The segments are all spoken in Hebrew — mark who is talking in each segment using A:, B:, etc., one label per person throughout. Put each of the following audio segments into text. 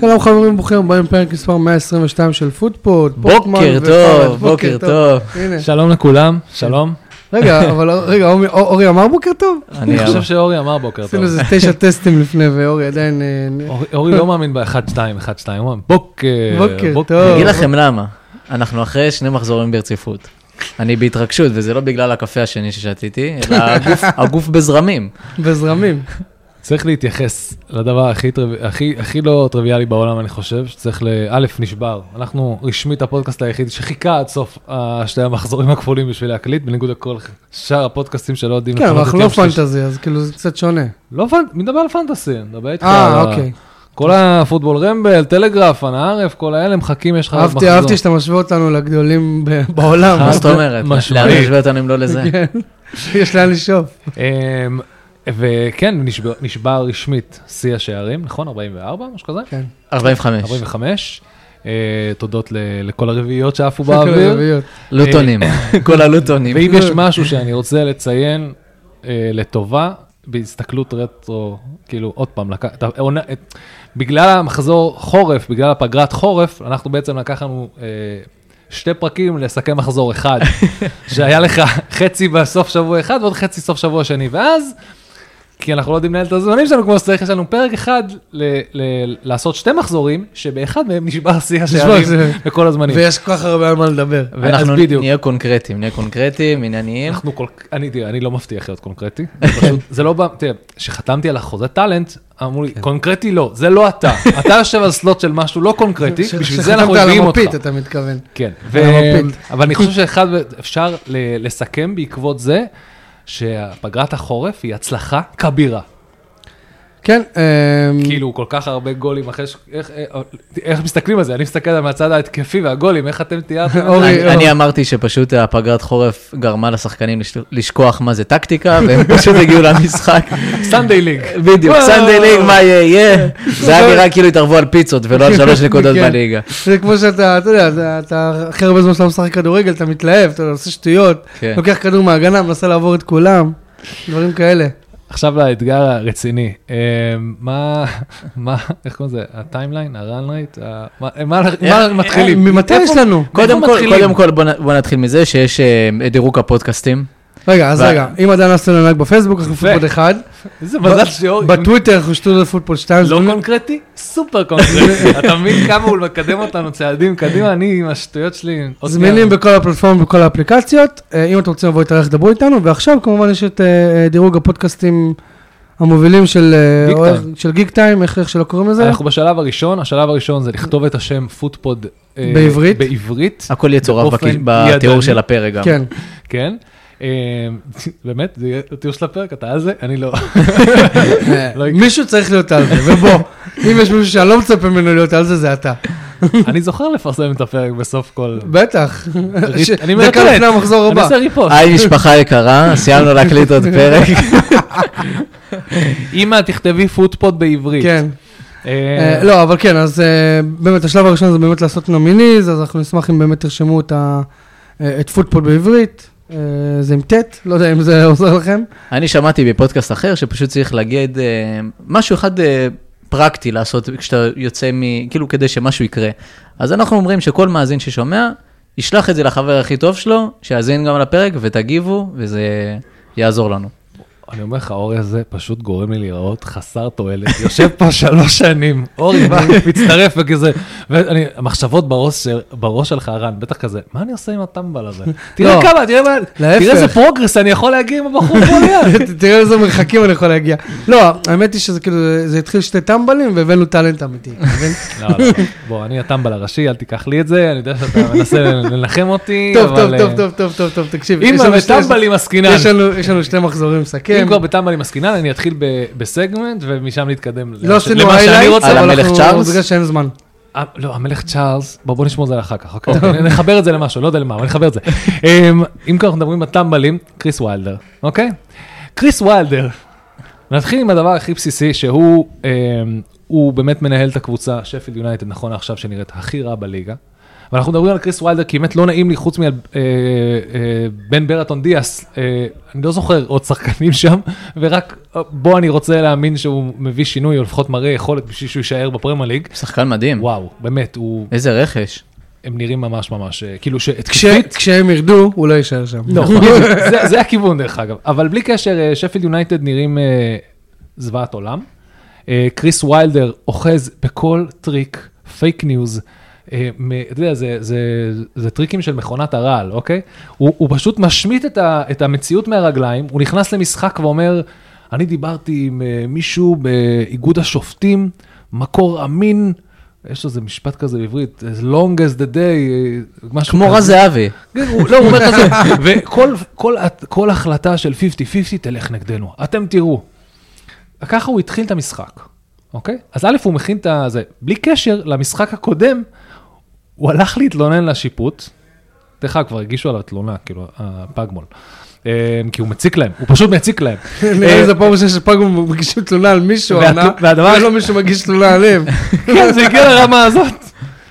A: שלום חברים, ברוכים הבאים לפרק מספר 122 של פודפוד. פודמן
B: בוקר
A: ופרד.
B: טוב, בוקר טוב.
A: הנה.
C: שלום לכולם, שלום.
A: רגע, אבל רגע, אורי- אורי אמר בוקר טוב?
C: אני חושב שאורי אמר בוקר טוב.
A: עשינו איזה תשע טסטים לפני, ואורי עדיין... אה, נ-
C: אורי- אורי לא מאמין ב-1-2, 1-2, הוא אמר בוקר.
A: בוקר
B: אני
A: טוב.
B: אגיד לכם למה. אנחנו אחרי שני מחזורים ברציפות. אני בהתרגשות, וזה לא בגלל הקפה השני ששתיתי, אלא הגוף, הגוף בזרמים.
A: בזרמים.
C: נכון. צריך להתייחס לדבר הכי טריו- הכי- הכי לא טריוויאלי בעולם, אני חושב, שצריך ל... א', נשבר. אנחנו רשמית הפודקאסט היחיד שחיכה עד סוף אה, שתי המחזורים הכפולים בשביל להקליט, בניגוד לכל שאר הפודקאסטים שלא יודעים
A: כן, אבל
C: לפנות את
A: אנחנו
C: יום
A: לא
C: שלישי.
A: פנטזי, אז כאילו זה קצת שונה.
B: כן,
C: לא פנטזי, מדבר על פנטסי, מדבר איתך.
A: אה,
C: על ה-
A: אוקיי.
C: כל הפוטבול רמבל, טלגרף, אנא ערף, כל האלה מחכים, יש לך עוד
B: לא.
A: אהבתי, אהבתי שאתה משווה אותנו לגדולים ב- בעולם.
B: מה זאת אומרת?
C: אה, משמעית.
B: לאן נשווה אותנו אם לא לזה?
A: כן, יש לאן לשאוף.
C: אמ, וכן, נשבר, נשבר רשמית שיא השערים, נכון? 44, משהו כזה?
A: כן.
B: 45.
C: 45. אה, תודות ל- לכל הרביעיות שעפו
A: כאילו,
C: באוויר.
A: רביעיות.
B: לוטונים. כל הלוטונים.
C: אה. ואם יש משהו שאני רוצה לציין אה, לטובה, בהסתכלות רטרו, כאילו, עוד פעם, לק... את העונה- את... בגלל המחזור חורף, בגלל הפגרת חורף, אנחנו בעצם לקחנו אה, שתי פרקים לסכם מחזור אחד, שהיה לך חצי בסוף שבוע אחד ועוד חצי סוף שבוע שני, ואז... כי אנחנו לא יודעים לנהל את הזמנים שלנו כמו שצריך, יש לנו פרק אחד ל- ל- לעשות שתי מחזור שבאחד מהם נשבר שיא השערים
A: זה.
C: בכל הזמנים.
A: ויש כל כך הרבה על מה לדבר.
C: ואז
B: אנחנו
C: בדיוק.
B: נהיה קונקרטיים, נהיה קונקרטיים, ענייניים.
C: אנחנו כל כך, אני, תראה, אני לא מבטיח להיות קונקרטי, זה פשוט, זה לא, בא- תראה, כשחתמתי על החוזה טאלנט, אמרו
A: כן.
C: לי, קונקרטי לא, זה לא אתה, אתה יושב על סלוט של משהו לא קונקרטי,
A: ש-
C: בשביל זה
A: שחתמת
C: אנחנו
A: על
C: מביאים אותך.
A: המפית, אתה מתכוון.
C: כן,
A: על
C: ו-
A: המפית.
C: אבל אני חושב שאחד, אפשר ל- לסכם בעקבות זה, שפגרת החורף היא הצלחה כבירה.
A: כן, אמ,
C: כאילו, כל כך הרבה גולים אחרי ש... איך- אה, איך מסתכלים על זה? אני מסתכל על מהצד ההתקפי והגולים, איך אתם תיארתם? את זה?
A: אורי,
B: אני-
A: אורי.
B: אני אמרתי שפשוט הפגרת חורף גרמה לשחקנים לש- לשכוח מה זה טקטיקה, והם פשוט הגיעו למשחק.
C: סנדיי ליג.
B: בדיוק,
C: וואו. כן. אוקיי.
B: סנדיי ליג, מה יהיה, יהיה. זה היה נראה כאילו התערבו על פיצות ולא על שלוש נקודות
A: כן.
B: בליגה.
A: זה כמו שאתה, אתה יודע, אתה- אתה הכי הרבה זמן שאתה לא משחק כדורגל, אתה מתלהב, אתה עושה שטויות,
C: אוקיי.
B: כן.
A: לוקח כדור מההגנה, מנסה לעבור את כולם, דברים כאלה.
C: עכשיו לאתגר הרציני, אה, מה, מה, איך קוראים לזה, הטיימליין, הרן רייט, מה מה
A: אה,
C: מתחילים?
A: אה, ממתי יש
C: איפה-
A: לנו?
B: קודם כל,
C: מתחילים?
B: קודם כל בוא נ- בוא נתחיל מזה שיש אה, את דירוג הפודקאסטים.
A: רגע, אז
B: ו-
A: רגע, אם עדיין לא עשינו לנהג בפייסבוק, אנחנו
C: יפה.
A: פודפוד אחד,
C: איזה מזל
A: ב-
C: שאורי,
A: בטוויטר אנחנו שטויות פודפוד 2,
C: לא קונקרטי, סופר קונקרטי, אתה מבין כמה הוא מקדם אותנו צעדים קדימה, אני עם השטויות שלי, עוד
A: זמינים
C: שנייה.
A: בכל הפלטפורמות, בכל האפליקציות, אה, אם אתם רוצים לבוא להתארח, דברו איתנו, ועכשיו כמובן יש את אה, אה, דירוג הפודקאסטים המובילים של אה,
C: גיק
A: אוהב-
C: טיים.
A: של גיק טיים, איך איך שלא קוראים לזה,
C: אנחנו בשלב הראשון, השלב הראשון זה לכתוב את השם פוטפוד אה,
A: בעברית?
C: בעברית,
B: הכל יצורף
C: באופן
B: בק- בתיאור
C: ידני.
B: של הפרק גם.
A: כן,
C: כן. אה, באמת, זה יהיה התיאור של הפרק, אתה על זה? אני לא.
A: אה,
C: לא יקרה.
A: מישהו צריך להיות על זה, ובוא, אם יש מישהו שאני לא מצפה ממנו להיות על זה, זה אתה.
C: אני זוכר לפרסם את הפרק בסוף כל...
A: בטח.
C: אני
A: ש- דקה
C: מרטרט.
A: לפני המחזור
C: אני
A: הבא.
C: עושה ריפוסט.
B: היי משפחה יקרה, סיימנו להקליט עוד פרק.
C: אמא, תכתבי פוטפוד בעברית.
A: כן.
C: אה,
A: אה, לא, אבל כן, אז אה, באמת, השלב הראשון זה באמת לעשות נומיניז, אז אנחנו נשמח אם באמת תרשמו את ה- אה, את פוטפול בעברית, אה, זה עם ט', לא יודע אם זה עוזר לכם.
B: אני שמעתי בפודקאסט אחר שפשוט צריך להגיד אה, משהו אחד אה, פרקטי לעשות כשאתה יוצא מ... כאילו כדי שמשהו יקרה. אז אנחנו אומרים שכל מאזין ששומע, ישלח את זה לחבר הכי טוב שלו, שיאזין גם לפרק ותגיבו, וזה יעזור לנו.
C: אני אומר לך, אורי הזה פשוט גורם לי להיראות חסר תועלת. יושב פה שלוש שנים, אורי בא, מצטרף וכזה, ואני, המחשבות בראש של- בראש שלך, רן, בטח כזה, מה אני עושה עם הטמבל הזה? תראה
A: לא.
C: כמה, תראה מה-
A: להפך.
C: תראה איזה פרוגרס אני יכול להגיע עם הבחור פה ליד.
A: תראה איזה מרחקים אני יכול להגיע. לא, האמת היא שזה כאילו, זה התחיל שתי טמבלים והבאנו טאלנט אמיתי, אתה מבין?
C: לא, לא, בוא, אני הטמבל הראשי, אל תיקח לי את זה, אני יודע שאתה מנסה לנחם אותי,
A: טוב, טוב,
C: אבל...
A: טוב,
C: אה,
A: טוב, טוב, טוב, טוב, תקשיב. יש
C: אמא
A: לנו שתי-
C: וטמבלים עסקינן.
A: יש לנו- יש לנו שתי מחזורים לסכם.
C: אם כבר בטמבלים עסקינן, אני אתחיל ב- בסגמנט, ומשם להתקדם
A: לא
C: למה ש-
A: עשינו
C: למה שאני
A: היילייט,
C: רוצה.
B: על
A: אבל
B: המלך
A: אנחנו,
B: צ'ארלס?
A: בגלל שאין זמן.
C: אה, לא, המלך צ'ארלס, בוא בוא נשמור את זה אחר כך, אוקיי? נ- נחבר את זה למשהו, לא יודע למה, אבל נחבר את זה. אמ, אם כבר אנחנו מדברים על טמבלים, קריס ויילדר, אוקיי? קריס ויילדר. נתחיל עם הדבר הכי בסיסי, שהוא אמ, הוא באמת מנהל את הקבוצה, שפילד יונייטד, נכון לעכשיו, שנראית הכי רע בליגה. אבל אנחנו מדברים על קריס ויילדר, כי באמת לא נעים לי, חוץ מעל אה, אה, בן ברטון דיאס, אה, אני לא זוכר עוד שחקנים שם, ורק אה, בו אני רוצה להאמין שהוא מביא שינוי, או לפחות מראה יכולת בשביל שהוא יישאר בפרמייר ליג.
B: שחקן מדהים.
C: וואו, באמת, הוא,
B: איזה רכש.
C: הם נראים ממש ממש, אה, כאילו
A: כש-
C: שהתקפית,
A: כשהם ירדו, הוא לא יישאר שם.
C: לא, זה- זה הכיוון דרך אגב. אבל בלי קשר, אה, שפילד יונייטד נראים אה, זוועת עולם. אה, קריס ויילדר אוחז בכל טריק, פייק ניוז. אה, מ- אתה יודע, זה, זה, זה טריקים של מכונת הרעל, אוקיי? הוא, הוא פשוט משמיט את, ה, את המציאות מהרגליים, הוא נכנס למשחק ואומר, אני דיברתי עם אה, מישהו באיגוד השופטים, מקור אמין, יש לזה משפט כזה בעברית, as long as the day, אה, משהו
B: כמו רז זהבי.
C: כן, הוא- לא, הוא אומר כזה, וכל כל- כל החלטה של 50-50 תלך נגדנו, אתם תראו. ככה הוא התחיל את המשחק, אוקיי? אז א', הוא מכין את הזה, בלי קשר למשחק הקודם, הוא הלך להתלונן לשיפוט, דרך אגב, כבר הגישו עליו תלונה, כאילו, הפגמול, אה, כי הוא מציק להם, הוא פשוט מציק להם.
A: נראה לי זה פעם ראשונה שפגו מגישים תלונה על מישהו,
C: אה, והתל-
A: ענה,
C: והדבר-
A: ולא מישהו מגיש תלונה עליהם.
C: כן, זה הגיע לרמה הזאת.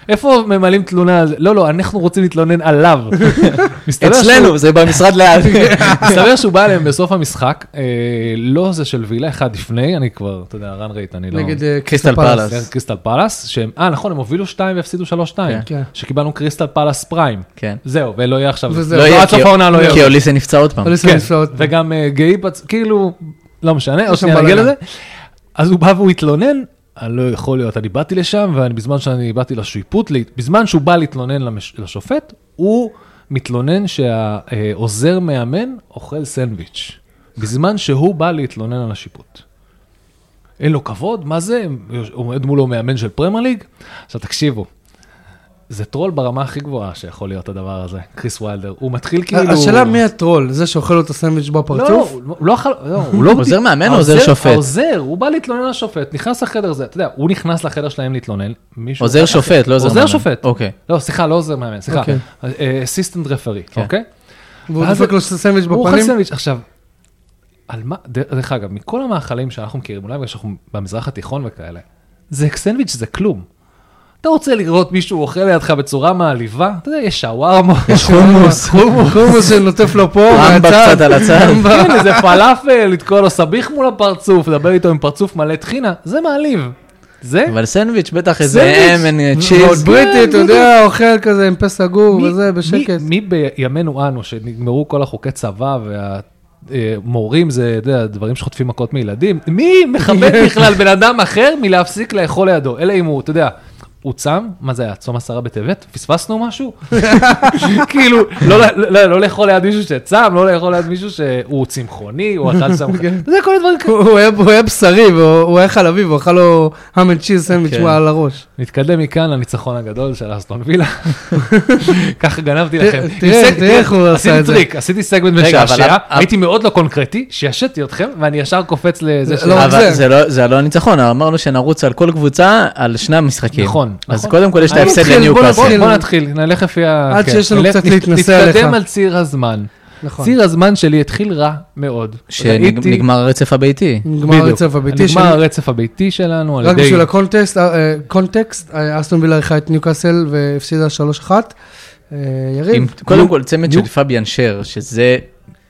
C: איפה ממלאים תלונה על זה? לא, לא, אנחנו רוצים להתלונן עליו. מסתבר שהוא-
B: אצלנו, זה במשרד ליד.
C: מסתבר שהוא בא אליהם בסוף המשחק, אה, לא זה של וילה, אחד לפני, אני כבר, אתה יודע, רן רייט, אני לא...
A: נגד אה,
B: קריסטל פלאס.
C: כן, קריסטל פלאס, שהם, אה נכון, הם הובילו 2 והפסידו 3-2,
A: כן.
C: שקיבלנו קריסטל פלאס פריים.
B: כן.
C: זהו, ולא יהיה עכשיו,
A: וזהו.
B: לא
A: לא,
B: יהיה,
C: עד סוף
B: כי-
C: העונה לא יהיה.
B: כי אוליסה נפצע עוד פעם.
A: אבל יש
C: כן,
A: להם נפלאות.
C: וגם אה, גאי פצ... כאילו, לא משנה, עוד
A: שם
C: שנייה נגיע
A: בלאגן.
C: לזה. אז הוא בא והוא התלונן, אני לא יכול להיות, אני באתי לשם, ובזמן שאני באתי לשיפוט, לה- בזמן שהוא בא להתלונן למש... לשופט, הוא מתלונן שהעוזר מאמן אוכל סנדוויץ', בזמן שהוא בא להתלונן על השיפוט. אין לו כבוד, מה זה? עומד מולו מאמן של פרמייר ליג? עכשיו תקשיבו, זה טרול ברמה הכי גבוהה שיכול להיות הדבר הזה, קריס ויילדר. הוא מתחיל כאילו...
A: השאלה מי הטרול, זה שאוכל לו את הסנדוויץ'
C: לא,
A: בפרצוף?
C: הוא לא- הוא לא אכל, לא, הוא לא...
B: עוזר מאמן או עוזר
C: העוזר-
B: שופט?
C: העוזר, הוא בא להתלונן לשופט, נכנס לחדר הזה, אתה יודע, הוא נכנס לחדר שלהם להתלונן, מישהו...
B: עוזר שופט, לא עוזר מאמן.
C: עוזר שופט.
B: אוקיי.
C: לא, סליחה, לא עוזר מאמן, סליחה.
A: אוקיי.
C: אסיסטנט רפרי,
B: כן.
C: אוקיי?
A: והוא
C: ואז-
A: דופק לו סנדוויץ'
C: הוא אוכל
A: בפנים?
C: סנדוויץ'. עכשיו, על מה, ד- דרך אגב, מכל המאכלים שאנחנו מכירים, אולי בגלל שאנחנו במזרח התיכון וכאלה, זה סנדוויץ' זה כלום. אתה רוצה לראות מישהו אוכל לידך בצורה מעליבה? אתה יודע, יש שווארמה, יש
A: חומוס. חומוס שנוטף לו פה,
B: רמבה
A: מהצד.
B: קצת על הצד.
C: כן, איזה פלאפל, לתקוע לו סביח מול הפרצוף, לדבר איתו עם פרצוף מלא טחינה, זה מעליב. זה?
B: אבל סנדוויץ' בטח איזה
C: סנדוויץ'.
B: אמן
A: ועוד
B: צ'יז.
A: בריטי, אתה
C: כן,
A: יודע, אוכל כזה עם פה סגור
C: מי-
A: וזה,
C: מי-
A: בשקט.
C: מי בימינו אנו, שנגמרו כל החוקי צבא והמורים, זה, אתה יודע, דברים שחוטפים מכות מילדים, מי מכבד בכלל בן אדם אחר מלהפסיק לאכול לידו? אלא אם הוא, אתה יודע... הוא צם, מה זה היה, צום עשרה בטבת? פספסנו משהו? כאילו, לא, לא, לא, לא לאכול ליד מישהו שצם, לא לאכול ליד מישהו שהוא צמחוני, הוא אכל שם, זה כל הדברים כאלה.
A: כן. הוא היה- הוא היה בשרי, והוא הוא היה חלבי, והוא אכל לו האמן צ'יז סנדוויץ'
B: כן.
A: וואלה, על הראש.
C: נתקדם מכאן לניצחון הגדול של אסטון וילה. ככה גנבתי לכם.
A: תראה, תראה איך הוא עשה את זה.
C: עשיתי טריק, עשיתי סגמנט
B: רגע, אבל
C: משעשע,
B: הפ-
C: הייתי מאוד לא קונקרטי, שישעתי אתכם, ואני ישר קופץ לזה
A: לא רק
B: אבל
A: זה.
B: זה לא- זה לא הניצחון, אמרנו שנרוץ על כל קבוצה, על שני המשחקים.
C: נכון,
B: אז
C: נכון.
B: קודם כל יש את
A: בוא
B: ההפסד
A: נתחיל,
B: לניו
A: בוא
B: קאסל.
A: נתחיל.
C: בוא נתחיל, נלך לפי ה...
A: עד
C: כן,
A: שיש לנו
C: נלך-
A: קצת
C: נת-
A: להתנסה עליך.
C: נתקדם על ציר הזמן.
A: נכון.
C: ציר הזמן שלי התחיל רע מאוד. ראיתי-
B: שנגמר הרצף הביתי.
A: נגמר
C: בדיוק.
A: הרצף הביתי
C: נגמר
A: שלי.
C: הרצף הביתי שלנו על ידי...
A: רק בשביל הקונטקסט, אה, אה, קונטקסט, אה, אסטון וילה ערכה את ניוקאסל והפסידה 3-1. אה,
B: עם-
A: יריב.
B: קודם כל צמד של
C: ניו-
B: פביאן שר, שזה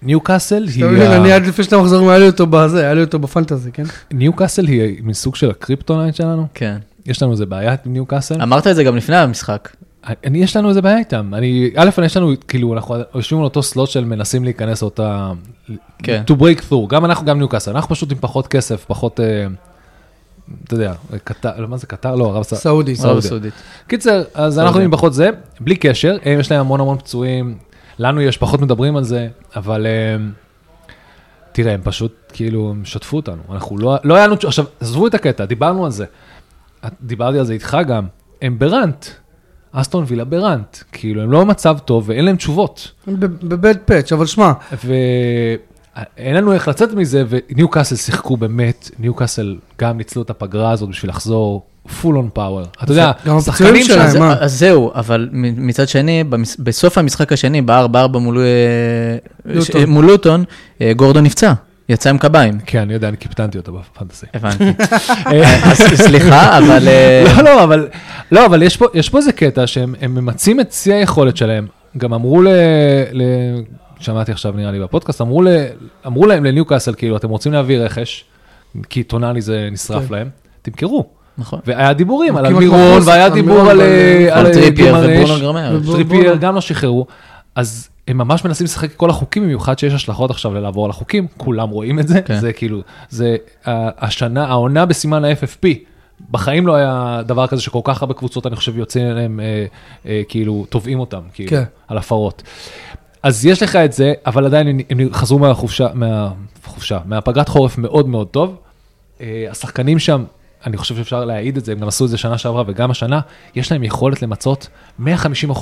C: ניו קאסל היא...
A: אתה מבין,
C: ה-
A: אני עד לפני שני מחזורים, היה לי אותו בזה, היה לי אותו בפנטזי, כן?
C: ניו קאסל היא מסוג של הקריפטונייט שלנו.
B: כן.
C: יש לנו איזה בעיה עם ניו קאסל.
B: אמרת את זה גם לפני המשחק.
C: אני, יש לנו איזה בעיה איתם. אני, א', יש לנו, כאילו, אנחנו יושבים על אותו סלוט של מנסים להיכנס אותה,
B: כן.
C: to break through, גם אנחנו, גם ניוקאסל, אנחנו פשוט עם פחות כסף, פחות, אה, אתה יודע, קטר, מה זה קטר? לא, ערב סעודית.
A: סעודי.
C: סעודיה.
B: ערב הסעודית.
C: קיצר, אז אנחנו עם פחות זה, בלי קשר, הם, יש להם המון המון פצועים, לנו יש, פחות מדברים על זה, אבל אה, תראה, הם פשוט, כאילו, הם שטפו אותנו, אנחנו לא, לא היה לנו, תש- עכשיו, עזבו את הקטע, דיברנו על זה, את- דיברתי על זה איתך גם, הם ברנט, אסטון וילה ברנט, כאילו, הם לא במצב טוב ואין להם תשובות,
A: בבד פאץ', אבל שמע,
C: ואין לנו איך לצאת מזה, וניו קאסל שיחקו באמת, ניו קאסל גם ניצלו את הפגרה הזאת בשביל לחזור. פול און פאוור, אתה יודע,
A: גם לא הפצועים
C: שחקנים
A: שלהם,
C: שלהם,
B: אז,
A: מה?
B: אז זהו, אבל מ- מצד שני, במס... בסוף המשחק השני, ב-4-4 מול אה, ש-
A: לוטון.
B: מול לוטון, אה, גורדון נפצע, יצא עם קביים.
C: כן, אני יודע, אני קיפטנתי אותו בפנטסי.
B: הבנתי. אה, אז סליחה, אבל... אה,
C: לא, לא, אבל לא, אבל יש פה, יש פה איזה קטע שהם הם ממצים את שיא היכולת שלהם. גם אמרו ל... ל... שמעתי עכשיו נראה לי בפודקאסט, אמרו, ל... אמרו להם לניוקאסל, כאילו, אתם רוצים להביא רכש, כי טונאלי זה נשרף
A: כן.
C: להם, תמכרו.
B: נכון.
C: והיה דיבורים על
A: כמעט
C: אמירון,
A: מכרו,
C: והיה
A: על
C: דיבור
A: מירון
C: על
A: ועל-
C: אה,
B: על
C: על
B: טריפייר
C: גימרש,
B: וברונו גרמר.
A: וברונו.
C: טריפייר גם לא שחררו. אז הם ממש מנסים לשחק את כל החוקים, במיוחד שיש השלכות עכשיו ללעבור על החוקים, כולם רואים את זה,
B: כן.
C: זה כאילו, זה ה- השנה, העונה בסימן ה-FFP. בחיים לא היה דבר כזה שכל כך הרבה קבוצות, אני חושב, יוצאים אליהם, אה, אה, כאילו, תובעים אותם, כאילו,
A: כן.
C: על הפרות. אז יש לך את זה, אבל עדיין הם- הם חזרו מהחופשה, מהחופשה, מהפגרת חורף מאוד מאוד טוב. אה, השחקנים שם, אני חושב שאפשר להעיד את זה, הם גם עשו את זה שנה שעברה וגם השנה, יש להם יכולת למצות 150%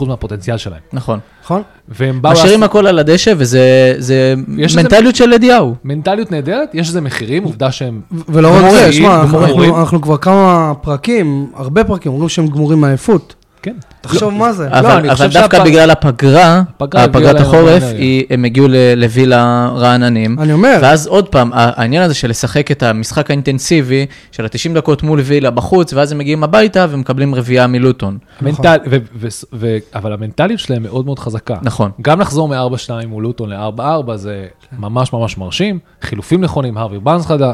C: מהפוטנציאל שלהם.
B: נכון.
A: נכון?
C: והם באו...
B: משאירים
C: לעשות-
B: הכל על הדשא, וזה זה
C: יש לזה-
B: מנטליות של אליהו.
C: מנטליות נהדרת, יש לזה מחירים, עובדה שהם...
A: ו- ולא רק
C: גמורים,
A: זה, שמע, אנחנו-
C: גמורים.
A: אנחנו- אנחנו כבר כמה פרקים, הרבה פרקים, אומרים שהם גמורים מעייפות.
C: כן.
A: תחשוב מה זה.
C: אני
B: אבל
C: חושב
B: אבל דווקא
C: שהפג-
B: בגלל הפגרה,
C: הפגרה הביאה
B: הפגרת
C: להם
B: החורף,
C: הרבה
B: היא- הם הגיעו ל- לווילה רעננים.
A: לא, אני אומר,
B: ואז עוד פעם, ה- העניין הזה של לשחק את המשחק האינטנסיבי של ה-90 דקות מול וילה בחוץ, ואז הם מגיעים הביתה ומקבלים רביעייה מלוטון.
C: המנטל... ו- ו- ו- אבל המנטליות שלהם מאוד מאוד חזקה.
B: נכון.
C: גם לחזור מ-4-2 מול לוטון ל-4-4 זה ממש ממש מרשים, חילופים נכונים, הרווי ברנס חדה,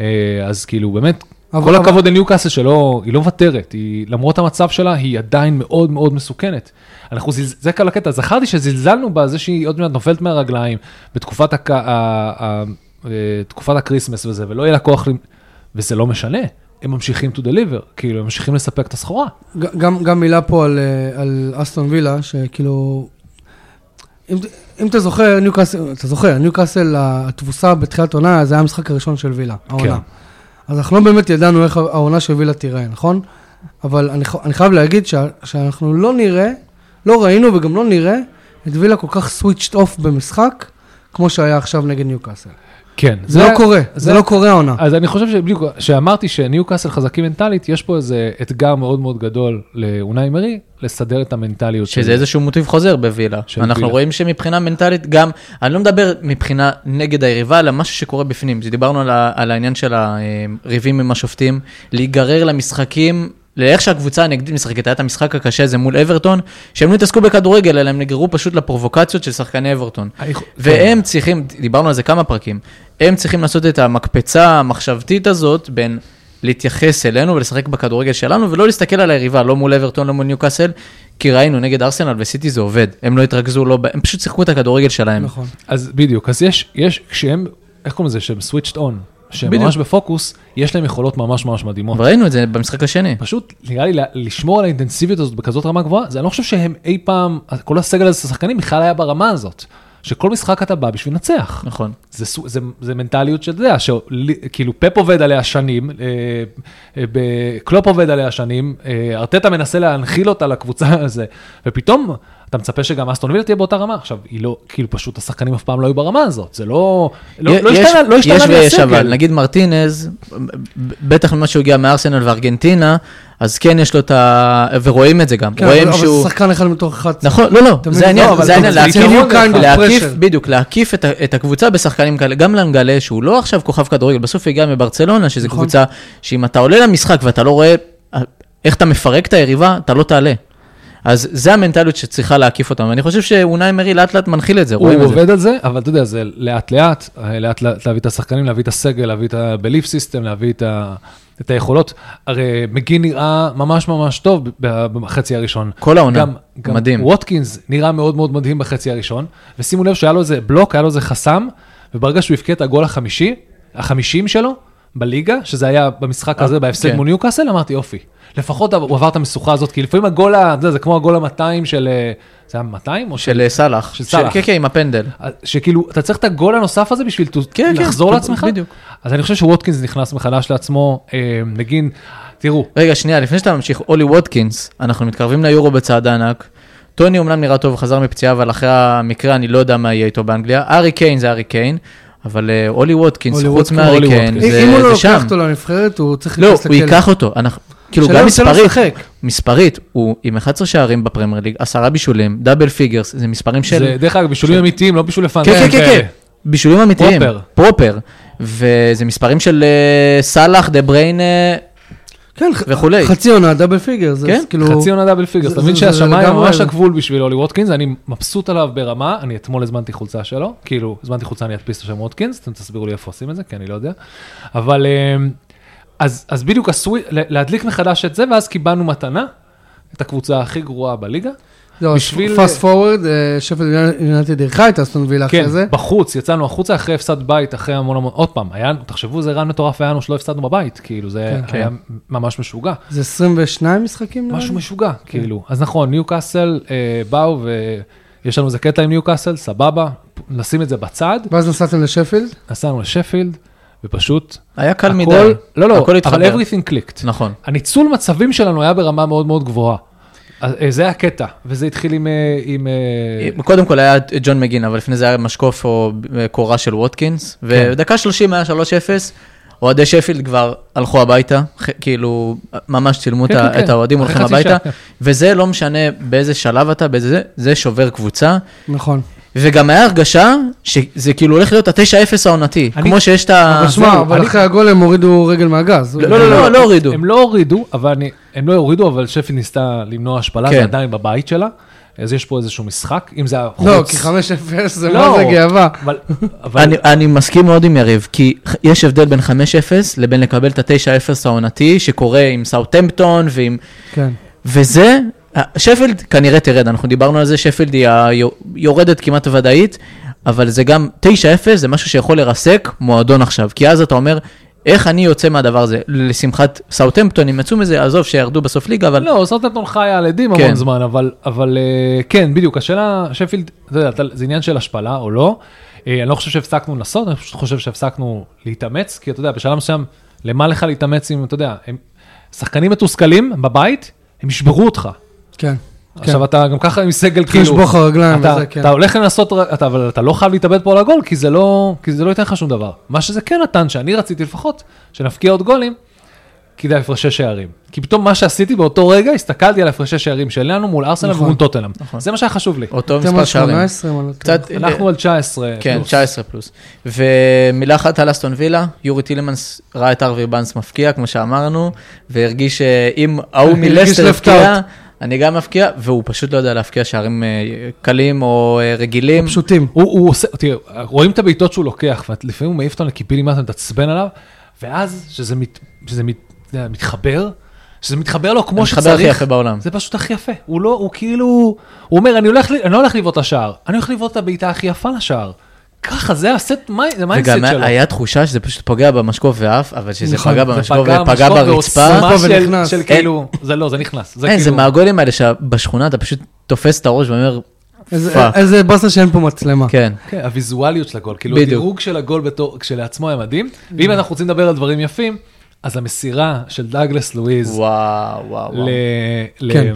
C: אה, אז כאילו באמת,
A: אבל-
C: כל
A: אבל-
C: הכבוד לניוקאסל שלא, היא לא מוותרת, היא, למרות המצב שלה, היא עדיין מאוד מאוד מסוכנת. אנחנו, זיל- זה כל הקטע, זכרתי שזלזלנו בה, זה שהיא עוד מעט נופלת מהרגליים בתקופת הק... ה... ה... ה... תקופת הקריסמס וזה, ולא יהיה לה כוח, ל- וזה לא משנה, הם ממשיכים to deliver, כאילו, הם ממשיכים לספק את הסחורה.
A: ג- גם- גם מילה פה על, אה, על אסטון וילה, שכאילו... אם, אם אתה זוכר, ניוקאסל, אתה זוכר, ניוקאסל, התבוסה בתחילת עונה, זה היה המשחק הראשון של וילה, העונה.
C: כן.
A: אז אנחנו לא באמת ידענו איך העונה של וילה תיראה, נכון? אבל אני, ח- אני חייב להגיד שה, שאנחנו לא נראה, לא ראינו וגם לא נראה את וילה כל כך סוויצ'ט אוף במשחק, כמו שהיה עכשיו נגד ניוקאסל.
C: כן.
A: זה, לא קורה, זה,
C: זה- אה,
A: לא קורה העונה.
C: אז אני חושב שבדיוק, שאמרתי שניוקאסל חזקים מנטלית, יש פה איזה אתגר מאוד מאוד גדול לאונאי מרי, לסדר את המנטליות
B: שזה איזשהו מוטיב חוזר בווילה.
C: של
B: אנחנו
C: וילה.
B: רואים שמבחינה מנטלית גם, אני לא מדבר מבחינה נגד היריבה, אלא משהו שקורה בפנים. זה דיברנו על, ה, על העניין של הריבים עם השופטים, להיגרר למשחקים. לאיך שהקבוצה הנגדית משחקת, היה את המשחק הקשה הזה מול אברטון, שהם לא התעסקו בכדורגל, אלא הם נגררו פשוט לפרובוקציות של שחקני אברטון. והם צריכים, דיברנו על זה כמה פרקים, הם צריכים לעשות את המקפצה המחשבתית הזאת בין להתייחס אלינו ולשחק בכדורגל שלנו, ולא להסתכל על היריבה, לא מול אברטון, לא מול ניוקאסל, כי ראינו נגד ארסנל וסיטי זה עובד. הם לא התרכזו, לא, ב- הם פשוט שיחקו את הכדורגל שלהם.
A: נכון.
C: כן, אז בדיוק, אז יש, יש, כשהם, איך קוראים לזה, שהם סוויצ'ט און, שהם
B: בדיוק.
C: ממש בפוקוס, יש להם יכולות ממש ממש מדהימות.
B: וראינו את זה במשחק השני.
C: פשוט, נראה לי, ל- לשמור על האינטנסיביות הזאת בכזאת רמה גבוהה, זה אני לא חושב שהם אי פעם, כל הסגל הזה של השחקנים בכלל היה ברמה הזאת, שכל משחק אתה בא בשביל לנצח.
B: נכון.
C: זה, סו- זה, זה מנטליות שאתה יודע, שכאילו פאפ עובד עליה שנים, אה, אה, ב- קלופ עובד עליה שנים, אה, ארטטה מנסה להנחיל אותה לקבוצה הזה, ופתאום אתה מצפה שגם אסטון וילה תהיה באותה רמה. עכשיו, היא לא, כאילו פשוט השחקנים אף פעם לא היו ברמה הזאת, זה לא, לא,
B: י-
C: לא
B: יש-
C: השתנה, לא השתנה
B: יש ויש
C: מהסגל.
B: אבל, נגיד מרטינז, ב- בטח ממה שהוא הגיע מארסנל וארגנטינה, אז כן יש לו את ה... ורואים את זה גם,
A: כן,
B: רואים
A: אבל,
B: שהוא...
A: אבל זה שחקן אחד מתוך 11.
B: נכון, לא, לא,
A: אתה מבין?
B: זה העניין,
A: לא, אבל
B: זה העניין,
A: זה
B: להקיף,
A: בדיוק kind of
B: להקיף,
A: pressure.
B: בדיוק, להקיף את ה- את הקבוצה בשחקנים כאלה, גם לנגלה, שהוא לא עכשיו כוכב כדורגל, בסוף הגיע מברצלונה, שזו
A: נכון.
B: קבוצה שאם אתה עולה למשחק ואתה לא רואה אה, איך אתה מפרק את היריבה, אתה לא תעלה. אז זה המנטליות שצריכה להקיף אותם, ואני חושב שאונאי מרי לאט לאט מנחיל את זה, רואים את
C: הוא
B: זה.
C: עובד על זה, אבל אתה יודע, זה לאט לאט, אה, לאט לאט להביא את השחקנים, להביא את הסגל, להביא את ה-belief system, להביא את, ה... את היכולות. הרי מגין נראה ממש ממש טוב ב- בחצי הראשון.
B: כל העונה,
C: גם, גם
B: מדהים.
C: ווטקינס נראה מאוד מאוד מדהים בחצי הראשון, ושימו לב שהיה לו איזה בלוק, היה לו איזה חסם, וברגע שהוא הבקיע את הגול החמישי, החמישים שלו, בליגה, שזה היה במשחק הזה, בהפסד
B: כן.
C: מול ניוקאסל, אמרתי יופי. לפחות הוא עבר את המשוכה הזאת, כי לפעמים הגול, ה- אתה יודע, זה כמו הגול ה-200 של... אה, זה היה 200 או
B: של אה, סאלח,
C: של סאלח.
B: כן, כן, עם הפנדל.
C: שכאילו, אתה צריך את הגול הנוסף הזה בשביל to-
B: כן, כן,
C: לחזור
B: ב-
C: לעצמך?
B: בדיוק.
C: אז אני חושב שווטקינס נכנס מחדש לעצמו, אה, נגיד, תראו,
B: רגע, שנייה, לפני שאתה ממשיך, אולי ווטקינס, אנחנו מתקרבים ליורו בצעד הענק. טוני אומנם נראה טוב, חזר מפציעה, אבל אחרי המקרה אני לא יודע מה יהיה איתו באנגליה. ארי קיין זה ארי קיין, אבל אה, אולי ווטקינס,
A: אולי
B: חוץ
A: ווטקינס,
B: מארי
C: אולי
B: קיין,
C: ווטקינס.
B: זה
A: אם הוא לא
B: זה
A: לוקח
B: שם.
A: אותו לנבחרת, הוא צריך
B: לא,
A: להיכנס
B: הוא
A: לכלא.
B: ייקח אותו. אנחנו- כאילו,
A: שלא
B: גם
A: יוצא לו
B: מספרית,
A: לשחק.
B: מספרית, הוא עם 11 שערים בפרמייר ליג, 10 בישולים, דאבל פיגרס, זה מספרים של...
C: זה דרך אגב בישולים אמיתיים, לא בישולי פאנטה.
B: כן, כן, כן, כן. בישולים אמיתיים.
C: פרופר.
B: פרופר. וזה מספרים של אה, סאלח, דה בריינה,
A: כן, ח-
B: וכולי.
A: חצי עונה דאבל פיגר, זה
B: כן,
A: זה כאילו...
C: חצי עונה דאבל פיגר,
A: זה-
C: אתה מבין
A: זה- זה
C: שהשמיים
A: לגמרי-
C: ממש הגבול בשביל הולי ווטקינס, אני מבסוט עליו ברמה, אני אתמול הזמנתי חולצה שלו, כאילו, הזמנתי חולצה, אני אדפיס את השם ווטקינס, אתם תסבירו לי איפה עושים את זה, כי אני לא יודע. אבל אמ, אז, אז בדיוק עשוי, להדליק מחדש את זה, ואז קיבלנו מתנה, את הקבוצה הכי גרועה בליגה.
A: לא,
C: בשביל-
A: פאסט פורוורד, שפט יונתד אירחה את אסטון וילה
C: כן,
A: אחרי זה.
C: בחוץ, יצאנו החוצה אחרי הפסד בית, אחרי המון המון, עוד פעם, היה, תחשבו, זה רן מטורף היה לנו שלא הפסדנו בבית, כאילו, זה
B: כן.
C: היה ממש משוגע.
A: זה 22 משחקים? נראה לי?
C: משהו משוגע,
B: כן.
C: כאילו. אז נכון, ניו קאסל אה, באו ויש לנו איזה קטע עם ניו קאסל, סבבה, נשים את זה בצד,
A: ואז נסעתם לשפילד?
C: נסענו לשפילד, ופשוט...
B: היה קל
C: הכל-
B: מדי.
C: לא, לא,
B: הכל
C: אבל
B: התחבר.
C: everything clicked.
B: נכון.
C: הניצול מצבים שלנו היה ברמה מאוד מאוד גבוהה. אז, אה, זה הקטע, וזה התחיל עם... אה, עם אה,
B: קודם כל היה את ג'ון מגין, אבל לפני זה היה משקוף או אה, קורה של ווטקינס,
C: כן.
B: ודקה 30 היה 3-0, אוהדי שפילד כבר הלכו הביתה, ח- כאילו ממש צילמו את
C: כן,
B: ה-
C: כן,
B: את
C: כן.
B: האוהדים
C: אחרי
B: הולכים
C: חצי שעה,
B: הביתה,
C: כן.
B: וזה לא משנה באיזה שלב אתה, באיזה זה, זה שובר קבוצה,
A: נכון.
B: אה, וגם היה הרגשה שזה כאילו הולך להיות ה-9-0 העונתי,
C: אני-
B: כמו שיש את ה...
A: אבל שמע,
C: זהו,
A: אבל
C: אני-
A: אחרי הגול הם הורידו רגל מהגז.
B: לא, לא, לא, לא הורידו.
C: הם לא הורידו, אבל אני, הם לא הורידו, אבל שפי ניסתה למנוע השפלה,
B: כן.
C: זה עדיין בבית שלה, אז יש פה איזשהו משחק, אם זה היה חוץ.
A: לא, כי 5-0 זה
C: לא.
A: מה זה גאווה.
C: אבל, אבל
B: אני, אני מסכים מאוד עם יריב, כי ח- יש הבדל בין 5-0 לבין לקבל את ה-9-0 העונתי שקורה עם סאוטהמפטון ועם...
A: כן.
B: וזה, ה- שפילד כנראה תרד, אנחנו דיברנו על זה, שפילד היא היו- יורדת כמעט ודאית, אבל זה גם 9-0 זה משהו שיכול לרסק מועדון עכשיו, כי אז אתה אומר, איך אני יוצא מהדבר הזה? לשמחת סאוטהמפטון, הם יצאו מזה, עזוב שירדו בסוף ליגה, אבל...
C: לא, סאוטנטון חיה על עדים
B: כן.
C: המון זמן, אבל, אבל אה, כן, בדיוק, השאלה, שפילד, אתה יודע, אתה- זה עניין של השפלה או לא. אה, אני לא חושב שהפסקנו לנסות, אני פשוט חושב שהפסקנו להתאמץ, כי אתה יודע, בשלב מסוים, למה לך להתאמץ אם, אתה יודע, הם, שחקנים מתוסכלים בבית, הם ישברו אותך.
A: כן.
B: לא
C: עכשיו אתה גם ככה עם סגל
A: צריכים
C: כאילו,
A: לשבור לך רגליים
C: אתה-
A: וזה, כן.
C: אתה הולך לנסות, ר- אתה- אבל אתה לא חייב להתאבד פה על הגול, כי זה לא כי זה לא ייתן לך שום דבר. מה שזה כן נתן, שאני רציתי לפחות, שנפקיע עוד גולים, כי זה הפרשי שערים. כי פתאום מה שעשיתי באותו רגע, הסתכלתי על הפרשי שערים שלנו מול ארסנל
A: נכון. אוקיי.
C: ומול טוטנאם.
B: נכון.
C: זה מה שהיה חשוב לי.
B: אותו
A: אתם על
B: מספר שערים.
A: 18, אם אני לא טועה.
B: קצת...
C: אנחנו על 19.
B: כן,
C: פלוס.
B: 19 פלוס. ומילה אחת על אסטון וילה, יורי טילמנס ראה את ארווי בנס מפקיע, כמו שאמרנו, והרגיש שאם ההוא
A: הרגיש
B: מלסטר
A: left
B: הפקיע, אני גם מפקיע, והוא פשוט לא יודע להפקיע שערים אה, קלים או אה, רגילים.
A: פשוטים.
C: הוא, הוא עושה, תראה, רואים את הבעיטות שהוא לוקח, ולפעמים הוא מעיף אותן לקיבילים, מה אתה מתעצבן עליו, ואז שזה, מת, שזה מת, אתה יודע, מתחבר, שזה מתחבר לו כמו
B: מתחבר
C: שצריך.
B: הכי יפה בעולם.
C: זה פשוט הכי יפה. הוא לא, הוא כאילו, הוא אומר, אני, הולך, ל- אני לא הולך לבעוט את השער, אני הולך לבעוט את הבעיטה הכי יפה לשער. ככה, זה הסט, מי- זה מיינדסט
B: וגם
C: שלו.
B: היה- היה תחושה שזה פשוט פוגע במשקוף ואף, אבל שזה
A: נכון,
B: פגע
A: זה
B: במשקוף ופגע
C: במשקוף
B: ברצפה.
C: בעוצמה
A: פה
C: של,
A: ונכנס.
C: של
A: אין.
C: כאילו, זה לא, זה נכנס. זה
B: אין, זה
C: כאילו,
B: מהגולים האלה שבשכונה אתה פשוט תופס את הראש ואומר,
C: אה.
A: איזה-
B: פאק.
A: איזה באסה שאין פה מצלמה.
B: כן.
C: כן, הוויזואליות של הגול, כאילו
B: בדיוק.
C: הדירוג של הגול בתור, כשלעצמו היה מדהים, ואם אנחנו רוצים לדבר על דברים יפים, אז המסירה של דאגלס לואיז,
B: וואו, וואו, וואו.
C: ל... ל...
A: כן.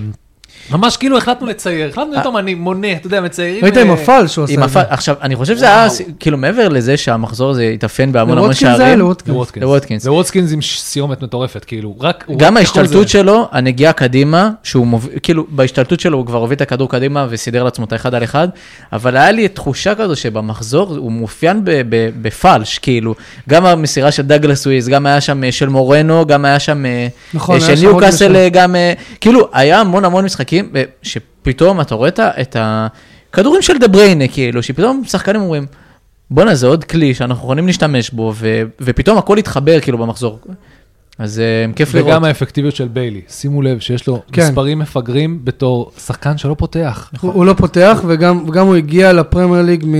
C: ממש כאילו החלטנו לצייר,
B: אה.
C: החלטנו להיות אומנים, מונה, אתה יודע, מציירים...
A: ראית
C: אה,
A: עם הפעל שהוא עשה
B: עם
A: את זה.
B: הפ... עכשיו, אני חושב שזה היה, כאילו מעבר לזה שהמחזור הזה התאפיין בהמון המון
A: לווטקינס כאילו זה היה
B: שערים,
A: לווטקינס.
C: לווטקינס.
B: לווטקינס.
C: לווטקינס עם ש- סיומת מטורפת, כאילו, רק... הוא-
B: גם
C: איך הוא
B: ההשתלטות
C: זה?
B: שלו, הנגיעה קדימה, שהוא מוביל, כאילו, בהשתלטות שלו הוא כבר הוביל את הכדור קדימה וסידר לעצמו את האחד על אחד, אבל היה לי תחושה כזו שבמחזור הוא מאופיין ב- ב- בפלש, כאילו, גם המסירה של דגלס סוויז, גם היה שם אה, של מורנו, גם היה שם אה,
A: נכון,
B: אה,
A: היה
B: של
A: שם עוד
B: ניוקאסל,
A: משהו.
B: אה, גם, אה, כאילו, היה המון המון משחקים, אה, שפתאום אתה רואה את ה- את הכדורים של דה בריינה, כאילו, שפתאום שחקנים אומרים, בואנה, זה עוד כלי שאנחנו יכולים להשתמש בו, ו- ופתאום הכל התחבר, כאילו, במחזור. אז אה, כיף לראות.
C: וגם האפקטיביות של ביילי, שימו לב שיש לו
A: כן.
C: מספרים מפגרים בתור שחקן שלא פותח.
A: הוא הוא לא פותח, וגם וגם הוא הגיע לפרמייר ליג מ-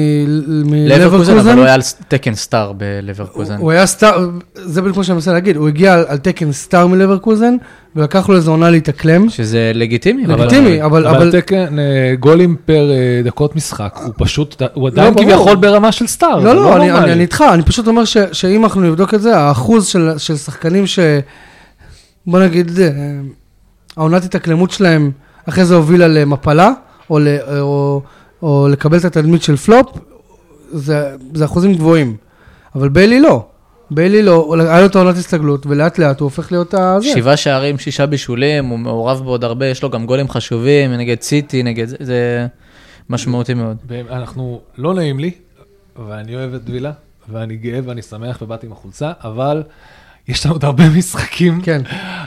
B: לברקוזן, אבל
A: מלברקוזן.
B: הוא היה על תקן סטאר בלברקוזן.
A: הוא היה סטאר, זה בדיוק מה שאני מנסה להגיד, הוא הגיע על- על תקן סטאר מלברקוזן, ולקח לו איזו עונה להתאקלם.
B: שזה לגיטימי. אבל-
A: לגיטימי, אבל...
C: אבל
A: אבל-
C: תקן אה, גולים פר אה, דקות משחק, הוא פשוט, הוא עדיין
A: לא, ברור.
C: כביכול ברמה של סטאר. זה
A: לא, לא, אני-
C: נורמלי.
A: אני אני איתך, אני פשוט אומר ש- שאם אנחנו נבדוק את זה, האחוז של- של שחקנים ש... בוא נגיד, אה, העונת התאקלמות שלהם אחרי זה הובילה למפלה, או ל- או- או לקבל את התדמית של פלופ, זה זה אחוזים גבוהים. אבל ביילי לא. ביילי לא, הוא- היה לו את העונת הסתגלות, ולאט לאט הוא הופך להיות הזה.
B: שבעה שערים, שישה בישולים, הוא מעורב בעוד הרבה, יש לו גם גולים חשובים, נגד סיטי, נגד זה, זה משמעותי מאוד.
C: אנחנו, לא נעים לי, ואני אוהב את וילה, ואני גאה ואני שמח ובאתי עם החולצה, אבל יש לנו עוד הרבה משחקים.
A: כן.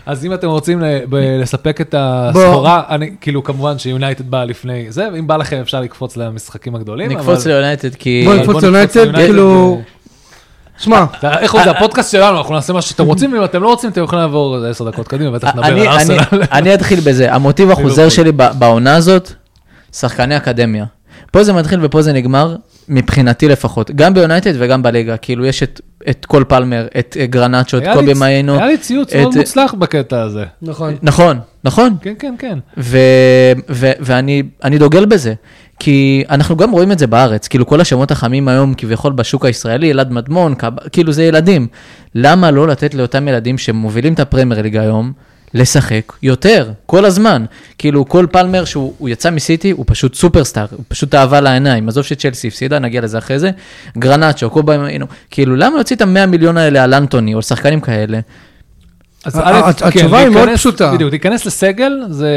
C: אז אם אתם רוצים ל- ב- לספק את הסחורה, אני, כאילו, כמובן שיונייטד באה לפני זה, ואם בא לכם אפשר לקפוץ למשחקים הגדולים.
B: נקפוץ
C: אבל-
B: ליונייטד כי...
A: בוא
C: אבל
A: נקפוץ
C: בוא
A: ליונייטד,
C: ליונייטד,
A: כאילו- שמע,
C: אתה- איך עוד זה הפודקאסט שלנו, אנחנו נעשה מה שאתם רוצים, ואם אתם לא רוצים, אתם יכולים לעבור איזה עשר דקות קדימה, בטח נדבר
B: אה,
C: על
B: אני- אני-
C: ארסנל.
B: אני אתחיל בזה, המוטיב החוזר שלי ב- בעונה הזאת, שחקני אקדמיה. פה זה מתחיל ופה זה נגמר, מבחינתי לפחות. גם ביונייטד וגם בליגה, כאילו יש את- את קול פלמר, את אה, גרנצ'ו, את
C: היה לי
B: קובי
C: צ-
B: מיינו.
C: היה לי ציוץ
B: את-
C: מאוד מוצלח בקטע הזה.
A: נכון.
B: נכון, נכון.
C: כן, כן, כן.
B: ו, ו, ואני אני דוגל בזה, כי אנחנו גם רואים את זה בארץ, כאילו כל השמות החמים היום כביכול בשוק הישראלי, אלעד מדמון, קב, כאילו זה ילדים. למה לא לתת לאותם ילדים שמובילים את הפרמייר ליג היום לשחק יותר, כל הזמן? כאילו כל פלמר שהוא הוא יצא מסיטי, הוא פשוט סופרסטאר, הוא פשוט אהבה לעיניים. עזוב שצ'לסי הפסידה, נגיע לזה אחרי זה. גרנצ'ו, קובה, מיינו. כאילו למה להוציא את המאה מיליון האלה על אנטוני או על שחקנים כאלה?
C: אז
A: ה-
C: א',
A: ה-
C: כן,
A: התשובה היא מאוד
C: להיכנס-
A: פשוטה.
C: בדיוק, להיכנס לסגל, זה...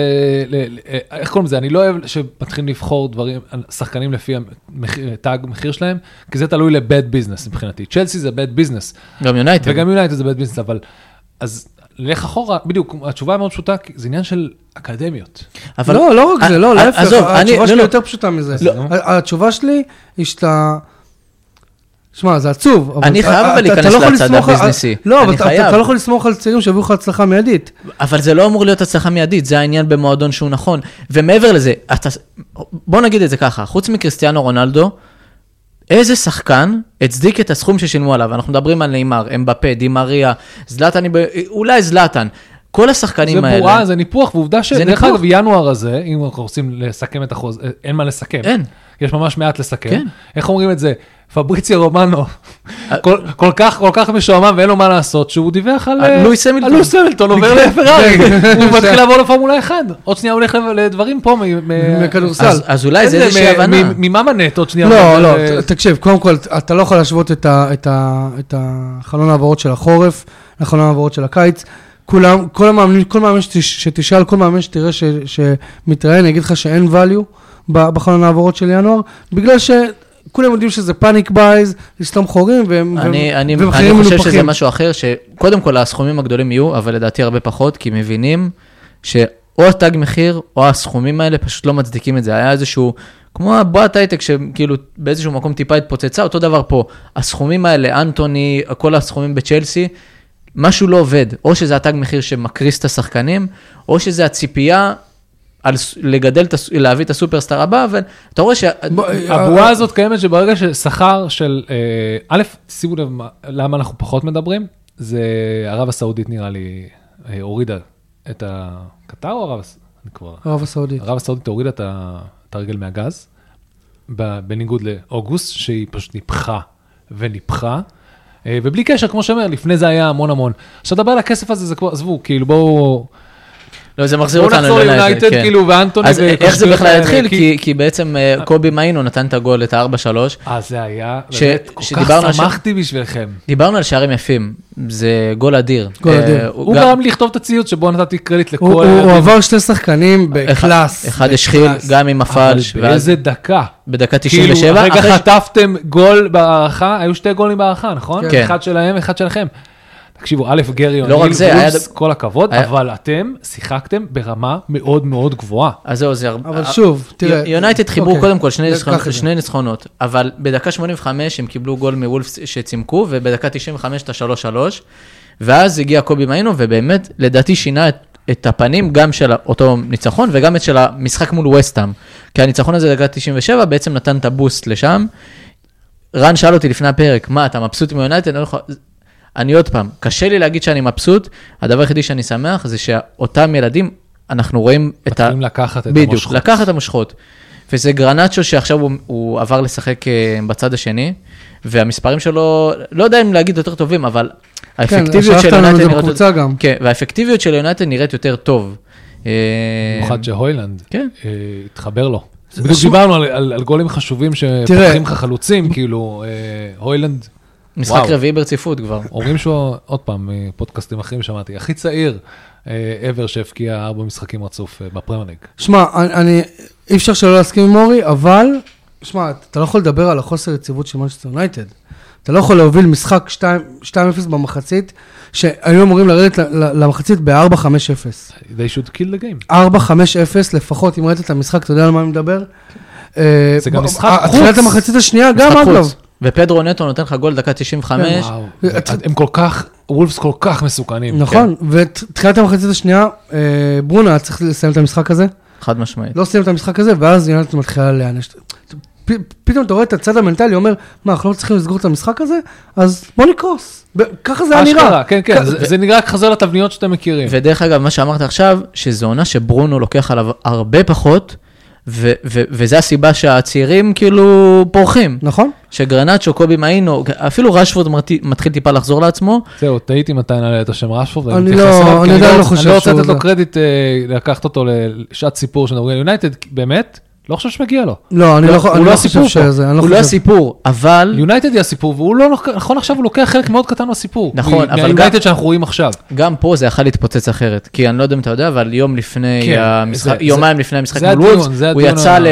C: ל- ל- אה, איך קוראים לזה? אני לא אוהב שמתחילים לבחור דברים, שחקנים לפי המחיר- תג מחיר שלהם, כי זה תלוי לבד ביזנס מבחינתי. צ'לסי זה בד ביזנס,
B: גם יונייטד.
C: וגם יונייטד זה בד ביזנס, אבל... אז נלך אחורה, בדיוק, התשובה היא מאוד פשוטה, כי זה עניין של אקדמיות.
B: אבל-
A: לא, לא רק זה,
B: ע-
A: לא, להפך,
B: עזוב, אני-
A: התשובה
B: לא,
A: שלי
B: לא.
A: יותר פשוטה מזה.
B: לא.
A: ה- התשובה שלי היא שאתה... שמע, זה עצוב. אבל
B: אני
A: אתה-
B: חייב
A: אתה-
B: אבל
A: אתה
B: להיכנס
A: לא יכול
B: לצד
A: לסמוך על-
B: הביזנסי.
A: לא, אבל
B: אני
A: אתה-
B: חייב.
A: אתה לא יכול לסמוך על צעירים שיביאו לך הצלחה מיידית.
B: אבל זה לא אמור להיות הצלחה מיידית, זה העניין במועדון שהוא נכון. ומעבר לזה, אתה... בוא נגיד את זה ככה, חוץ מקריסטיאנו רונלדו, איזה שחקן הצדיק את הסכום ששילמו עליו? אנחנו מדברים על נאמר, אמבפה, דימריה, זלאטן, אולי זלאטן. כל השחקנים
C: זה
B: האלה...
C: בורה, זה ניפוח, ועובדה ש...
B: זה
C: דרך
B: ניפוח.
C: אגב, ינואר הזה, אם אנחנו רוצים לסכם את החוז, אה, אין מה לסכם.
B: אין.
C: יש ממש מעט לסכם.
B: כן.
C: איך אומרים את זה? פבריציו רומנו, כל, כל כך, כל כך משועמם ואין לו מה לעשות, שהוא דיווח על...
B: על
C: אה,
B: לואיס המילטון.
C: על לואיס המילטון עובר לפרארי,
A: כן.
C: הוא מתחיל לעבור לפורמולה 1. עוד שנייה הוא הולך לדברים פה. מ- מ-
A: מכדורסל.
B: אז, אז אולי זה
C: איזה-
B: איזושהי
C: מ-
B: הבנה.
C: מ- ממה מנט עוד שנייה?
A: לא,
C: הוא-
A: לא,
C: אה,
A: ת- תקשיב, קודם כל, אתה לא יכול להשוות את ה- את ה- את החלון העברות של החורף לחלון העברות של הקיץ. כולם, כל המאמנים, כל מאמן שתש- שתשאל, כל מאמן שתראה ש- שמתראיין, יגיד לך שאין value ב- בחלון העברות של ינואר, בגלל שכולם יודעים שזה פאניק בייז, לסתום חורים, והם
B: אני,
A: והם-
B: אני,
A: והם
B: אני
A: מחירים
B: חושב שזה
A: מנופחים.
B: משהו אחר, שקודם כל הסכומים הגדולים יהיו, אבל לדעתי הרבה פחות, כי מבינים שאו התג מחיר, או הסכומים האלה פשוט לא מצדיקים את זה. היה איזשהו, כמו הבועת הייטק שכאילו באיזשהו מקום טיפה התפוצצה, אותו דבר פה. הסכומים האלה, אנטוני, כל הסכומים בצ'לסי, משהו לא עובד. או שזה התג מחיר שמקריס את השחקנים, או שזה הציפייה. על ס- לגדל, את הס- להביא את הסופרסטאר הבא, אבל אתה רואה ש...
A: בוא,
C: הבועה הזאת קיימת שברגע ששכר של, אה, א', שימו לב מה- למה אנחנו פחות מדברים, זה ערב הסעודית נראה לי אה, הורידה את ה... קטר או ערב הסעודית? אני כבר...
A: ערב הסעודית.
C: ערב הסעודית הורידה את ה- את הרגל מהגז, ב- בניגוד לאוגוסט, שהיא פשוט ניפחה וניפחה. אה, ובלי קשר, כמו שאומר, לפני זה היה המון המון. עכשיו, דבר על הכסף הזה, זה כבר, עזבו, כאילו, בואו...
B: לא, זה מחזיר
C: בואו
B: אותנו
C: נחזור ליונייטד,
B: כן.
C: כאילו, ואנטוני... אה,
B: אז איך זה
C: והקשקוש
B: בכלל
C: האלה,
B: התחיל? כי- כי בעצם אה, קובי מיינו נתן את הגול, את ה-4-3.
C: אה, זה היה,
B: ש-
C: באמת, כל
B: שדיברנו על
C: כך
B: ש-
C: שמחתי בשבילכם.
B: דיברנו על שערים יפים, זה גול אדיר.
A: גול
B: אה,
A: אדיר.
B: הוא
C: הוא
B: גם-
C: גרם לי לכתוב את הציוץ שבו נתתי קרדיט לכל...
A: הוא- הוא- הוא
C: הילדים.
A: עבר שני שחקנים
B: אחד-
A: בקלאס.
B: אחד השחיל גם עם הפלש,
C: אבל
B: ואז
C: באיזה דקה.
B: בדקה
C: כאילו,
B: 97.
C: רגע
B: אחרי ש-
C: חטפתם גול בהערכה, היו שתי גולים בהערכה, נכון?
B: כן.
C: אחד שלהם, אחד שלכם. תקשיבו, א', גרי,
B: לא רק
C: אוניל,
B: זה, היה
C: ברוס,
B: ד-
C: כל הכבוד,
B: היה-
C: אבל אתם שיחקתם ברמה מאוד מאוד גבוהה.
B: אז זהו, זה אה, הרבה...
A: אבל שוב, תראה.
B: יונייטד חיברו
A: אוקיי,
B: קודם כל שני
A: קח
B: ניצחונות-
A: את זה.
B: שני ניצחונות, אבל בדקה 85 הם קיבלו גול מוולפס שצימקו, ובדקה 95 את ה-3-3, ואז הגיע קובי מיינו, ובאמת, לדעתי שינה את... את הפנים גם של אותו ניצחון וגם את של המשחק מול וסטאם. כי הניצחון הזה דקה 97 בעצם נתן את הבוסט לשם. רן שאל אותי לפני הפרק, מה, אתה מבסוט מיונייטד? אני, לא יכול... אני עוד פעם, קשה לי להגיד שאני מבסוט, הדבר היחידי שאני שמח זה שאותם ילדים, אנחנו רואים את ה...
C: מתחילים לקחת את
B: בדיוק,
C: המושכות.
B: לקח את המושכות. וזה גרנצ'ו שעכשיו הוא, הוא עבר לשחק אה, בצד השני, והמספרים שלו, לא יודע אם להגיד יותר טובים, אבל האפקטיביות
A: כן, שלחת לנו
B: של
A: את זה
B: יונייטד נראית...
A: בקבוצה גם.
B: כן, והאפקטיביות של יונייטד נראית יותר טוב. אה,
C: במיוחד שהוילנד
B: כן.
C: אה, התחבר לו. בדיוק דיברנו על- על על גולים חשובים שפותחים לך חלוצים, כאילו, אה, הוילנד
B: משחק
C: וואו.
B: רביעי ברציפות כבר.
C: אומרים שהוא, עוד פעם, מפודקאסטים אחרים שמעתי, הכי צעיר אה, ever שהבקיע ארבע משחקים רצוף אה, בפרמיירניג.
A: שמע, אני, אני, אי אפשר שלא להסכים עם אורי, אבל, שמע, אתה לא יכול לדבר על החוסר יציבות של מנצ'סטר יונייטד. אתה לא יכול להוביל משחק 2 2-0 במחצית, שהיו אמורים לרדת ל- ל- למחצית ב-4-5-0.
C: They should kill the game.
A: 4-5-0 לפחות, אם ראית את המשחק, אתה יודע על מה אני מדבר? אה,
C: זה גם משחק חוץ.
A: תחילת המחצית השנייה גם,
B: משחק
A: אגב.
B: חוץ. ופדרו נטו נותן לך גול דקה 95,
C: כן, וואו, הם כל כך, וולפס כל כך מסוכנים. כן.
A: נכון, ותחילת המחצית השנייה, אה, ברונה היה צריך לסיים את המשחק הזה,
B: חד משמעית.
A: לא סיים את המשחק הזה, ואז יונתן מתחילה להיענש. פ- פתאום אתה רואה את הצד המנטלי, אומר, מה, אנחנו לא מצליחים לסגור את המשחק הזה? אז בוא נקרוס. ב- ככה זה היה נראה.
C: אשכרה, כן,
A: כ-
C: כן, זה זה נראה חזר לתבניות שאתם מכירים.
B: ודרך אגב, מה שאמרת עכשיו, שזו עונה שברונו לוקח עליו הרבה פחות, ו- ו- וזו הסיבה שהצעירים כאילו פורחים.
A: נכון?
B: שגרנצ'ו, קובי מיינו, אפילו רשפורד מרטי- מתחיל טיפה לחזור לעצמו,
C: זהו, תהיתי מתי נעלה את השם רשפורד.
A: אני
C: מתייחס
A: לא-
C: אליו,
A: אני
C: כי
A: עדיין לא
C: אני
A: חושב
C: לא רוצה
A: שהוא
C: לתת לו
A: זה.
C: קרדיט, אה, לקחת אותו לשעת סיפור של נורגל יונייטד, כי באמת, לא חושב שמגיע לו.
A: לא, אני
C: לא,
A: לא חו-
C: הוא
A: אני
C: לא
A: לא
C: הסיפור
A: חושב
C: פה.
A: שזה, אני לא
B: הוא לא
A: חושב.
B: הסיפור, אבל
C: יונייטד היא הסיפור, והוא לא, לוק- נכון עכשיו הוא לוקח חלק מאוד קטן מהסיפור.
B: נכון, אבל גם-
C: מהיונייטד שאנחנו רואים עכשיו.
B: גם פה זה יכול להתפוצץ אחרת. כי אני לא יודע אם אתה יודע, אבל יום לפני
C: כן,
B: המשחק,
C: זה-
B: יומיים לפני המשחק
C: זה
B: מול
C: הדיון,
B: וולפס,
C: זה
B: הוא
C: הדיון ה-
B: יצא ל...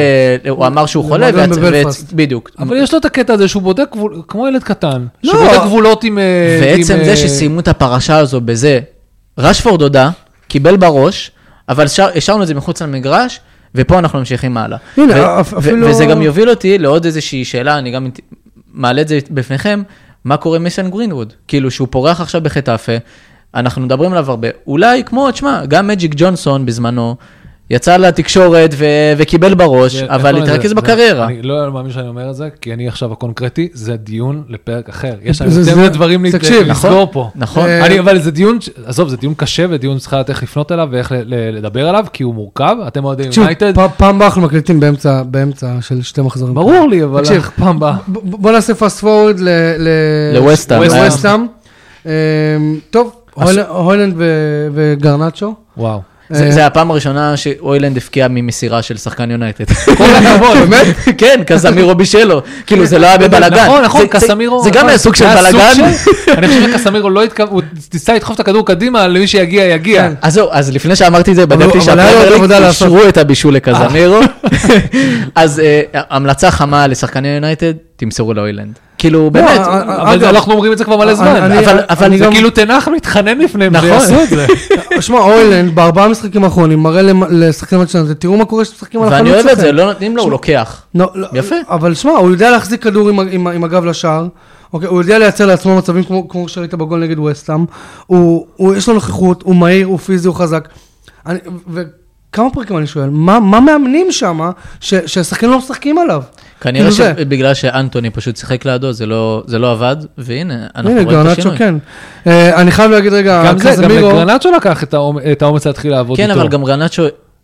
B: הוא אמר שהוא חולה,
A: למועדון
B: ויצא-
A: בבלפאסט.
B: ויצא- בדיוק.
C: אבל יש לו את הקטע הזה שהוא בודק גבול, כמו ילד קטן,
A: לא.
C: שבודק גבולות עם... אה,
B: ועצם
C: עם,
B: זה
C: אה,
B: שסיימו את הפרשה הזו בזה, רשפורד הודה, קיבל בראש, אבל שר- השארנו את זה מחוץ למגרש, ופה אנחנו ממשיכים הלאה.
A: הנה,
B: ו-
A: אפ-
B: ו-
A: אפילו-
B: וזה גם יוביל אותי לעוד איזושהי שאלה, אני גם מעלה את זה בפניכם, מה קורה עם מייסן גרינווד? כאילו, שהוא פורח עכשיו בחטאפה, אנחנו מדברים עליו הרבה. אולי כמו, תשמע, גם מג'יק ג'ונסון בזמנו, יצא לתקשורת ו- וקיבל בראש,
C: זה-
B: אבל
C: איך קוראים
B: התרכז
C: לזה?
B: בקריירה.
C: זה- אני לא מאמין שאני אומר את זה, כי אני עכשיו הקונקרטי, זה דיון לפרק אחר. יש לנו
A: זה-
C: יותר
A: זה-
C: מני דברים להת-
A: תקשיב,
C: לסגור פה.
B: נכון.
A: אה,
C: אני, אבל זה דיון, ש- עזוב, זה דיון קשה ודיון שצריך לדעת איך לפנות אליו ואיך ל- ל- לדבר עליו, כי הוא מורכב, אתם אוהדי
A: תקשיב,
C: יונייטד,
A: פ- פעם הבאה אנחנו מקליטים באמצע- באמצע של שתי מחזורים.
C: ברור לי, אבל
A: תקשיב,
C: פעם הבאה.
A: ב- ב- בוא נעשה פאסט פורוד
B: לווסטהאם.
A: לווסטאם. אמ, טוב,
B: אז-
A: הויל- הוילנד ו- וגרנצ'ו.
C: וואו.
B: זה
A: אה,
B: זה הפעם הראשונה שאוילנד הבקיע ממסירה של שחקן יונייטד.
C: כל הכבוד.
A: באמת?
B: כן, קזמירו בישלו. כאילו, זה לא היה
A: כן,
B: בבלאגן.
C: נכון,
B: זה-
C: נכון,
B: זה-
C: קסמירו.
B: זה גם
C: נכון.
B: היה סוג של
C: זה היה
B: בלאגן.
C: סוג של- אני חושב שקסמירו לא התכוון, הוא ניסה לדחוף את הכדור קדימה, למי שיגיע, יגיע.
A: כן.
B: אז זהו, אז לפני שאמרתי את זה,
A: אבל- אבל
B: בדקתי
A: היה לו עוד
B: שהפרמיירליג
A: עבודה לעשות. אה.
B: אישרו את הבישול לקזמירו. אז אה, המלצה חמה לשחקני יונייטד, תמסרו לאוילנד. כאילו, באמת.
A: לא,
C: אבל
A: אגב,
C: אנחנו אומרים את זה כבר מלא זמן.
A: אני-
B: אבל-
A: אני-
B: אבל
A: אני
C: זה
A: גם-
C: כאילו תנח מתחנן לפניהם,
B: נכון.
C: שיעשו את זה.
A: שמע, הוילנד בארבעה המשחקים האחרונים מראה למ- לשחקנים עד שלנו, תראו מה קורה כשמשחקים על החלוץ
B: ואני אוהב את זה,
A: שלכם.
B: לא נותנים לו, הוא לוקח.
A: לא, לא,
B: יפה.
A: אבל שמע, הוא יודע להחזיק כדור עם, ה- עם, ה- עם הגב לשער, אוקיי, הוא יודע לייצר לעצמו מצבים כמו, כמו שראית בגול נגד ווסטאם, הוא, הוא, יש לו נוכחות, הוא מהיר, הוא פיזי, הוא חזק. אני, ו- וכמה פרקים אני שואל, מה, מה מאמנים שם שהשחקנים לא משחקים עליו?
B: כנראה
A: כאילו זה.
B: שבגלל שאנטוני פשוט שיחק לידו, זה לא- זה לא עבד, והנה, אנחנו
A: הנה,
B: רואים את
A: גרנצ'ו
B: השינוי.
A: כן. אה, אני חייב להגיד רגע,
C: גם זה, גם
A: קזמירו-
C: לגרנצ'ו לקח את האומ- את האומץ להתחיל לעבוד
B: כן,
C: איתו.
B: אבל גם גרנצ'ו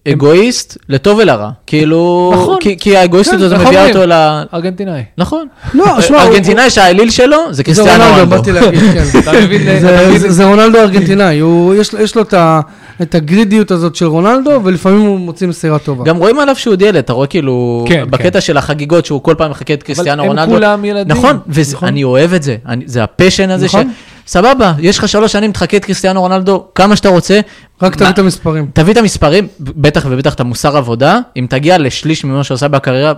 B: אגואיסט, לטוב ולרע. כאילו,
C: נכון.
B: כי- כי האגואיסטיות
C: כן,
B: הזו
C: נכון,
B: מביאה
C: אומרים.
B: אותו ל...
C: ארגנטינאי.
B: נכון.
A: לא, שמע, הוא-
B: ארגנטינאי שהאליל שלו זה
A: זה
B: קריסטיאנו
A: רונלדו,
B: רונדו.
A: באתי להגיד, כן.
C: אתה מבין?
A: זה-
C: אתה מבין?
A: זה- זה רונלדו ארגנטינאי, הוא- יש לו- יש לו את ה- את הגרידיות הזאת של רונלדו, ולפעמים הוא מוציא מסירה טובה.
B: גם רואים עליו שהוא עוד ילד, אתה רואה כאילו,
C: כן, כן.
B: בקטע של החגיגות שהוא כל פעם מחכה את קריסטיאנו
C: הם
B: רונלדו.
C: כולם ילדים.
B: נכון,
A: נכון.
B: ואני אוהב את זה, אני- זה הפשן הזה, ש-
A: נכון.
B: סבבה, יש לך שלוש שנים, תחכה את קריסטיאנו רונלדו כמה שאתה רוצה.
A: רק תביא
B: מה-
A: את המספרים.
B: תביא את המספרים, בטח ובטח את המוסר עבודה, אם תגיע לשליש ממה שעושה בקריירה,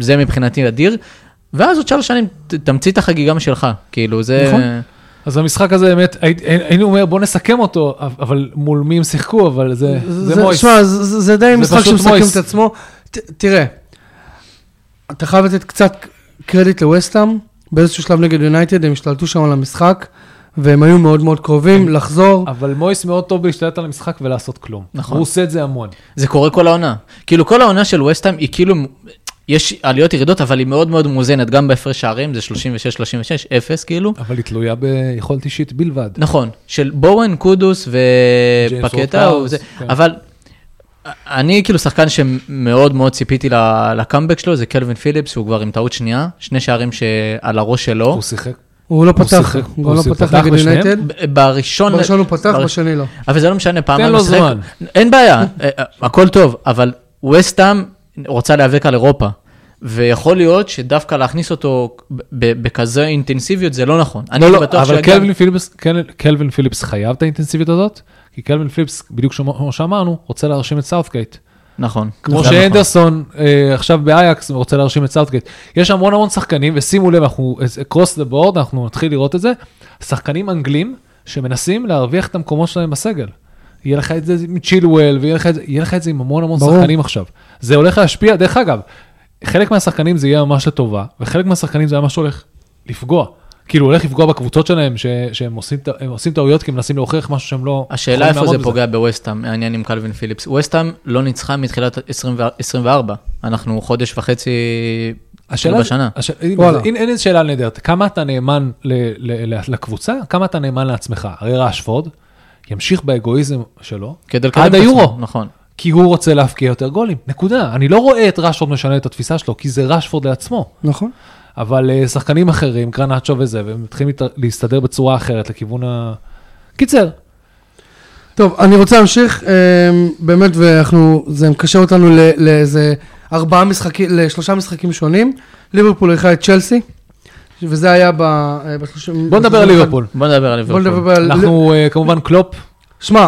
B: זה מבחינתי אדיר, ואז עוד שלוש שנים ת- תמציא את החגיגה משלך, כאילו זה...
A: נכון.
C: אז המשחק הזה, באמת, הייתי- היינו אומר, בוא נסכם אותו, אבל מול מי הם שיחקו, אבל זה זה מויס.
A: שמע, זה- זה זה די
C: זה
A: משחק
C: פשוט
A: שמסכם
C: מויס.
A: את עצמו. ת- תראה, אתה חייב לתת קצת קרדיט לווסטאם, באיזשהו שלב נגד יונייטד, הם השתלטו שם על המשחק, והם היו מאוד מאוד קרובים לחזור.
C: כן. אבל מויס מאוד טוב להשתלט על המשחק ולעשות כלום.
B: נכון.
C: הוא עושה את זה המון.
B: זה קורה כל העונה. כאילו כל העונה של וסטהאם היא כאילו, יש עליות ירידות, אבל היא מאוד מאוד מאוזנת, גם בהפרש שערים, זה 36-36, 0 כאילו.
C: אבל היא תלויה ביכולת אישית בלבד.
B: נכון, של בואן, קודוס
C: ג'יימס
B: ופקטה,
C: וורטהאוס,
B: וזה,
C: כן.
B: אבל אני כאילו שחקן שמאוד מאוד ציפיתי ל- לקאמבק שלו, זה קלווין פיליפס, שהוא כבר עם טעות שנייה, שני שערים שעל הראש שלו.
C: הוא שיחק.
A: הוא לא
C: הוא
A: פתח,
C: שיחק- הוא
A: הוא לא
C: שיחק-
A: פתח
C: פתח
A: נגד
C: בשניהם? נכון.
A: יונייטד.
B: ב- בראשון...
A: בראשון הוא פתח,
B: בר-
A: בשני לא.
B: אבל זה לא משנה, פעמיים
C: לו
B: משחק.
C: זמן.
B: אין בעיה, אה, אה, הכל טוב, אבל וסטאם רוצה להיאבק על אירופה. ויכול להיות שדווקא להכניס אותו ב- ב- בכזה אינטנסיביות זה לא נכון. אני הייתי בטוח
C: אבל
B: שיגיע-
C: קלווין פיליפס, קל- קלווין פיליפס חייב את האינטנסיביות הזאת, כי קלווין פיליפס, בדיוק כמו שאמרנו, רוצה להרשים את סאוטגייט.
B: נכון.
C: כמו
B: זה נכון.
C: שהנדרסון אה, עכשיו באייקס רוצה להרשים את סאוטגייט. יש המון אה, המון שחקנים, ושימו לב, אנחנו across the board, אנחנו נתחיל לראות את זה, שחקנים אנגלים שמנסים להרוויח את המקומות שלהם בסגל. יהיה לך את זה עם צ'ילואל, ויהיה לך את זה, יהיה לך את זה עם המון המון
A: ברור.
C: שחקנים עכשיו. זה הולך להשפיע, דרך אגב, חלק מהשחקנים זה יהיה ממש לטובה, וחלק מהשחקנים זה ממש הולך לפגוע. כאילו, הולך לפגוע בקבוצות שלהם, ש, שהם עושים, טע- הם עושים טעויות כי הם מנסים להוכיח משהו שהם לא...
B: השאלה
C: יכולים
B: איפה זה
C: לעמוד בזה.
B: פוגע בווסטהאם, העניין עם קלווין פיליפס. ווסטהאם לא ניצחה מתחילת 24, אנחנו חודש וחצי כאילו
C: השאלה,
B: בשנה.
C: הש... הנה,
A: וואלה.
C: הנה, הנה שאלה נהדרת, כמה אתה נאמן ל, ל, ל, לקבוצה, כמה אתה נאמן לעצמך. הרי ראשפורד ימשיך באגואיזם שלו,
B: כדי לקדם
C: עד
B: את עצמו,
C: היורו,
B: נכון.
C: כי הוא רוצה להבקיע יותר גולים, נקודה. אני לא רואה את ראשפורד משנה את התפיסה שלו, כי זה ראשפורד לעצמו.
A: נכון.
C: אבל אה, שחקנים אחרים, גרנצ'ו וזה, והם מתחילים להת- להסתדר בצורה אחרת לכיוון ה... קיצר,
A: טוב, אני רוצה להמשיך, אמ, באמת, ואנחנו, זה מקשר אותנו ל- לאיזה ארבעה משחקים, לשלושה משחקים שונים. ליברפול אירחה את צ'לסי, וזה היה ב... אה, בשלושים...
C: בוא נדבר על ליברפול.
B: בוא נדבר על
A: בוא
B: ליברפול.
A: נדבר על...
C: אנחנו אה, כמובן קלופ,
A: שמע,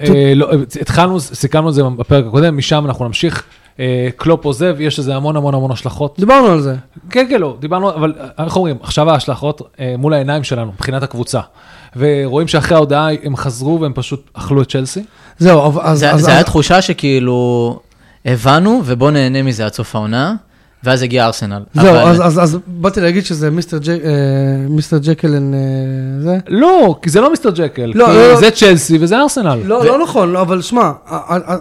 C: אה, לא, אה, התחלנו, סיכמנו את זה בפרק הקודם, משם אנחנו נמשיך. אה, קלופ עוזב, יש לזה המון המון המון השלכות.
A: דיברנו על זה.
C: כן, כן, לא, דיברנו, אבל אה, איך אומרים, עכשיו ההשלכות אה, מול העיניים שלנו, מבחינת הקבוצה. ורואים שאחרי ההודעה הם חזרו והם פשוט אכלו את צ'לסי.
A: זהו, אבל- אז...
B: זה
A: אז-
B: זה היה תחושה שכאילו הבנו ובוא נהנה מזה עד סוף העונה, ואז הגיע ארסנל.
A: זהו,
B: אבל-
A: אז- אז- אז באתי להגיד שזה מיסטר ג'ק- אה, מיסטר ג'קלן אה, זה.
C: לא, כי זה לא מיסטר ג'קל,
A: לא,
C: כי
A: לא, לא.
C: זה צ'לסי וזה ארסנל.
A: לא, לא נכון, לא, אבל שמע, א- א- א-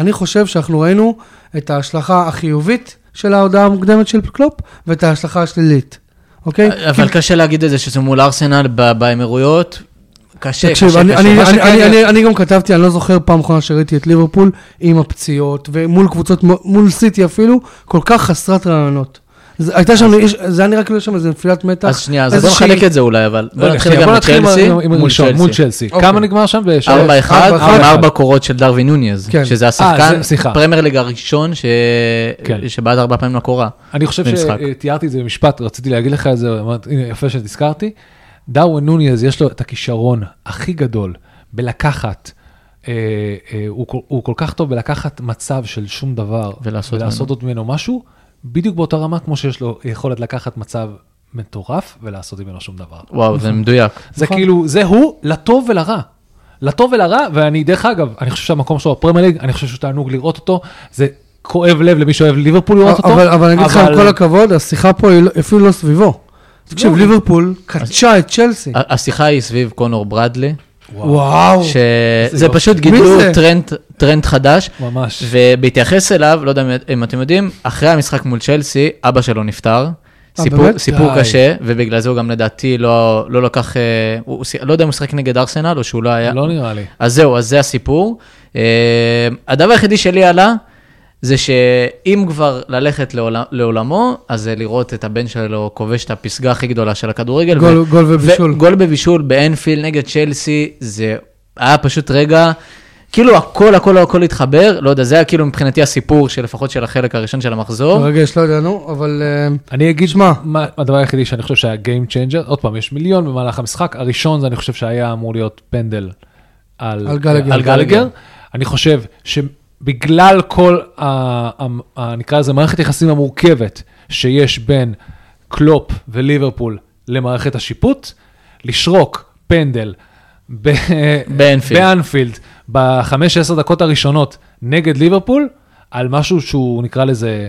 A: אני חושב שאנחנו ראינו את ההשלכה החיובית של ההודעה המוקדמת של קלופ, ואת ההשלכה השלילית, אוקיי?
B: אבל קשה להגיד את זה שזה מול ארסנל ב- באמירויות. קשה, קשה,
A: תקשיב,
B: קשה.
A: אני- אני-
C: מה
A: אני-
C: שכן-
A: אני- אני- אני גם כתבתי, אני לא זוכר פעם אחרונה שראיתי את ליברפול עם הפציעות, ומול קבוצות, מ- מול סיטי אפילו, כל כך חסרת רעיונות. זה הייתה שם, יש- זה היה נראה כאילו יש שם איזה נפילת מתח.
B: אז שנייה, אז בוא
A: איזושהי-
B: נחלק את זה אולי, אבל בוא
C: רגע,
B: נתחיל
C: שנייה,
B: גם
C: בוא נתחיל עם
B: בצ'לסי
C: ה- עם
B: מול
C: הראשון, מול
B: צ'לסי.
C: צ'לסי.
A: אוקיי.
C: כמה נגמר שם? ב-
B: 4-1
A: ארבע-
B: עם
A: ארבע-
B: ארבע קורות של דרווין נוניז,
A: כן.
B: שזה
C: אה, זה-
B: השחקן,
C: סליחה.
B: פרמייר ליג הראשון ש-
C: כן.
B: שבעט ארבע פעמים לקורה.
C: אני חושב
B: במשחק.
C: שתיארתי את זה במשפט, רציתי להגיד לך את זה, אמרתי, הנה, יפה שנזכרתי. דרווין נוניז, יש לו את הכישרון הכי גדול בלקחת, אה, אה, הוא, כל- הוא כל כך טוב בלקחת מצב של שום דבר,
B: ולעשות
C: ולעשות ממנו. ממנו משהו, בדיוק באותה רמה כמו שיש לו יכולת לקחת מצב מטורף ולעשות ממנו שום דבר.
B: וואו, זה מדויק.
C: זה
A: נכון.
C: כאילו, זה הוא לטוב ולרע. לטוב ולרע, ואני, דרך אגב, אני חושב שהמקום שלו בפרמייר ליג, אני חושב שהוא תענוג לראות אותו, זה כואב לב למי שאוהב ליברפול לראות אותו.
A: אבל, אבל אני אגיד לך, עם כל הכבוד, השיחה פה היא לא- אפילו לא סביבו. תקשיב,
C: לא.
A: ליברפול קדשה את צ'לסי.
B: ה- השיחה היא סביב קונור ברדלי,
A: וואו.
B: שזה
C: יופי.
B: פשוט
A: מי
B: גידלו
A: זה?
B: טרנד- טרנד חדש,
C: ממש.
B: ובהתייחס אליו, לא יודע אם- אם אתם יודעים, אחרי המשחק מול צ'לסי, אבא שלו נפטר. סיפור,
A: באמת?
B: סיפור
C: אה, די.
B: קשה, ובגלל זה הוא גם לדעתי לא, לא לקח, אה, הוא, הוא, שי- לא יודע אם הוא שיחק נגד ארסנל או שהוא לא היה.
C: לא נראה לי.
B: אז זהו, אז זה הסיפור. אה, הדבר היחידי שלי עלה, זה שאם כבר ללכת לעול, לעולמו, אז זה לראות את הבן שלו כובש את הפסגה הכי גדולה של הכדורגל.
A: גול- גול ובישול.
B: ו- גול בבישול באנפילד נגד צ'לסי, זה היה פשוט רגע, כאילו הכל, הכל, הכל התחבר, לא יודע, זה היה כאילו מבחינתי הסיפור של לפחות של החלק הראשון של המחזור.
A: מרגש, לא ידענו, אבל... אה,
C: אני אגיד
A: שמע.
C: מה הדבר היחידי שאני חושב שהיה Game Changer, עוד פעם, יש מיליון במהלך המשחק, הראשון זה אני חושב שהיה אמור להיות פנדל על,
A: על גלגר.
C: על גלגר. אני חושב שבגלל כל, ה, ה, ה, נקרא לזה מערכת יחסים המורכבת שיש בין קלופ וליברפול למערכת השיפוט, לשרוק פנדל ב-
B: באנפילד.
C: באנפילד בחמש-עשר דקות הראשונות נגד ליברפול, על משהו שהוא נקרא לזה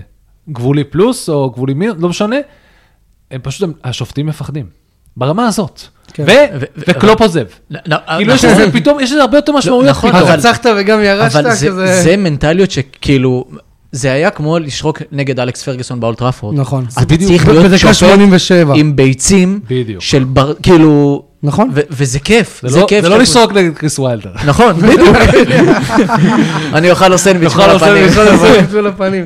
C: גבולי פלוס או גבולי מינוס, לא משנה, הם פשוט, השופטים מפחדים. ברמה הזאת.
A: כן.
C: ו-
B: ו- ו-
C: וקלופ עוזב.
B: לא,
C: כאילו יש לזה פתאום, יש לזה הרבה יותר משמעויות
B: נכון,
C: פתאום.
B: אבל-
A: רצחת וגם ירשת,
B: אבל זה,
A: כזה...
B: זה מנטליות שכאילו, זה היה כמו לשרוק נגד אלכס פרגוסון באולטראפורד.
A: נכון.
B: אתה
C: בדיוק,
B: צריך
A: ב-
B: להיות
A: בדקה
B: שופט
A: 87.
B: עם ביצים,
C: בדיוק.
B: של בר, כאילו,
A: נכון.
B: ו- וזה כיף,
C: זה לא-
B: כיף.
C: זה לא
B: שאתה-
C: לסרוק נגד קריס ויילדר.
B: נכון, בדיוק. אני אוכל לו סנדוויץ'
C: תאכל
B: מול
C: לו
B: הפנים.
A: כל הזמן מול הפנים.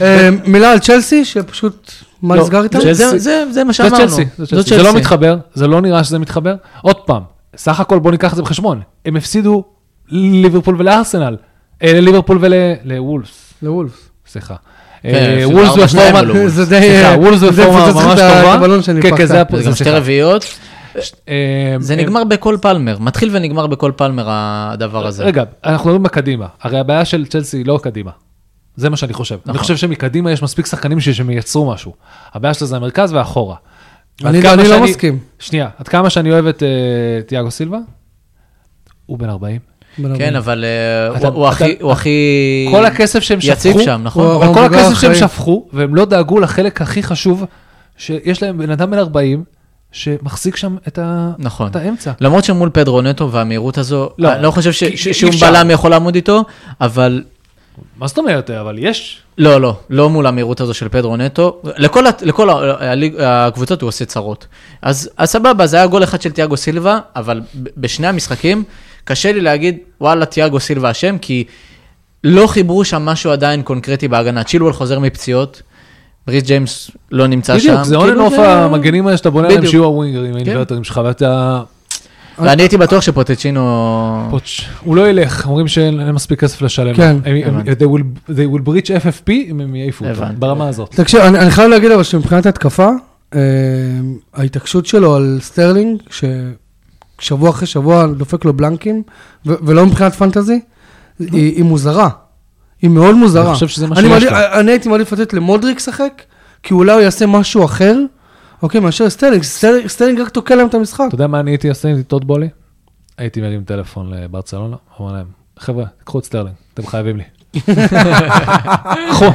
A: אה, מילה על צ'לסי, שפשוט... מה
B: לא,
A: נסגר איתה?
B: זה-
C: צ'לסי.
B: זה- זה מה
C: זה
B: שאמרנו.
C: צ'לסי, זה צ'לסי. זה לא מתחבר, זה לא נראה שזה מתחבר. עוד פעם, סך הכל בוא ניקח את זה בחשבון. הם הפסידו ליברפול ולארסנל. אה, לליברפול ולוולפס,
A: לוולפס.
C: סליחה.
B: כן,
C: אה,
B: הפסידו
C: וולס
B: 4-2
C: בפורמה,
B: לוולפס.
A: זה די...
C: לא,
A: אה,
C: סליחה, וולס
A: זה
C: בפורמה
A: פוצץ לך
C: ממש
A: את ה-
C: טובה.
A: את הבלון שנפחת.
C: כן, כן, זה הפ-
B: זה גם שתי
C: סליחה.
B: רביעיות.
C: אה,
B: זה
C: אה,
B: נגמר בכל פלמר, מתחיל ונגמר בכל פלמר הדבר הזה.
C: רגע, אנחנו מדברים בקדימה, הרי הבעיה של צ'לסי היא לא קדימה. זה מה שאני חושב. אני
B: נכון.
C: חושב שמקדימה יש מספיק שחקנים ש- שמייצרו משהו. הבעיה שלה זה המרכז ואחורה. ועד
A: אני לא-
C: כמה
A: אני לא
C: שאני-
A: מסכים.
C: שנייה, עד כמה שאני אוהב את אה, תיאגו סילבה, הוא בן 40.
A: בן ארבעים.
B: כן, אבל אה,
C: אתה-
B: הוא- הוא
C: אתה-
B: הכי- הוא הכי...
C: כל הכסף שהם שפכו,
B: יציב שם, נכון?
A: הוא-
C: אבל כל
A: המבוגר
C: הכסף שהם
A: האחראי.
C: שפכו, והם לא דאגו לחלק הכי חשוב, שיש להם בן אדם בן 40, שמחזיק שם את ה-
B: נכון.
C: את האמצע.
B: למרות שמול פדרו נטו והמהירות הזו,
C: לא.
B: אני לא חושב ש-
C: כי-
B: ש-
C: אי
B: שום
C: אפשר.
B: בלם יכול לעמוד איתו, אבל
C: מה זאת אומרת, אבל יש.
B: לא, לא, לא מול המהירות הזו של פדרו נטו. לכל, הת- לכל ה- הליג- הקבוצות הוא עושה צרות. אז, אז סבבה, זה היה גול אחד של תיאגו סילבה, אבל ב- בשני המשחקים קשה לי להגיד, וואלה, תיאגו סילבה אשם, כי לא חיברו שם משהו עדיין קונקרטי בהגנה. צ'ילואל חוזר מפציעות, בריס ג'יימס לא נמצא שם.
C: בדיוק, זה און אנד
B: כאילו
C: אוף המגנים האלה שאתה בונה עליהם
B: בדיוק.
C: שיהיו הווינגרים,
B: כן.
C: האינברטרים שלך, ואתה...
B: ואני הייתי בטוח שפוטצ'ינו...
C: פוטש. הוא לא ילך, אומרים שאין להם מספיק כסף לשלם.
A: כן.
C: הם- הם-
B: הבנתי.
C: they will- They will breach FFP אם הם יעיפו אותו,
B: הבנתי.
C: ברמה הזאת.
A: תקשיב, אני, אני חייב להגיד אבל שמבחינת התקפה, אה, ההתעקשות שלו על סטרלינג, ששבוע אחרי שבוע דופק לו בלנקים, ו- ולא מבחינת פנטזי, היא, היא מוזרה. היא מאוד מוזרה.
C: אני חושב שזה מה
A: אני
C: שיש
A: מעדיף-
C: לו.
A: אני הייתי מעדיף לתת למודריק לשחק, כי אולי הוא יעשה משהו אחר, אוקיי, מאשר סטרלינג. סטרלינג, סטרלינג רק תוקע להם את המשחק.
C: אתה יודע מה אני הייתי עושה עם טוד בולי? הייתי מרים טלפון לברצלונה, אמר להם, חבר'ה, קחו את סטרלינג, אתם חייבים לי. קחו,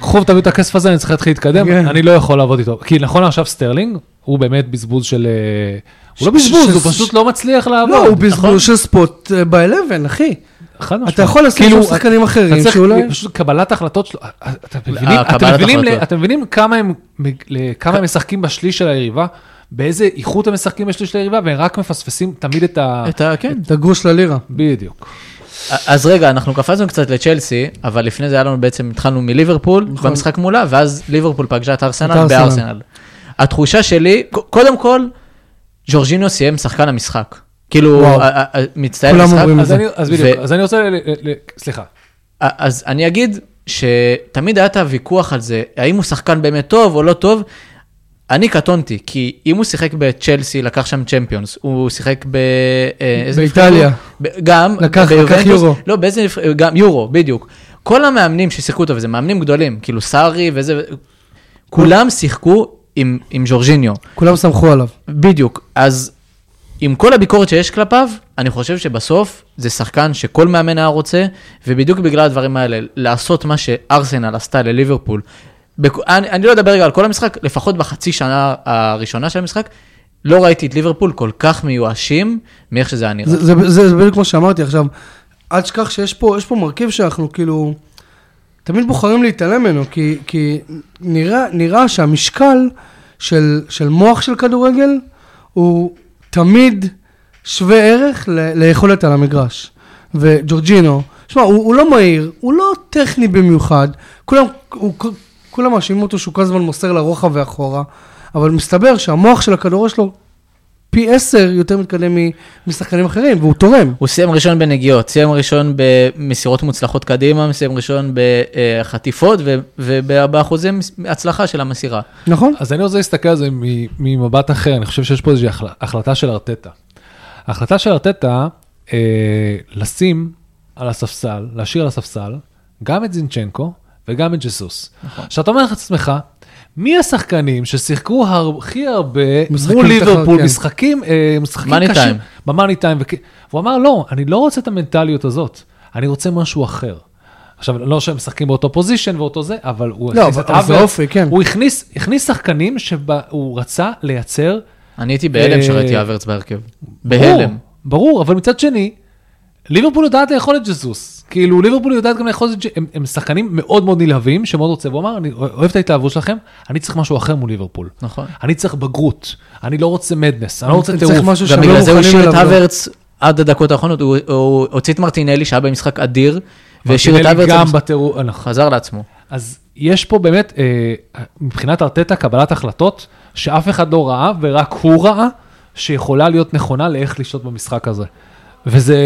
C: קחו תביאו את הכסף הזה, אני צריך להתחיל להתקדם,
A: כן.
C: אני לא יכול לעבוד איתו. כי נכון עכשיו סטרלינג, הוא באמת בזבוז של... אה, הוא לא
A: ש-
C: בזבוז,
A: ש-
C: הוא פשוט לא מצליח לעבוד.
A: לא, הוא
C: נכון?
A: בזבוז של ספוט אה, ב-11, אחי.
C: חד משמעית.
A: אתה יכול לשים
C: כאילו,
A: שם שחקנים
C: אתה
A: אחרים
C: צריך
A: שאולי...
C: פשוט קבלת החלטות שלו, אתם מבינים,
B: אה,
C: אתם
B: קבלת
C: מבינים, ל-
B: החלטות.
C: אתם מבינים כמה הם, מג- ל- כמה הם משחקים בשליש של היריבה, באיזה איכות הם משחקים בשליש של היריבה, והם רק מפספסים תמיד את ה...
B: את ה... כן.
A: את הגרוש ללירה.
C: בדיוק.
B: אז רגע, אנחנו קפצנו קצת לצ'לסי, אבל לפני זה היה לנו בעצם, התחלנו מליברפול,
A: נכון.
B: במשחק מולה, ואז ליברפול פגשה את
A: את
B: ארסנל
A: ארסנל.
B: בארסנל. התחושה שלי, ק- קודם כל, ז'ורג'ינו סיים שחקן המשחק. כאילו,
A: וואו.
B: ה- ה- ה- מצטיין
A: כולם
B: המשחק.
A: אומרים את
C: אז
A: זה.
C: אני- אז בדיוק,
B: ו-
C: אז אני רוצה, ל- ל- ל- סליחה,
B: ה- אז אני אגיד שתמיד היה את הוויכוח על זה, האם הוא שחקן באמת טוב או לא טוב. אני קטונתי, כי אם הוא שיחק בצ'לסי, לקח שם צ'מפיונס, הוא שיחק ב... אה, איזה נבחרת
A: באיטליה.
B: הוא? ב- גם.
A: לקח- לקח
B: ביובנטוס.
A: יורו.
B: לא, באיזה... נבח- גם יורו, בדיוק. כל המאמנים ששיחקו אותו, וזה מאמנים גדולים, כאילו סארי וזה, כולם שיחקו עם, עם ז'ורג'יניו.
A: כולם סמכו עליו.
B: בדיוק, אז עם כל הביקורת שיש כלפיו, אני חושב שבסוף זה שחקן שכל מאמן היה רוצה, ובדיוק בגלל הדברים האלה, לעשות מה שארסנל עשתה לליברפול. בכ... אני, אני לא אדבר רגע על כל המשחק, לפחות בחצי שנה הראשונה של המשחק, לא ראיתי את ליברפול כל כך מיואשים מאיך שזה היה נראה.
A: זה- זה זה- זה בדיוק כמו שאמרתי עכשיו, אל תשכח שיש פה, יש פה מרכיב שאנחנו כאילו, תמיד בוחרים להתעלם ממנו, כי, כי נראה, נראה שהמשקל של, של מוח של כדורגל הוא תמיד שווה ערך ל, ליכולת על המגרש. וג'ורג'ינו, שמע, הוא, הוא לא מהיר, הוא לא טכני במיוחד, כולם, הוא, כולם מאשימים אותו שהוא כל הזמן מוסר לרוחב ואחורה, אבל מסתבר שהמוח של הכדורגל שלו פי עשר יותר מתקדם מ- משחקנים אחרים, והוא תורם.
B: הוא סיים ראשון בנגיעות, סיים ראשון במסירות מוצלחות קדימה, סיים ראשון בחטיפות ו- ובאחוזי מס- הצלחה של המסירה.
A: נכון?
C: אז אני רוצה להסתכל על זה מ- ממבט אחר, אני חושב שיש פה איזושהי החל- החלטה של ארטטה. ההחלטה של ארטטה, אה, לשים על הספסל, להשאיר על הספסל, גם את זינצ'נקו וגם את ג'סוס.
A: נכון.
C: עכשיו אתה אומר לעצמך, מי השחקנים ששיחקו הר- הכי הרבה
A: משחקים
C: מול
A: תחר-
C: ליברפול,
A: כן.
C: משחקים, אה, משחקים
B: Money
C: קשים,
B: time.
C: במאני טיים, וכי- והוא אמר, לא, אני לא רוצה את המנטליות הזאת, אני רוצה משהו אחר. עכשיו, לא שהם משחקים באותו פוזיישן ואותו זה, אבל הוא...
A: לא,
C: הכניס
A: אבל
C: את
A: אבל זה
C: אברץ,
A: אופי, כן.
C: הוא הכניס, הכניס שחקנים שהוא רצה לייצר.
B: אני הייתי בהלם
C: אה,
B: שראיתי אברץ בהרכב. בהלם.
C: ברור, ברור, אבל מצד שני, ליברפול יודעת לאכול את ג'זוס. כאילו, ליברפול יודעת גם לאכול את ג'זוס. הם, הם שחקנים מאוד מאוד נלהבים, שמאוד רוצה, והוא אמר, אני אוהב את ההתלהבות שלכם, אני צריך משהו אחר מול ליברפול.
B: נכון.
C: אני צריך בגרות, אני לא רוצה מדנס, אני לא רוצה
A: אני
C: טירוף.
A: צריך משהו
B: גם
A: שהם לא
B: בגלל זה הוא
A: מוכנים
B: השאיר את
A: אליו. לא.
B: הוורץ עד הדקות האחרונות, הוא הוא הוציא את מרטינלי שהיה במשחק אדיר, והשאיר את
C: מרטינלי
B: הוורץ,
C: גם
B: במשחק-
C: בטירוף, נכון.
B: חזר לעצמו.
C: אז יש פה באמת, אה, מבחינת ארטטה, קבלת החלטות שאף אחד לא ראה ורק הוא ראה, שיכולה להיות נכונה לאיך לשלוט במשחק הזה. וזה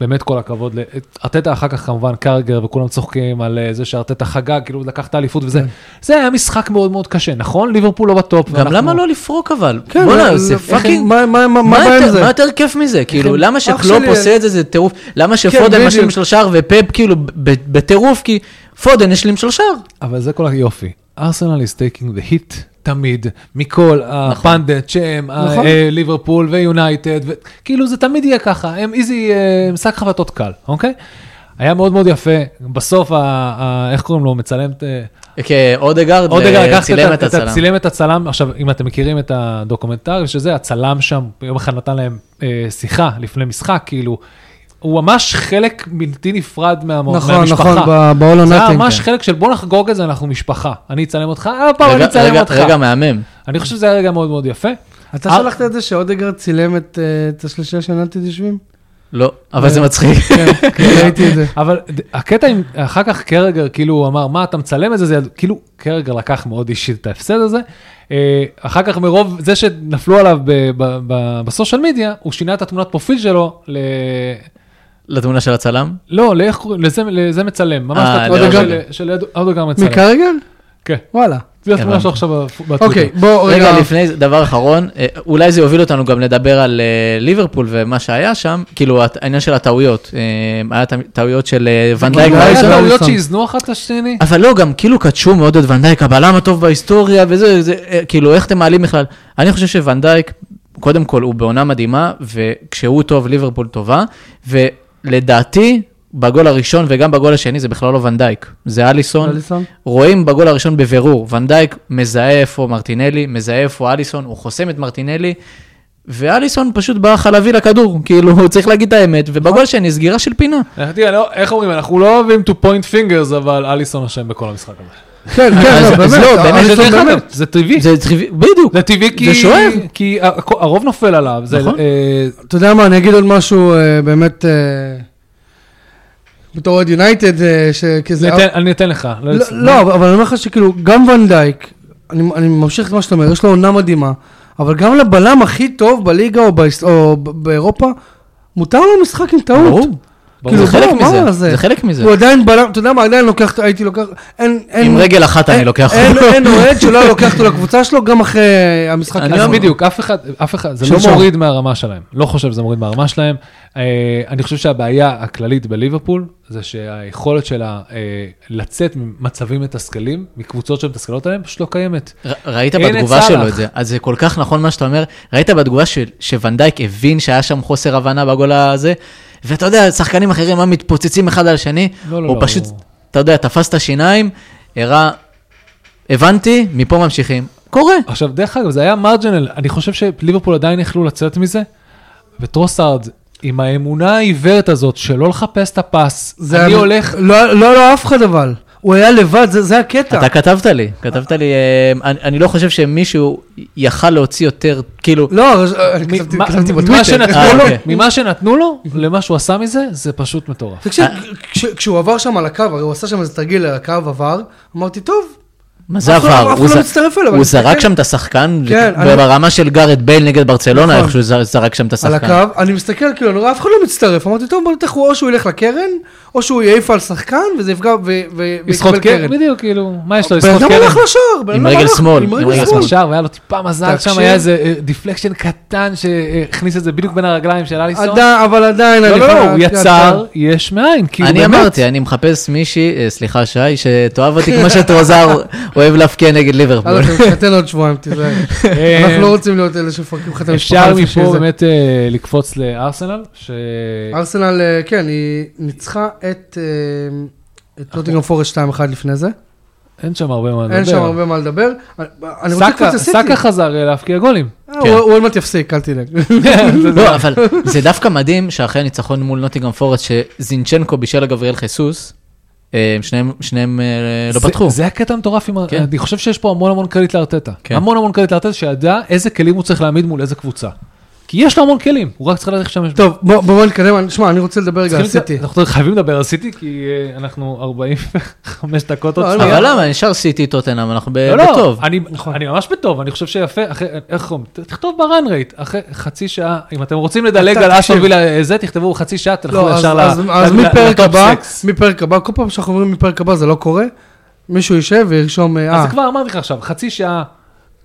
C: באמת כל הכבוד. ל- ארטטה אחר כך כמובן קרגר וכולם צוחקים על אה, זה שארטטה חגג, כאילו הוא לקח את האליפות וזה. זה היה משחק מאוד מאוד קשה, נכון? ליברפול לא בטופ.
B: כן. גם
C: ואנחנו-
B: למה לא לפרוק אבל?
A: כן,
B: בואנה,
A: אבל-
B: זה
A: איך הם-
B: פאקינג...
A: מה- מה מה- מה
B: מה
A: הבעיה עם
B: יותר-
A: זה?
B: מה יותר כיף מזה? כאילו,
A: הם-
B: למה
A: אח
B: שקלופ
A: שלי-
B: עושה את זה, זה טירוף? למה שפודן
A: בדיוק.
B: משלים שלושר ופאפ כאילו ב- בטירוף? כי פודן השלים שלושר.
C: אבל זה כל היופי. ארסנל is taking the hit תמיד, מכל הפנדט שהם אה,
A: נכון.
C: אה, ליברפול ויונייטד, ו- כאילו זה תמיד יהיה ככה, הם איזי, אה, משחק חבטות קל, אוקיי? היה מאוד מאוד יפה, בסוף, ה- ה- איך קוראים לו, מצלם, את, אה,
B: כן, אודגרד
C: עוד רגע לקחת
B: צילם
C: את
B: את
C: ה- את
B: הצלם.
C: הצילם את הצלם, עכשיו, אם אתם מכירים את הדוקומנטרי, שזה הצלם שם, יום אחד נתן להם אה, שיחה לפני משחק, כאילו, הוא ממש חלק בלתי נפרד מהמו-
A: נכון,
C: מהמשפחה.
A: נכון, ב- ב-all
B: לא
A: or
C: זה היה
A: nothing,
C: ממש
A: כן.
C: חלק של בוא נחגוג את זה, אנחנו משפחה. אני אצלם אותך, אה, פעם אני
B: רגע-
C: אצלם
B: רגע-
C: אותך.
B: רגע מהמם.
C: אני חושב שזה היה רגע מאוד מאוד יפה.
A: אתה
C: אה,
A: שלחת את זה שאודגרד צילם את אה, את השלישה של נתי יושבים?
B: לא, אבל זה מצחיק.
A: כן, כן, ראיתי את זה.
C: אבל ד- הקטע עם, אחר כך קרגר כאילו הוא אמר, מה אתה מצלם את זה, זה יד-" כאילו קרגר לקח מאוד אישית את ההפסד הזה. אה, אחר כך מרוב זה שנפלו עליו ב- ב- ב- בסושיאל מדיה, הוא שינה את התמונת פרופיל שלו ל...
B: לתמונה של הצלם?
C: לא, לאיך קוראים, לזה, לזה מצלם, ממש
B: אה,
C: את התמונה
A: לאודוגרד.
C: של- של אד- אודוגר מצלם.
A: מקרגל?
C: כן,
A: וואלה.
C: זו התמונה
B: הבנתי.
C: שלו עכשיו בפ- בטוויטר.
A: אוקיי, בוא רגע.
B: רגע, לפני זה, דבר אחרון, אה, אולי זה יוביל אותנו גם לדבר על אה, ליברפול ומה שהיה שם, כאילו הת- העניין של הטעויות, אה, היה טע- טעויות של אה, ונדייק
A: נכון,
C: לא היה
A: ואליסון.
B: ואליסון,
C: טעויות שאיזנו אחת את השני?
B: אבל לא, גם כאילו קדשו מאוד את ונדייק, הבלם הטוב בהיסטוריה וזה, זה, אה, כאילו איך אתם מעלים בכלל? אני חושב שוונדייק, קודם כל הוא בעונה מדהימה, וכשהוא טוב, ליברפול טובה, ולדעתי, בגול הראשון וגם בגול השני זה בכלל לא ונדייק, זה אליסון.
A: אליסון?
B: רואים בגול הראשון בבירור, ונדייק מזהה איפה מרטינלי, מזהה איפה אליסון, הוא חוסם את מרטינלי, ואליסון פשוט בא חלבי לכדור, כאילו, הוא צריך להגיד את האמת,
A: נכון.
B: ובגול שני, סגירה של פינה.
C: תראה, לא- איך אומרים, אנחנו לא אוהבים to point fingers, אבל אליסון אשם בכל המשחק הזה.
A: כן, כן,
B: אז-
A: לא,
B: אז לא,
A: באמת.
B: באמת,
A: אליסון
C: דרך
B: דרך
C: אגב,
B: אגב,
C: זה טבעי.
A: כן.
B: זה טבעי, בדיוק.
C: זה טבעי כי...
B: זה שואב.
C: כי ה- הכ- הרוב נופל עליו. זה,
B: נכון.
C: אה,
A: אתה יודע מה, אני אגיד עוד משהו אה, באמת, אה, בתור אוהד יונייטד, אה, שכזה...
C: ניתן- אני אתן לך. לא
A: לא,
C: לצ-
A: לא, אבל אבל אני אומר לך שכאילו, גם ונדייק, אני אני ממשיך את מה שאתה אומר, יש לו עונה מדהימה, אבל גם לבלם הכי טוב בליגה או בהיס- או ב- באירופה, מותר לו משחק עם טעות.
C: ברור.
A: כאילו,
B: זה חלק
A: בוא, מה
B: מזה,
A: זה?
B: זה חלק מזה.
A: הוא עדיין בלם, אתה יודע מה, עדיין לוקח, הייתי לוקח, אין, אין...
B: עם רגל אחת אני
A: אין-
B: לוקח.
A: אין- אין אוהד שלא היה לוקח אותו לקבוצה שלו, גם אחרי המשחק.
B: אני
A: הזה.
C: אז
B: לא-
C: בדיוק, אף אחד, אף אחד, זה
A: שלשום.
C: לא מוריד מהרמה שלהם. לא חושב שזה מוריד מהרמה שלהם. אה, אני חושב שהבעיה הכללית בליברפול, זה שהיכולת שלה אה, לצאת ממצבים מתסכלים, מקבוצות שמתסכלות עליהם, פשוט לא קיימת.
B: ר- ראית
C: אין את
B: בתגובה
C: סאלח.
B: שלו את זה, אז זה כל כך נכון מה שאתה אומר, ראית בתגובה של- שוונדייק הבין שהיה שם חוסר הבנה בגול הזה, ואתה יודע, שחקנים אחרים מה מתפוצצים אחד על השני,
C: לא, לא,
B: הוא
C: לא,
B: פשוט,
C: הוא-
B: אתה יודע, תפס את השיניים, הראה, הבנתי, מפה ממשיכים. קורה.
C: עכשיו, דרך אגב, זה היה מרג'נל, אני חושב שליברפול עדיין יכלו לצאת מזה, וטרוסארד, עם האמונה העיוורת הזאת שלא לחפש את הפס,
A: זה
C: אני
A: היה-
C: הולך,
A: לא, לא, לא, אף אחד אבל. הוא היה לבד, זה זה הקטע.
B: אתה כתבת לי, כתבת לי, אה, אני אני לא חושב שמישהו יכל להוציא יותר, כאילו,
A: לא, אני
C: מ-
A: כתבתי
C: מה-
A: כתבתי
C: ממה
A: בטוויטר. לא,
C: שנתנו
B: אה,
C: לו-
B: אוקיי.
C: ממה שנתנו לו, למה שהוא עשה מזה, זה פשוט מטורף.
A: תקשיב,
B: אה.
A: כש- כשהוא עבר שם על הקו, הרי הוא עשה שם איזה תרגיל על הקו, עבר, אמרתי, טוב,
B: מה זה
A: אף אחד-
B: עבר?
A: אף
B: הוא
A: אחד לא
B: ז-
A: מצטרף אליו,
B: הוא
A: אני
B: זרק
A: מסתכל.
B: שם את השחקן,
A: כן, אני-
B: ברמה של גארד בייל נגד ברצלונה,
A: נכון.
B: איך שהוא ז- זרק שם את
A: על
B: השחקן.
A: הקו, אני מסתכל, כאילו, אני רואה, אף אחד לא מצטרף, אמרתי, טוב, בוא נתח, או שהוא ילך לקרן, או שהוא יעיף על שחקן, וזה יפגע, ו- ו-
C: לשחות
A: ויקבל
C: קרן,
A: קרן.
C: בדיוק, כאילו, מה יש לו
A: בן
C: לשחות
A: אדם
C: קרן?
A: הלך לשער, בן
B: עם
A: אדם
B: רגל
A: הלך-
B: שמאל,
A: עם
B: עם
A: רגל
B: רגל
A: שמאל.
C: עכשיו, היה לו טיפה מזל,
A: תקשיב.
C: שם היה איזה דיפלקשן קטן שהכניס את זה בדיוק בין הרגליים של אליסון.
A: עדיין- אבל עדיין,
C: לא,
A: אני
C: לא,
A: חייב-
C: לא, הוא
A: אתה-
C: יצר יש מאין, כאילו
B: אני
C: באמת.
B: אמרתי, אני מחפש מישהי, אה, סליחה שי, שתאהב אותי כמו שטרוזר אוהב להפקיע נגד ליברפול.
C: אוקיי,
A: יאללה, אתה מתחתן עוד שבועיים, תיזהר. אנחנו
C: אה,
A: לא רוצים להיות אלה שמפרקים לך את המשפחה.
C: כן. אפשר
A: לפני
C: מפה
A: שזה.
C: באמת אה, לקפוץ לארסנל, ש...
A: ארסנל, אה, כן, היא ניצחה את אה, את נוטינגרם פורסט 2-1 לפני זה.
C: אין שם הרבה מה לדבר.
A: אין שם הרבה מה לדבר. אני רוצה
C: סאקה-
A: לקפוץ לסיטי.
C: סאקה חזר אה, להפקיע גולים.
A: אה, הוא- הוא עוד מעט יפסיק, אל תדאג.
B: לא, אבל זה דווקא מדהים שאחרי הניצחון מול נוטינגרם פורסט, שזינצ'נקו בישל לגבריאל חיסוס, אה, שניהם- שניהם אה, לא
C: זה-
B: פתחו.
C: זה הקטע המטורף, עם ה-
B: כן.
C: אני חושב שיש פה המון המון קרדיט לארטטה.
B: כן.
C: המון המון קרדיט לארטטה שידע איזה כלים הוא צריך להעמיד מול איזה קבוצה. כי יש לו המון כלים, הוא רק צריך לדעת איך לשמש. בהם.
A: טוב, בוא- בואו נתקדם. אני- שמע, אני רוצה לדבר רגע על
C: צריכים-
A: סיטי.
C: אנחנו חייבים לדבר על סיטי, כי אה, אנחנו 45 דקות עוד
A: לא,
C: שנייה.
B: אבל למה, נשאר סיטי טוטנאם, אנחנו ב-
C: לא, לא,
B: אה, בטוב.
C: אני,
A: נכון.
C: אני ממש בטוב, אני חושב שיפה, אחרי, איך אומרים, ת- תכתוב ברן רייט, אחרי חצי שעה, אם אתם רוצים לדלג
A: אתה-
C: על אשטון
A: תקשיב.
C: וילה אה, זה, תכתבו חצי שעה, תלכו
A: לא, אז-
C: נכון, ישר ל...
A: אז אז
C: ל-
A: מפרק
C: לטופ
A: הבא,
C: סיקס.
A: מפרק הבא, כל פעם שאנחנו אומרים מפרק הבא זה לא קורה, מישהו יישב וירשום, אה,
C: אז כבר אמרתי לך עכשיו, חצי שעה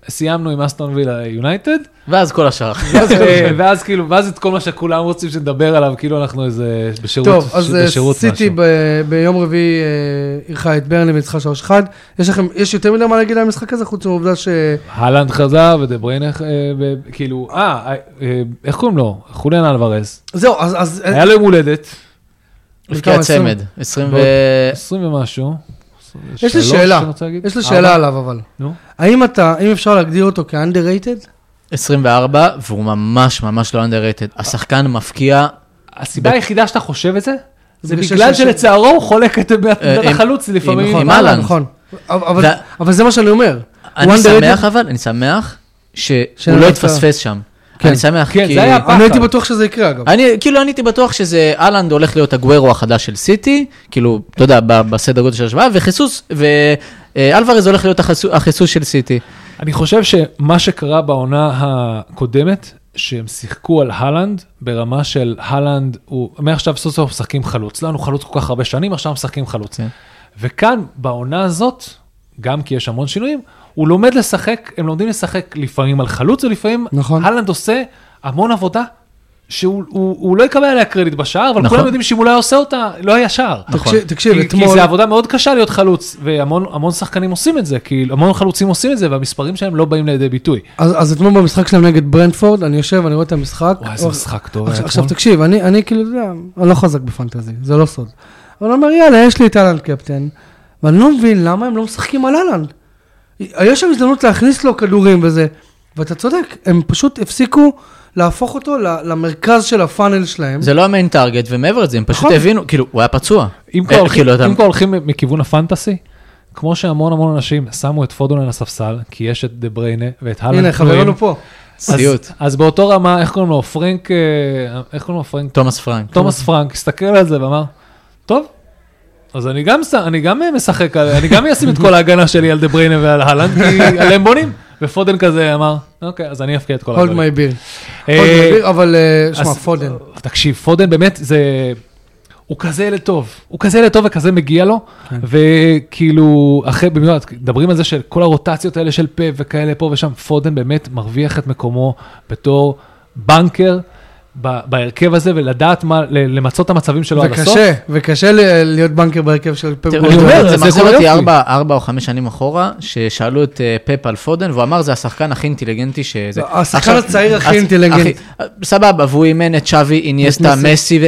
C: סיימנו עם אסטון וילה יונייטד,
B: ואז כל השאר.
C: אה, ואז כאילו, ואז את כל מה שכולם רוצים שנדבר עליו, כאילו אנחנו איזה בשירות,
A: טוב, אז אה,
C: בשירות
A: סיטי
C: משהו.
A: ב- ביום רביעי אה, אירחה את ברני וניצחה 3-1. יש לכם, יש יותר מדי מה להגיד על המשחק הזה, חוץ מהעובדה ש...
C: הלנד חזר ודה בריינה, אה, ב- כאילו, אה, אה, אה, איך קוראים לו? חוליאן אלוורז.
A: זהו, אז... אז
C: היה לו יום הולדת,
B: הבקיע
A: כמה, עשרים?
B: צמד, 20 ו...
C: ועוד 20 ומשהו.
A: יש לי
C: שלוש,
A: שאלה.
C: אני רוצה להגיד.
A: יש לי
C: ארבע.
A: שאלה עליו, אבל.
C: אה, נו.
A: האם אתה, אם אפשר להגדיר אותו כ-underrated?
B: 24, והוא ממש ממש לא underrated. השחקן מפקיע,
C: הסיבה היחידה שאתה חושב את זה, זה
A: בגלל
C: בגלל
A: שיש-
C: שלצערו הוא חולק את עמדת
B: אה, עם-
C: החלוץ לפעמים.
B: נכון. עם
A: אה,
B: אהלן.
A: נכון. אבל- אבל-
B: זה-
A: אבל זה מה שאני אומר.
B: אני
A: underrated?
B: שמח אבל, אני שמח שהוא
A: שלא
B: לא
A: יצא.
B: התפספס שם.
A: כן.
B: אני שמח,
C: כן,
B: כי...
C: זה היה-
A: אני הייתי בטוח שזה יקרה, אגב.
B: אני, כאילו, אני הייתי בטוח שזה אהלנד הולך להיות הגוורו החדש של סיטי, כאילו, אתה יודע, ב- בסדר גודל של השוואה, וחיסוס, ואלוורז הולך להיות החסו- החיסוס של סיטי.
C: אני חושב שמה שקרה בעונה הקודמת, שהם שיחקו על הלנד ברמה של הלנד, הוא מעכשיו סוף סוף משחקים חלוץ. לא, היינו חלוץ כל כך הרבה שנים, עכשיו משחקים חלוץ.
B: כן.
C: וכאן, בעונה הזאת, גם כי יש המון שינויים, הוא לומד לשחק, הם לומדים לשחק לפעמים על חלוץ, ולפעמים
A: נכון.
C: הלנד עושה המון עבודה. שהוא הוא, הוא לא יקבל עליה קרדיט בשער, אבל
B: נכון.
C: כולם יודעים שאם הוא לא היה עושה אותה, לא היה שער.
B: נכון.
A: תקשיב- תקשיב,
C: כי, כי
A: אתמול...
C: זה עבודה מאוד קשה להיות חלוץ, והמון המון שחקנים עושים את זה, כי המון חלוצים עושים את זה, והמספרים שלהם לא באים לידי ביטוי.
A: אז, אז אתמול במשחק שלהם נגד ברנדפורד, אני יושב, אני רואה את המשחק.
C: וואי, איזה משחק טוב היה
A: עכשיו, עכשיו
C: אתמול.
A: תקשיב, אני, אני כאילו, אתה יודע, אני לא חזק בפנטזי, זה לא סוד. אבל אני אומר, יאללה, יש לי את אהלן קפטן, ואני לא מבין למה הם לא משחקים על אהלן. יש שם הזדמנות להכניס לו כדורים וזה, ואתה צודק, הם פשוט הפסיקו להפוך אותו ל- למרכז של הפאנל שלהם.
B: זה לא המיין טארגט, ומעבר לזה, הם פשוט
A: נכון.
B: הבינו, כאילו, הוא היה פצוע.
C: אם
B: אה,
C: כבר הולכים-
B: כאילו, אתה-
C: אם כבר הולכים מכיוון הפנטסי, כמו שהמון המון אנשים שמו את פודון על הספסל, כי יש את דה בריינה ואת הלנד.
A: הנה,
C: פנויים,
A: חברנו פה.
C: אז-
B: סיוט.
C: אז באותו רמה, איך קוראים לו? פרנק, אה, איך קוראים לו? פרנק?
B: תומאס פרנק.
C: תומאס פרנק הסתכל על זה ואמר, טוב, אז אני גם, ש- אני גם אה, משחק, על- אני גם אשים את כל ההגנה שלי על דה בריינה ועל הלנד, כי עליהם בונים. ופודן כזה אמר, אוקיי, אז אני אפקיע את כל
A: הולד
C: הגולים.
A: מי ביר.
C: אה,
A: אבל אה, שמע,
C: אז-
A: פודן.
C: תקשיב, פודן באמת, זה... הוא כזה ילד טוב, הוא כזה ילד טוב וכזה מגיע לו, וכאילו, אחרי, במיוחד, מדברים על זה של כל הרוטציות האלה של פה וכאלה פה ושם, פודן באמת מרוויח את מקומו בתור בנקר ב- בהרכב הזה, ולדעת מה, ל- למצות את המצבים שלו עד הסוף.
A: וקשה, וקשה ל- להיות בנקר בהרכב של פפ
B: אני
A: גוורדיולה.
B: אומר,
C: זה
B: זה מחזיר
C: כל
B: אותי
C: היופי.
B: ארבע ארבע או חמש שנים אחורה, ששאלו את אה, פפ על פודן, והוא אמר, זה השחקן הכי אינטליגנטי שזה.
A: השחקן
B: עכשיו-
A: הצעיר הכי
B: אז-
A: אינטליגנטי."
B: הכי- סבבה, והוא אימן את שווי, אינייסטה,
A: את מסי.
B: מסי, ו-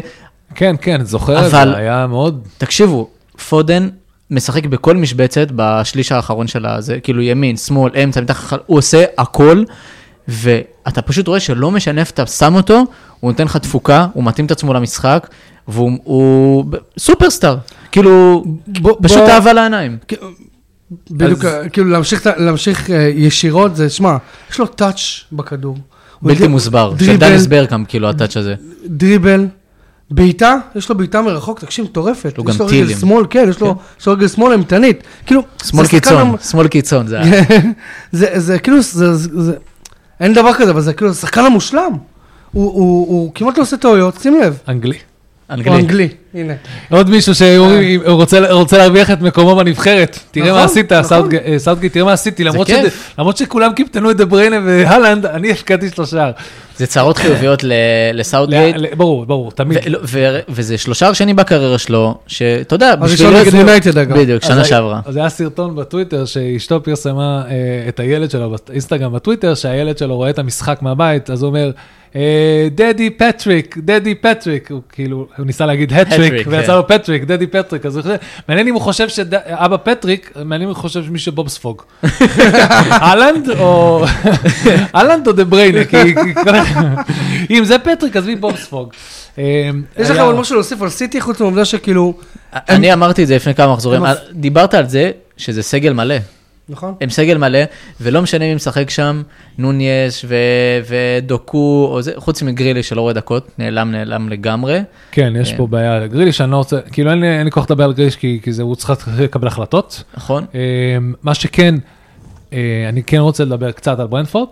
C: כן, כן, זוכר, את
B: אבל-
C: זה היה מאוד...
B: תקשיבו, פודן משחק בכל משבצת בשליש האחרון של הזה, כאילו ימין, שמאל, אמצע, מתחת, הוא עושה הכל, ואתה פשוט רואה שלא משנה איפה אתה שם אותו, הוא נותן לך תפוקה, הוא מתאים את עצמו למשחק, והוא הוא ב- סופרסטאר, כאילו,
A: בוא-
B: פשוט
A: בוא- כן,
B: אהבה לעיניים.
A: בדיוק, כאילו להמשיך, את ה- להמשיך אה, ישירות, זה, שמע, יש לו טאץ' בכדור. הוא
B: בלתי
A: יודע-
B: מוסבר, של
A: דריבל,
B: דניס ברקאם, כאילו, הטאץ' הזה.
A: דריבל, בעיטה, יש לו בעיטה מרחוק, תקשיב, מטורפת.
B: לו גם
A: יש לו רגל
B: טילים.
A: שמאל, כן, יש לו יש לו רגל שמאל אימתנית. כאילו,
B: שמאל
A: זה שחקן כן.
B: קיצון, אה.
A: המ-
B: שמאל קיצון, זה היה.
A: זה זה כאילו, זה- זה- זה- אין דבר כזה, אבל זה כאילו, זה השחקן המושלם. הוא- הוא הוא כמעט לא עושה טעויות, שים לב.
C: אנגלי.
A: הוא
B: אנגלי.
A: אנגלי, הנה.
C: עוד מישהו שהוא רוצה, רוצה להרוויח את מקומו בנבחרת. תראה
A: נכון,
C: מה עשית,
A: נכון.
C: סאוטגייט, אה, סאוטגייט, תראה מה עשיתי, למרות,
B: כיף.
C: שזה, למרות שכולם קיפטנו את דה בריינה והלנד, אני הפקדתי שלושה.
B: זה צרות חיוביות ל- לסאוטגייט.
C: ל- ל- ברור, ברור, תמיד.
B: אוקיי. ו- לא, ו- וזה שלושה שנים בקריירה שלו, שאתה יודע,
A: הראשון נגד יונייטד, אגב.
B: בדיוק,
C: אז
B: שנה
C: היה-
B: שעברה.
C: אז היה סרטון בטוויטר שאשתו פרסמה אה, את הילד שלו באינסטגרם בטוויטר, שהילד שלו רואה את המשחק מהבית, אז הוא אומר, אה, דדי פטריק, דדי פטריק, הוא כאילו, הוא ניסה להגיד
B: הטריק,
C: הטריק,
B: כן.
C: ויצא לו פטריק, דדי פטריק, אז הוא חושב, מעניין אם הוא חושב שאבא פטריק, מעניין אם הוא חושב שמישהו בובספוג. אהלנד או אהלנד או דה בריינה, כי כי כל אחד- אם זה פטריק, אז מי בובספוג. אה,
A: יש לך
C: היה-
A: עוד משהו להוסיף על סיטי, חוץ מהעובדה שכאילו,
B: אני אמרתי את זה לפני כמה מחזורים,
A: הם-
B: על- דיברת על זה שזה סגל מלא.
A: נכון?
B: הם סגל מלא, ולא משנה מי משחק שם, נוניס ו- ודוקו, או זה, חוץ מגרילי שלא רואה דקות, נעלם, נעלם לגמרי.
C: כן, יש פה בעיה על גריליש, שאני לא רוצה, כאילו אין לי, אין לי כוח לדבר על גריליש כי, כי זה, הוא צריך לקבל החלטות.
B: נכון?
C: אה, מה שכן, אה, אני כן רוצה לדבר קצת על ברנפורד.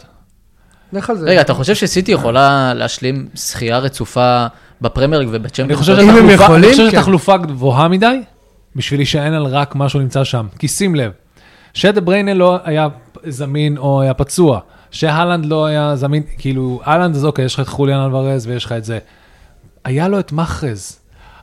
A: לך על זה.
B: רגע, אתה חושב שסיטי יכולה להשלים שחייה רצופה בפרמיירג ובצ'מפיונס?
C: אני חושב
A: אם הם
C: שהתחלופה-
A: יכולים,
C: אני חושב
A: כן.
C: שהתחלופה גבוהה מדי, בשביל להישען על רק מה שהוא נמצא שם. כי שים לב, שדה בריינה לא היה זמין או היה פצוע, שהלנד לא היה זמין, כאילו, אהלנד אז אוקיי, יש לך את חוליאן אלוורז ויש לך את זה. היה לו את מחרז,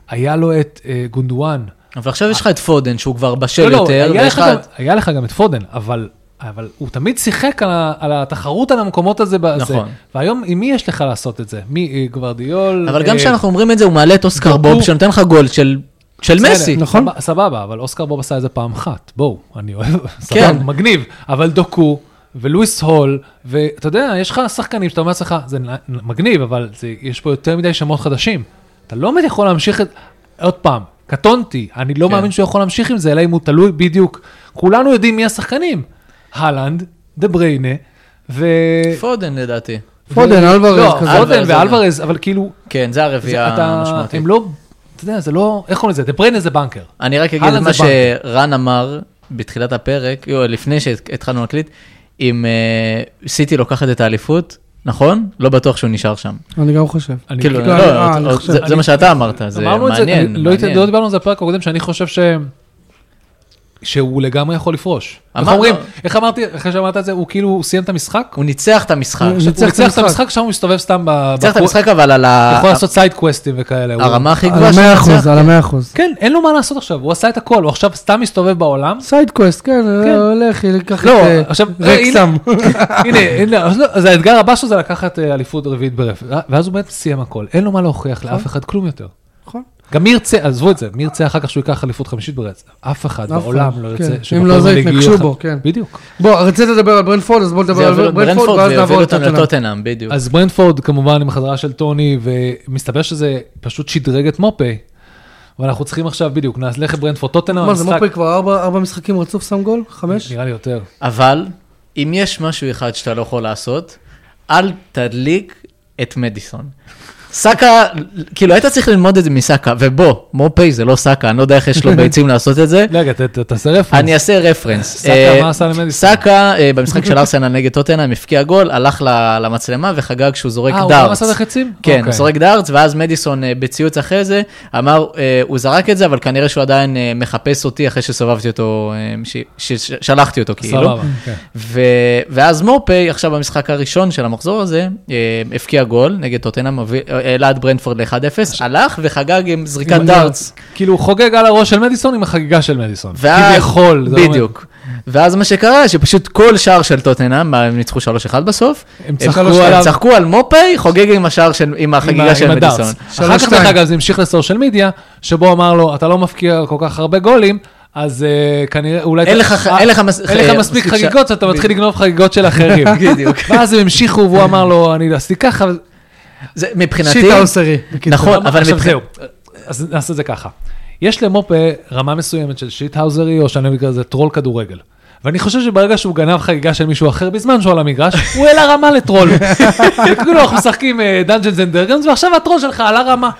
C: היה לו את אה, גונדואן.
B: אבל עכשיו יש לך את פודן, שהוא כבר בשל
C: לא, לא,
B: יותר,
C: היה, לך
B: ויש לך
C: גם,
B: את-
C: היה לך גם את פודן, אבל, אבל הוא תמיד שיחק על, ה, על התחרות על המקומות הזה. בזה.
B: נכון.
C: והיום, עם מי יש לך לעשות את זה? מי, אה, גוורדיול?
B: אבל גם
C: אה,
B: כשאנחנו אומרים את זה, הוא מעלה את אוסקר
C: גבו.
B: בוב, שנותן לך גול של של
C: בסדר,
B: מסי.
A: נכון.
C: סבבה, סבבה, אבל אוסקר בוב עשה את זה פעם אחת, בואו, אני אוהב, סבבה,
B: כן.
C: מגניב, אבל דוקו ולואיס הול, ואתה יודע, יש לך שחקנים שאתה אומר לעצמך, זה נ- מגניב, אבל זה, יש פה יותר מדי שמות חדשים. אתה לא באמת יכול להמשיך את, עוד פעם, קטונתי, אני לא
B: כן.
C: מאמין שהוא יכול להמשיך עם זה, אלא אם הוא תלוי בדיוק, כולנו יודעים מי השחקנים, הלנד, דה בריינה, ו...
B: פודן לדעתי.
A: פודן,
C: ו-
A: אלוורז
C: לא,
A: כזה.
C: פודן
B: אלוורז,
C: ואלוורז, אבל כאילו,
B: כן, זה
C: זה-
B: הרביעייה
C: אתה,
B: המשמעותית.
C: הם לא, אתה יודע, זה לא, איך קוראים לזה, דה בריינה זה בנקר.
B: אני רק אגיד
C: הלאה
B: את
C: זה
B: מה
C: בנק.
B: שרן אמר בתחילת הפרק, יו, לפני שהתחלנו להקליט, אם אה, סיטי לוקחת את האליפות, נכון? לא בטוח שהוא נשאר שם.
A: אני גם חושב.
C: אני-
B: כאילו,
A: כאילו,
B: לא,
A: אני- אה,
B: לא,
A: אני
B: זה-
A: חושב.
B: זה מה שאתה אמרת, זה
C: אמרנו את זה,
B: מעניין.
C: אני- לא הת-
B: מעניין.
C: לא דיברנו על זה בפרק הקודם, שאני חושב ש... שהוא לגמרי יכול לפרוש. איך
B: אמרנו.
C: אומרים, איך אמרתי, אחרי שאמרת את זה, הוא כאילו סיים את המשחק? הוא
B: הוא ניצח את
C: אה,
B: המשחק.
A: הוא
B: הוא
A: ניצח את
C: ניצח את
A: המשחק.
C: המשחק, שם הוא מסתובב סתם ב...
B: ניצח את
C: בקו-
B: המשחק, אבל על ה-
C: יכול לעשות סייד קווסטים וכאלה. הוא-
B: הרמה הכי
A: על
B: גבוהה
A: המאה
B: שהוא ניצח.
A: אחוז, על המאה אחוז.
C: כן, אין לו מה לעשות עכשיו, הוא עשה את הכל, הוא עכשיו סתם מסתובב בעולם.
A: סייד קווסט, כן,
C: כן.
A: הולך, ייקח את
C: לא,
A: אה,
C: עכשיו, אה,
A: רקסם.
C: הנה, הנה, אז לא, אז האתגר הבא שלו זה לקחת אה, אליפות רביעית ברפת, ואז הוא באמת סיים הכל, אין לו מה להוכיח לאף אחד כלום יותר.
A: נכון.
C: גם מי ירצה, עזבו את זה, מי ירצה אחר כך שהוא ייקח אליפות חמישית ברצף? אף אחד
A: אף
C: בעולם
A: אחד,
C: לא
A: כן.
C: ירצה.
A: אם
C: שבפרמייר
A: לא זה,
C: ליג יהיו
A: יתנגשו
C: אחד-
A: בו, כן.
C: בדיוק.
A: בוא, רצית לדבר על ברנפורד, אז בוא
B: זה
A: נדבר
B: יוביל
A: על
B: את
A: ברנפורד, ואז
B: ברנפורד ויוביל
A: נעבור
B: אותם
A: לטוטנאם.
B: לטוטנאם, בדיוק.
C: אז ברנפורד כמובן עם החזרה של טוני, ומסתבר שזה פשוט שדרג את מופי. ואנחנו צריכים עכשיו, בדיוק, נלך לברנפורד טוטנאם,
A: מה זה,
C: המשחק,
A: מופי כבר ארבע- ארבע משחקים רצוף שם גול? חמש?
C: נראה לי יותר.
B: אבל, אם יש משהו אחד שאתה לא יכול לעשות, אל תדליק את מדיסון. סאקה, כאילו היית צריך ללמוד את זה מסאקה, ובוא, מופי זה לא סאקה, אני לא יודע איך יש לו ביצים לעשות את זה.
C: לא, רגע, ת- ת- תעשה רפרנס.
B: אני אעשה רפרנס.
C: לא. סאקה,
B: אה,
C: מה עשה למדיסון?
B: סאקה, אה, במשחק של ארסנל נגד טוטנאם, הפקיע גול, הלך ל- למצלמה וחגג שהוא זורק
C: אה, הוא גם
B: דארטס.
C: עשה את החצים?
B: כן, הוא
C: אוקיי.
B: זורק דארטס, ואז מדיסון אה, בציוץ אחרי זה, אמר, אה, הוא זרק את זה, אבל כנראה שהוא עדיין אה, מחפש אותי אחרי שסובבתי אותו, אה, ש- ש- ששלחתי אותו כאילו.
C: סבבה, כן.
B: ו... ואז מורפיי, עכשיו במשחק הראשון של המחזור הזה, אה, הפקיע גול נגד טוטנאם, מוביל- אה, העלה את ברנדפורד ל-1-0, הלך וחגג עם זריקת
C: עם
B: דארטס.
C: כאילו הוא חוגג על הראש של מדיסון עם החגיגה של מדיסון.
B: ואז-
C: כביכול. זה לא-
B: בדיוק. ואז מה שקרה, שפשוט כל שער של טוטנאם, הם ניצחו 3-1 בסוף,
C: הם
B: הם
C: צחקו
B: צחקו
C: עליו.
B: הם צחקו על מופי, חוגג עם השער של, עם
C: עם ה-
B: החגיגה של
C: עם הדארס.
B: מדיסון.
C: אחר כך,
A: שלוש,
C: דרך
A: שתיים.
C: אגב, זה המשיך לסושיאל מדיה, שבו אמר לו, אתה לא מפקיע כל כך הרבה גולים, אז אה, כנראה, אולי...
B: אין
C: אתה-
B: לך-
C: אה,
B: אין לך מס-
C: אין לך
B: אה,
C: מספיק
B: מספיק ש-
C: חגיגות, שאתה מתחיל לגנוב חגיגות של אחרים.
B: בדיוק.
C: ואז הם המשיכו, והוא אמר לו, אני עשיתי ככה.
B: זה מבחינתי,
A: שיטה אוסרי. בקיצור.
B: נכון, אבל
C: עכשיו
B: מבח-
C: זהו, אז נעשה את זה ככה. יש למופה רמה מסוימת של שיטהאוזרי, או שאני אגיד לזה טרול כדורגל. ואני חושב שברגע שהוא גנב חגיגה של מישהו אחר בזמן שהוא על המגרש, הוא העלה רמה לטרול. וכאילו אנחנו משחקים אה, דאנג'נס אנד דרגנס, ועכשיו הטרול שלך עלה רמה.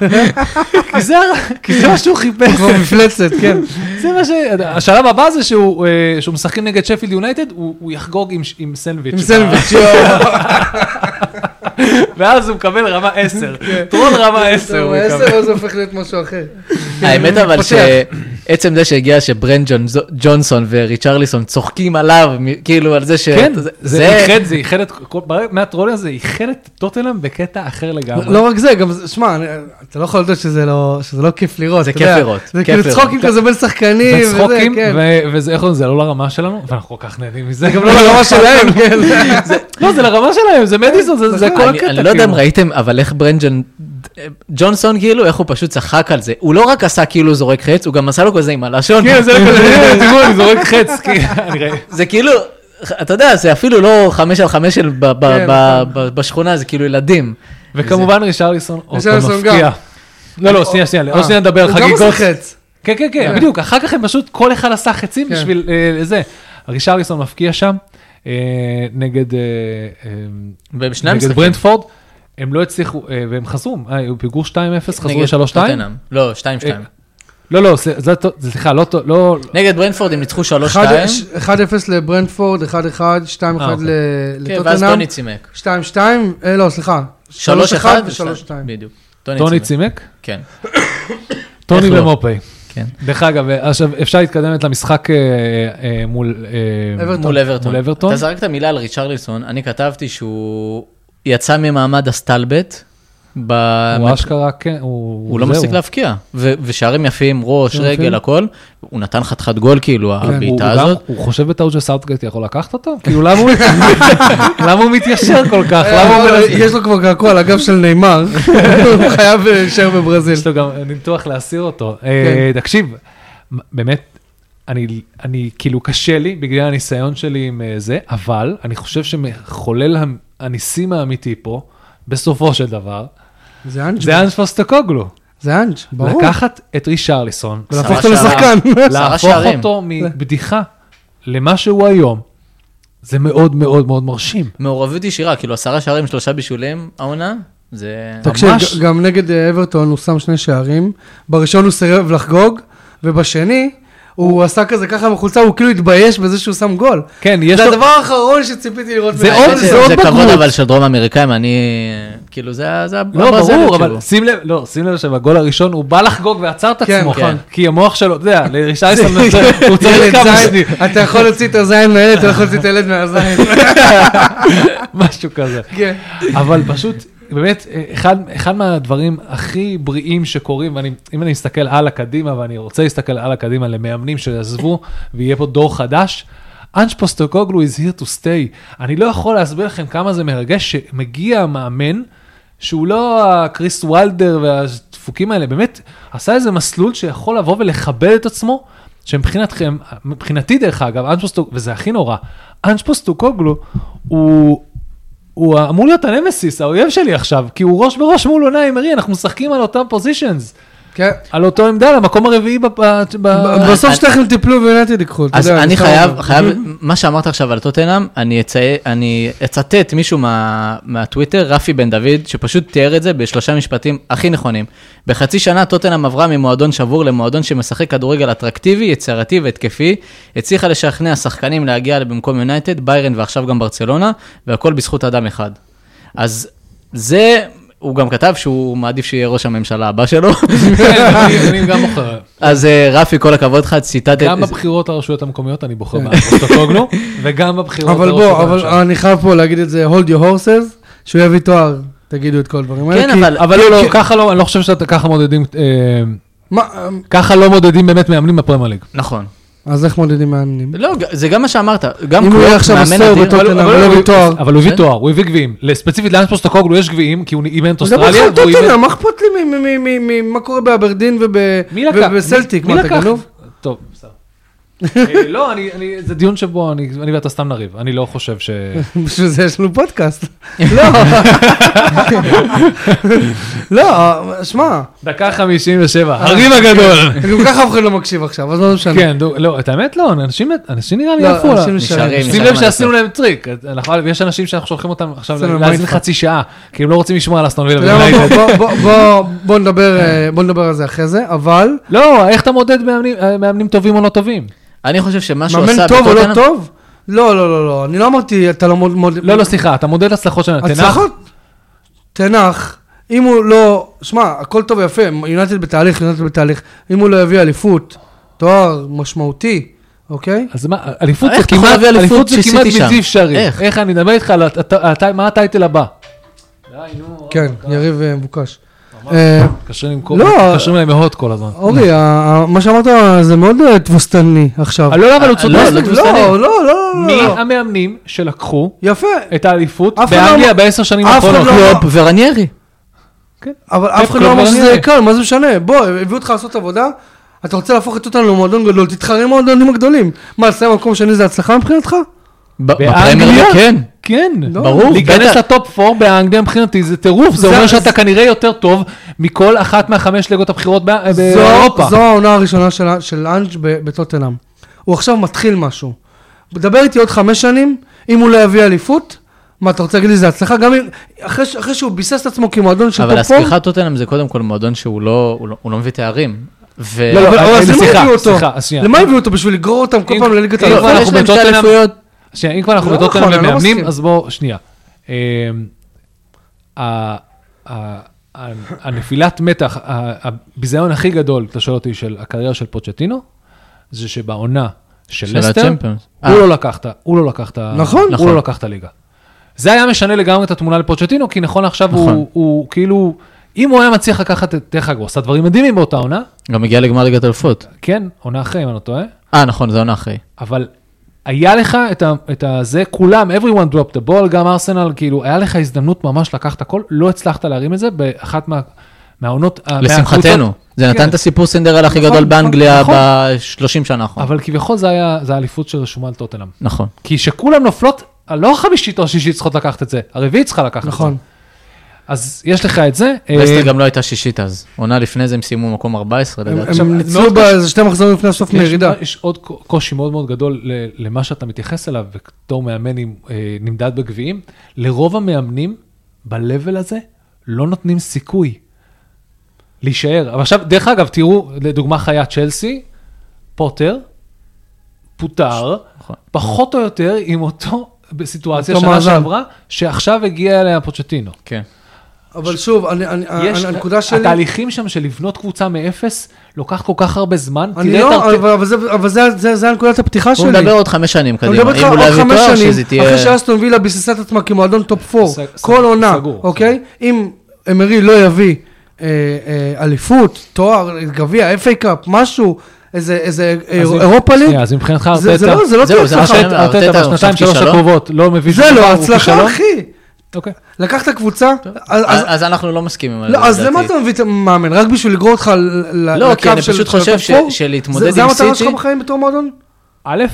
C: כי זה הר- כי זה מה שהוא חיפש.
B: נכון.
A: כבר מפלצת, כן.
C: זה מה ש... השלב הבא זה שהוא אה, שהוא משחקים נגד שפילד יונייטד, הוא הוא יחגוג עם ש- עם סנדוויץ'.
A: עם סנדוויץ', יואו.
C: ואז הוא מקבל רמה
A: כן.
C: 10. טרול רמה 10 הוא מקבל.
A: עשר, זה הופך להיות משהו אחר.
C: כן,
B: האמת אבל
A: פותח.
B: שעצם זה שהגיע שברנד ג'ונז- ג'ונסון וריצ'רליסון צוחקים עליו, מ- כאילו על זה ש...
C: כן,
B: זה-
C: זה איחד, זה איחד את, כל- ברגע- מהטרול הזה איחד את טוטנאם בקטע אחר לגמרי.
A: לא רק זה, גם, זה- שמע, אני- אתה לא יכול לדעת שזה לא שזה לא כיף לראות,
B: זה
A: אתה
B: כיף
A: יודע.
B: לראות,
A: זה
B: כיף
A: כאילו
B: לראות.
A: צחוקים כזה בין שחקנים, וזה,
C: וצחוקים,
A: כן.
C: ו- וזה איך אומרים, זה לא לרמה שלנו, ואנחנו כל כך נהנים מזה.
A: גם לא לרמה שלהם, נכון. כן.
C: לא, זה לרמה שלהם, זה מדיסון, זה- זה כל
B: אני-
C: הקטע.
B: אני לא יודע אם
C: כאילו.
B: ראיתם, אבל איך ברנג'ון ג'ונסון, כאילו, איך הוא פשוט צחק על זה. הוא לא רק עשה כאילו זורק חץ, הוא גם עשה לו כזה עם הלשון.
C: כן, זה לא כזה, תראו, אני זורק חץ, כאילו, אני ראיתי.
B: זה כאילו, אתה יודע, זה אפילו לא חמש על חמש של ב- ב-
A: כן,
B: ב-
C: נכון.
B: ב- בשכונה, זה כאילו ילדים.
C: וכמובן רישרליסון, עוד פעם
A: רישרליסון
C: מפקיע.
A: גם.
C: לא, לא, שנייה, שנייה,
A: אה.
C: עוד שנייה נדבר על
A: הוא גם
C: חגיגות.
A: עושה חץ.
C: כן, כן, כן,
A: כן.
C: בדיוק, אחר כך הם פשוט, כל אחד עשה חצים
A: כן.
C: בשביל אה, זה. רישרליסון מפקיע שם, אה, נגד אה, אה,
B: בשני
C: נגד
B: המשחקים.
C: ברנדפורד, הם לא הצליחו, אה, והם חזרו, אה, היו פיגור 2-0, חזרו
B: נגד
C: ל-3-2.
B: טוטנהאם. לא, שתיים שתיים.
C: אה, לא, לא, זה- זה טו- זה- סליחה, לא, טו- לא,
B: נגד ברנפורד הם ניצחו שלוש
A: אחד-
B: שתיים.
A: ש- 1-0 לברנדפורד, 1-1, 2-1
C: אה, אוקיי.
A: ל-
B: כן, ואז
A: לטוטנאם,
B: טוני צימק.
A: 2-2, אה, לא, סליחה, 3-1
B: שלוש אחד ושתיים.
A: ו-3-2.
B: בדיוק.
C: טוני צימק,
B: כן.
C: טוני
B: איך לא?
C: ומופי.
B: כן.
C: דרך אגב, אה, עכשיו אפשר להתקדם למשחק אה, אה, מול אה,
A: אברטון.
B: מול אברטון.
C: מול אברטון.
B: אתה זרקת מילה על ריצ'רליסון, אני כתבתי שהוא יצא ממעמד הסטלבט. ב...
C: הוא אשכרה, כן, הוא...
B: הוא לא
C: זהו.
B: מפסיק להבקיע, ו- ושערים יפים, ראש,
A: שערים יפים.
B: רגל, הכל. הוא נתן חתיכת גול, כאילו,
A: הוא-
C: כן, הוא
B: הבעיטה
C: גם-
B: הזאת.
C: הוא חושב בטעות שסאוטגייט יכול לקחת אותו? כאילו, למה הוא- למה הוא מתיישר כל כך? למה
B: אה,
C: הוא...
A: אבל אה, יש לו כבר קעקוע על הגב של נאמר, הוא חייב אה, להישאר בברזיל.
C: יש לו גם ניתוח להסיר אותו. אה,
B: כן.
C: תקשיב, מ- באמת, אני, אני כאילו קשה לי בגלל הניסיון שלי עם אה, זה, אבל אני חושב שמחולל המ- הניסים האמיתי פה, בסופו של דבר,
A: זה אנג'
C: זה אנש פוסטקוגלו.
A: זה אנג', ברור.
C: לקחת את רישרליסון,
A: ולהפוך
B: עשרה
A: אותו לשחקן.
B: שערים. עשרה
C: להפוך
B: שערים. כן.
C: אותו מבדיחה למה שהוא היום, זה מאוד מאוד מאוד מרשים.
B: מעורבות ישירה, כאילו, עשרה שערים, שלושה בישולים, העונה, זה...
A: תקשיב,
C: ממש.
A: ג- גם נגד אה, אברטון הוא שם שני שערים, בראשון הוא סירב לחגוג, ובשני הוא עשה כזה ככה מחולצה, הוא כאילו התבייש בזה שהוא שם גול.
C: כן, יש
A: זה
C: לו...
A: הדבר האחרון שציפיתי לראות.
C: זה
A: ממנו.
C: עוד-
B: האמת
C: זה
B: שזה-
C: עוד
B: זה כבוד
C: בגרות.
B: אבל של דרום אמריקאים, אני... כאילו, זה כאילו. זה
C: לא,
B: הברזליות
C: ברור, אבל
B: שלו.
C: שים לב, לא, שים לב שבגול הראשון הוא בא לחגוג ועצר את
A: כן,
C: עצמו,
B: כן.
C: כי המוח שלו, אתה יודע, לרישרליסון הוא
A: ילד
C: צריך כמה
A: זין,
C: שניות,
A: אתה יכול להוציא את הזין מהילד, אתה לא יכול להוציא את הילד מהזין.
C: משהו כזה.
A: כן.
C: אבל פשוט, באמת, אחד, אחד מהדברים הכי בריאים שקורים, ואני, אם אני מסתכל הלאה קדימה, ואני רוצה להסתכל הלאה קדימה למאמנים שיעזבו, ויהיה פה דור חדש, אנש פוסטוקוגלו is here to stay. אני לא יכול להסביר לכם כמה זה מרגש שמגיע המאמן, שהוא לא הקריס וולדר והדפוקים האלה, באמת, עשה איזה מסלול שיכול לבוא ולכבד את עצמו. שמבחינתכם, מבחינתי דרך אגב, אנש פוסטוקוגלו, וזה הכי נורא, אנש פוסטוקוגלו הוא הוא אמור להיות הנמסיס, האויב שלי עכשיו, כי הוא ראש בראש מול עונה עם ארי, אנחנו משחקים על אותם פוזיישנס,
A: כן.
C: על אותו עמדה, למקום הרביעי בפ... ב...
A: ב- בסוף
B: אני-
A: שתיכם תיפלו ויונטד ייקחו. אתה
B: אה, אז
A: יודע,
B: אני
A: סתם
B: חייב,
A: אומר.
B: חייב, מה שאמרת עכשיו על טוטנאם, אני אצא- אני אצטט מישהו מה- מהטוויטר, רפי בן דוד, שפשוט תיאר את זה בשלושה משפטים הכי נכונים. בחצי שנה טוטנאם עברה ממועדון שבור למועדון שמשחק כדורגל אטרקטיבי, יצירתי והתקפי, הצליחה לשכנע שחקנים להגיע במקום יונייטד, ביירן ועכשיו גם ברצלונה, והכל בזכות אדם אחד. אז זה, הוא גם כתב שהוא מעדיף שיהיה ראש הממשלה הבא שלו,
C: אני גם בוחר.
B: אז אה, רפי, כל הכבוד לך, ציטטת...
C: גם בבחירות לרשויות המקומיות אני בוחר באפוסטוקוגלו, וגם בבחירות
A: אבל
C: לרשויות
A: בוא, אבל אה,
C: הממשלה.
A: אני חייב פה להגיד את זה, hold your horses, שהוא יביא תואר, תגידו את כל הדברים האלה.
B: כן,
A: כי-
B: אבל...
C: אבל לא, לא, ככה לא, אני לא חושב שאתה ככה מודדים, אה,
A: מה, אמ,
C: ככה לא מודדים באמת מאמנים בפרמייר ליג.
B: נכון.
A: אז איך מודדים מאמנים?
B: לא, זה גם מה שאמרת, גם
A: אם הוא יהיה
B: קלופ,
A: עכשיו
B: מאמן
A: עשור
B: אדיר,
A: בטוטנאם,
B: אבל-
A: אבל
B: אבל-
A: לא הביא תואר.
C: אבל הוא הביא
B: כן.
C: תואר, הוא הביא גביעים. ספציפית לאן פוסטוקוגלו יש גביעים, כי הוא אימן את
A: מדבר
C: אוסטרליה,
A: על
C: והוא אימן...
A: טוטנאם, מה אכפת לי מ- מ- מ- מ- מה קורה באברדין וב-
C: מי לקח?
A: ובסלטיק? מה,
C: מי- מי
A: אתה
C: לקח?
A: גנוב?
C: טוב, בסדר. אה, לא, אני, אני, זה דיון שבו אני, אני ואתה סתם נריב, אני לא חושב ש...
A: בשביל זה יש לנו פודקאסט. לא. לא, שמע,
C: דקה 57, הריב הגדול.
A: גם ככה אף אחד לא מקשיב עכשיו, אז לא משנה.
C: כן, דו- לא, את האמת לא, אנשים, אנשים נראה לי
A: לא,
C: יעפו.
A: אנשים
C: לה.
A: נשארים.
B: נשארים.
C: שים
B: מה
C: לב
B: לעשות.
C: שעשינו להם טריק, אנחנו- יש אנשים שאנחנו שולחים אותם עכשיו
A: עשינו להם
C: להאזין
A: מיינדפאק.
C: חצי שעה, כי הם לא רוצים לשמוע על אסטון וילה.
A: אתה יודע מה,
C: ויונייטד.
A: בוא- בוא- בוא- בוא נדבר, אה, בוא נדבר על זה אחרי זה, אבל
C: לא, איך אתה מודד מאמנים- אה, מאמנים טובים או לא טובים?
B: אני חושב שמה שהוא עשה
A: מאמן טוב או
B: בטוטנהאם-
A: לא טוב? לא, לא, לא, לא, אני לא אמרתי, אתה לא מוד... מוד-
C: לא, לא, סליחה, אתה מודד הצלחות שלנו.
A: הצלחות? תנח, אם הוא לא... שמע, הכל טוב ויפה, יונתן בתהליך, יונתן בתהליך. אם הוא לא יביא אליפות, תואר משמעותי, אוקיי?
C: אז מה, אליפות
B: איך
C: זה
B: אתה יכול
C: כמעט,
B: להביא אליפות
C: אליפות זה
B: כשסיטי
C: כמעט
B: שם?
C: בלתי אפשרי.
B: איך?
C: איך אני מדבר איתך על הט- הט- מה הטייטל הבא?
A: כן, יריב אה, מבוקש. אה,
C: מתקשרים למכור,
A: לא. אוקיי.
C: מתקשרים להם מהוט כל הזמן.
A: אורי, ה- ה- מה שאמרת זה מאוד אה, תבוסתני עכשיו.
C: אבל לא, אבל הוא
B: אה,
C: צודק.
B: לא,
C: הוא
B: לא,
C: צודק.
A: לא, לא, לא, לא,
C: מי
A: לא.
C: המאמנים שלקחו
A: יפה,
C: את האליפות
A: אף אחד לא
C: באנגליה
A: אמר-
C: בעשר שנים
A: אף אחד
C: האחרונות?
A: לא-
B: קלופ ורניירי.
A: אבל אף
C: פפ
A: אחד לא אמר
C: קלוברני.
A: שזה יהיה קל, מה זה משנה? בוא, הביאו אותך לעשות עבודה, אתה רוצה להפוך את אותנו למועדון גדול, תתחרה עם המועדונים הגדולים. מה, לסיים מקום שני זה הצלחה מבחינתך?
B: ב- בפרמייר
C: באנגליה?
B: ליג, כן.
C: כן,
A: לא.
B: ברור,
C: להיכנס
B: בטח.
C: לטופ 4 באנגליה מבחינתי זה טירוף, זה
A: זה-
C: אומר
A: זה-
C: שאתה כנראה יותר טוב מכל אחת מהחמש ליגות הבכירות בא-
A: זו-
C: באירופה.
A: זו העונה הראשונה של- של אנג' ב- בטוטנאם. הוא עכשיו מתחיל משהו. דבר איתי עוד חמש שנים, אם הוא לא יביא אליפות, מה, אתה רוצה להגיד לי זה הצלחה? גם אם... אחרי ש- אחרי שהוא ביסס את עצמו כמועדון של
B: אבל
A: טופ פור,
B: להזכירך טוטנאם זה קודם כל מועדון שהוא לא הוא לא- הוא לא מביא תארים. ו-
C: לא,
A: אבל-
C: אבל-
A: אבל אז למה
C: סליחה,
A: הביאו אותו?
C: סליחה, אז שנייה.
A: למה הביאו אותו? בשביל לגרור אותם כל
C: אם-
A: פעם לליגת
B: לא,
C: אם
A: האלופות?
C: כבר אנחנו
B: יש להם שתי
C: בטוטנהאם-
B: אליפויות.
C: שנייה, אם כבר אנחנו
A: לא
C: בטוטנאם
A: נכון, אני לא
C: ומאמנים,
A: מסכים.
C: אז בואו, שנייה. אמ, ה- ה- הנפילת מתח, ה- הביזיון הכי גדול, אתה שואל אותי, של הקריירה של פוצ'טינו, זה שבעונה של
B: של
C: לסטר,
B: הצ'מפיונס. אה,
C: הוא לא לקח את ה- הוא לא לקח את ה-
A: נכון.
C: הוא
B: נכון.
C: לא לקח את הליגה. זה היה משנה לגמרי את התמונה לפוצ'טינו, כי נכון עכשיו
B: נכון.
C: הוא- הוא כאילו, אם הוא היה מצליח לקחת את דרך אגב, הוא עשה דברים מדהימים באותה עונה,
B: גם מגיע לגמר ליגת אלופות.
C: כן, עונה אחרי, אם אני לא טועה,
B: אה, נכון, זה עונה אחרי.
C: אבל היה לך את ה- את הזה, כולם, everyone drop the ball, גם ארסנל, כאילו, היה לך הזדמנות ממש לקחת הכל, לא הצלחת להרים את זה באחת מה- מהעונות, ה-
B: לשמחתנו.
C: מהקבוצות-
B: זה נתן
C: כן.
B: את הסיפור סינדרל הכי
C: נכון,
B: גדול באנגליה
C: נכון.
B: ב-30 שנה האחרונות.
C: אבל כביכול זה היה, זה האליפות שרשומה על טוטנאם.
B: נכון.
C: כי שכולם נופלות, לא החמישית או השישית צריכות לקחת את זה, הרביעית צריכה לקחת את
A: נכון.
C: זה. אז יש לך את זה. אה,
B: לסטר גם לא הייתה שישית אז. עונה לפני זה הם סיימו מקום 14
A: הם-
B: לדעתי.
A: הם ניצלו
C: מאוד
A: באיזה שתי מחזורים לפני הסוף
C: יש- אה,
A: מירידה.
C: יש עוד ק- קושי מאוד מאוד גדול ל- למה שאתה מתייחס אליו, בתור מאמן עם, אה, נמדד בגביעים, לרוב המאמנים ב-level הזה לא נותנים סיכוי להישאר. אבל עכשיו, דרך אגב, תראו, לדוגמה חיה צ'לסי, פוטר, פוטר,
B: נכון.
C: פחות או יותר עם אותו בסיטואציה
A: אותו
C: שנה
A: מאזן.
C: שעברה, שעכשיו הגיע אליה פוצ'טינו.
B: כן.
A: אבל שוב, אני- אני-
C: יש-
A: אה, הנקודה שלי...
C: התהליכים שם של לבנות קבוצה מאפס לוקח כל כך הרבה זמן.
A: אני
C: תראה את
A: לא,
C: הרכב-
A: אבל- אבל זה- אבל זה- זה זה הנקודת הפתיחה שלי.
B: הוא מדבר עוד חמש שנים
A: אני מדבר
B: קדימה.
A: איתך
B: אם הוא
A: עוד
B: לא יביא תואר,
A: חמש שנים,
B: שזה
A: אחרי
B: תהיה...
A: שאסטון וילה ביססה את עצמה כמועדון טופ 4,
C: סג-
A: כל
C: סגור,
A: עונה,
C: סגור.
A: אוקיי? אם אמרי לא יביא אה, אה, אליפות, תואר, גביע, FA קאפ, משהו, איזה- איזה אה,
C: אז אם-
A: אירופה ליג,
C: שנייה, אז מבחינתך
A: זה- זה
C: ארטטה,
A: לא- זה לא
B: זהו,
A: תהיה
B: זה מה
A: הצלחה.
B: שאני אומר.
C: ארטטה
B: ארטטה הוא
C: בשנתיים
B: עכשיו
C: שלוש
B: כישלון?
C: הקרובות לא מביא שום
A: זה לא
C: דבר, הוא
A: הצלחה,
C: כישלון.
A: אחי.
C: אוקיי.
A: לקחת קבוצה, אז-
B: אז אנחנו לא מסכימים על זה.
A: לא, אז
B: לדעתי.
A: למה אתה מביא את המאמן? רק בשביל לגרור אותך ל- ל-
B: לא, כי
A: לקו
B: אני
A: של
B: פשוט
A: של
B: חושב
A: הטופ
B: ש-
A: 4?
B: שלהתמודד
A: זה-
B: עם
A: זה המטרה
B: סיטי-
A: שלך בחיים בתור מועדון?
C: א',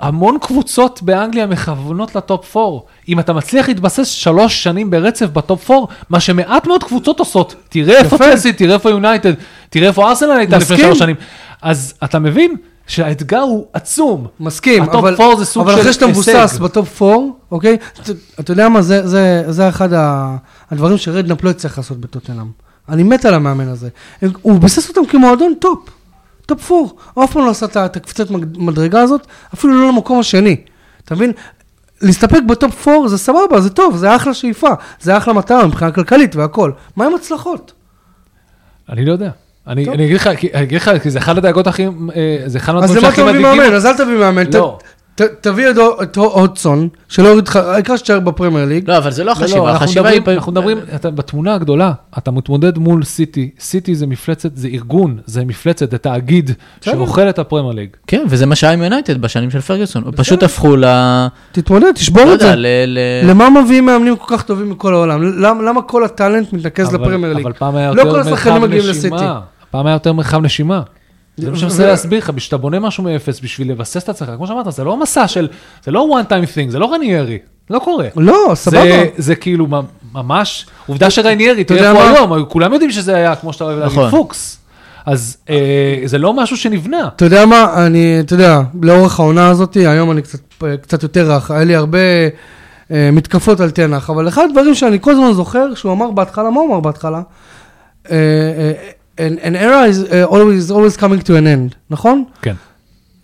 C: המון קבוצות באנגליה מכוונות לטופ 4. אם אתה מצליח להתבסס שלוש שנים ברצף בטופ 4, מה שמעט מאוד קבוצות עושות, תראה איפה צלסי, תראה איפה יונייטד, תראה איפה ארסנל הייתה לפני
A: מסכים.
C: שלוש שנים. אז אתה מבין שהאתגר הוא עצום.
A: מסכים,
C: הטופ
A: אבל,
C: four זה סוג
A: אבל
C: של
A: אחרי שאתה
C: הישג.
A: מבוסס בטופ 4, אוקיי? אתה, אתה יודע מה, זה, זה, זה אחד ה, הדברים שרדנאפ לא יצטרך לעשות בטוטנאם. אני מת על המאמן הזה. הם- הוא ביסס אותם כמועדון טופ, טופ 4. הוא אף פעם לא עשה את ה- את הקפיצת מג- מדרגה הזאת, אפילו לא למקום השני. אתה מבין? להסתפק בטופ 4 זה סבבה, זה טוב, זה אחלה שאיפה, זה אחלה מטרה מבחינה כלכלית והכל. מה עם הצלחות?
C: אני לא יודע. אני
A: טוב.
C: אני אגיד לך, כי- אני אגיד לך, כי זה אחד הדאגות הכי, אה, זה אחד
A: אז
C: הדברים
A: למה אתה
C: שהכי
A: מביא
C: מדאיגים.
A: מאמן? אז אל תביא מאמן. ת-
C: לא.
A: ת- תביא את הו- את הודסון, שלא יוריד לך, העיקר שתישאר בפרמייר ליג.
B: לא, אבל זה לא
C: לא,
B: החשיבה,
C: לא, אנחנו
B: החשיבה היא...
C: מדברים- אנחנו מדברים, אתה בתמונה הגדולה, אתה מתמודד מול סיטי, סיטי זה מפלצת, זה ארגון, זה מפלצת, זה תאגיד שאוכל את הפרמייר ליג.
B: כן, וזה מה שהיה עם יונייטד בשנים של פרגוסון. הם פשוט הפכו ל...
A: תתמודד,
B: לא
A: תשבור את זה.
B: יודע, ל... ל-
A: למה מביאים מאמנים כל כך טובים מכל העולם? למ- למה כל הטאלנט מתנקז
C: אבל-
A: לפרמייר ליג?
C: אבל פעם היה
A: לא כל
C: יותר
A: השחקנים
C: מרחב
A: מגיעים לסיטי.
C: נשימה. פעם היה יותר מרחב נשימה. זה מה שאני
A: ו-
C: מנסה להסביר לך, כשאתה בונה משהו מאפס בשביל לבסס את עצמך, כמו שאמרת, זה לא מסע של, זה לא one time thing, זה לא רניירי, לא קורה.
A: לא, סבבה.
C: זה, זה כאילו מ- ממש, עובדה שרניירי,
A: אתה
C: תראה
A: יודע
C: פה
A: מה?
C: היום, כולם יודעים שזה היה, כמו שאתה אוהב להגיד,
B: נכון.
C: פוקס. אז אה, זה לא משהו שנבנה.
A: אתה יודע מה, אני, אתה יודע, לאורך העונה הזאת, היום אני קצת, קצת יותר רך, היה לי הרבה אה, מתקפות על תנח, אבל אחד הדברים שאני כל הזמן זוכר, שהוא אמר בהתחלה, מה הוא אמר בהתחלה? אה, אה, an, an era is אה, always, always coming to an end, נכון?
C: כן.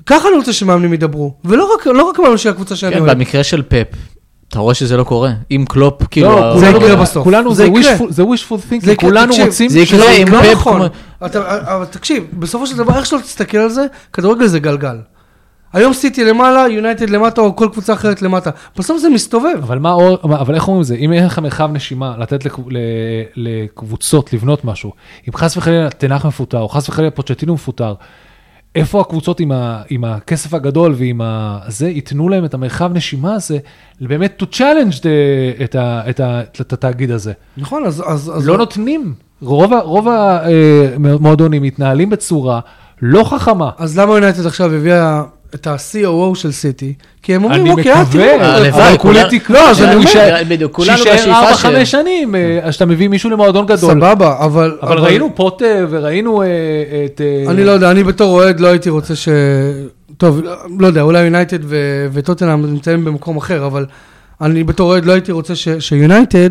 A: ככה אני רוצה שמאמנים ידברו, ולא רק, לא רק מאמנים של הקבוצה שאני
B: כן,
A: אוהב.
B: במקרה של פאפ, אתה רואה שזה לא קורה. עם קלופ, כאילו...
A: זה
C: כולנו-
A: יקרה לא, בסוף.
C: כולנו,
A: זה
C: זה
A: יקרה.
C: wishful- זה wishful
A: זה
C: thinking,
A: יקרה,
C: כולנו
A: תקשיב,
C: רוצים...
B: זה יקרה
A: שזה
B: עם
A: לא
B: פאפ
A: נכון.
B: כמו-
A: אתה- אבל תקשיב, בסופו של דבר, איך שלא תסתכל על זה, כדורגל זה גלגל. היום סיטי למעלה, יונייטד למטה, או כל קבוצה אחרת למטה. בסוף זה מסתובב.
C: אבל מה אור, מה- אבל איך אומרים את זה? אם אין לך מרחב נשימה לתת לקב- ל- לקבוצות לבנות משהו, אם חס וחלילה תנח מפוטר, או חס וחלילה פוצ'טינו מפוטר, איפה הקבוצות עם, ה, עם הכסף הגדול ועם ה, זה, ייתנו להם את המרחב נשימה הזה, באמת to challenge the, את, ה, את, ה, את התאגיד הזה.
A: נכון, אז... אז- אז-
C: לא נותנים. רוב, ה- רוב המועדונים מתנהלים בצורה לא חכמה.
A: אז למה יונייטד עכשיו הביאה את ה-COO של סיטי? כי הם אומרים,
C: אני
A: אוקיי, אל
C: מקווה,
A: תראו.
B: הלוואי,
C: אבל כולי
B: כולנו-
C: תקווה, אז אני
B: כולנו-
C: אומר,
B: בדיוק, כולנו
C: שישאר
B: בשאיפה
C: 4-5
B: של-
C: שנים, אה, אז אתה מביא מישהו למועדון גדול.
A: סבבה, אבל...
C: אבל ראינו פוטר וראינו אה, את... אה,
A: אני לא יודע, אני בתור אוהד לא הייתי רוצה ש... טוב, לא יודע, אולי יונייטד ו- וטוטנאם נמצאים במקום אחר, אבל אני בתור אוהד לא הייתי רוצה ש- שיונייטד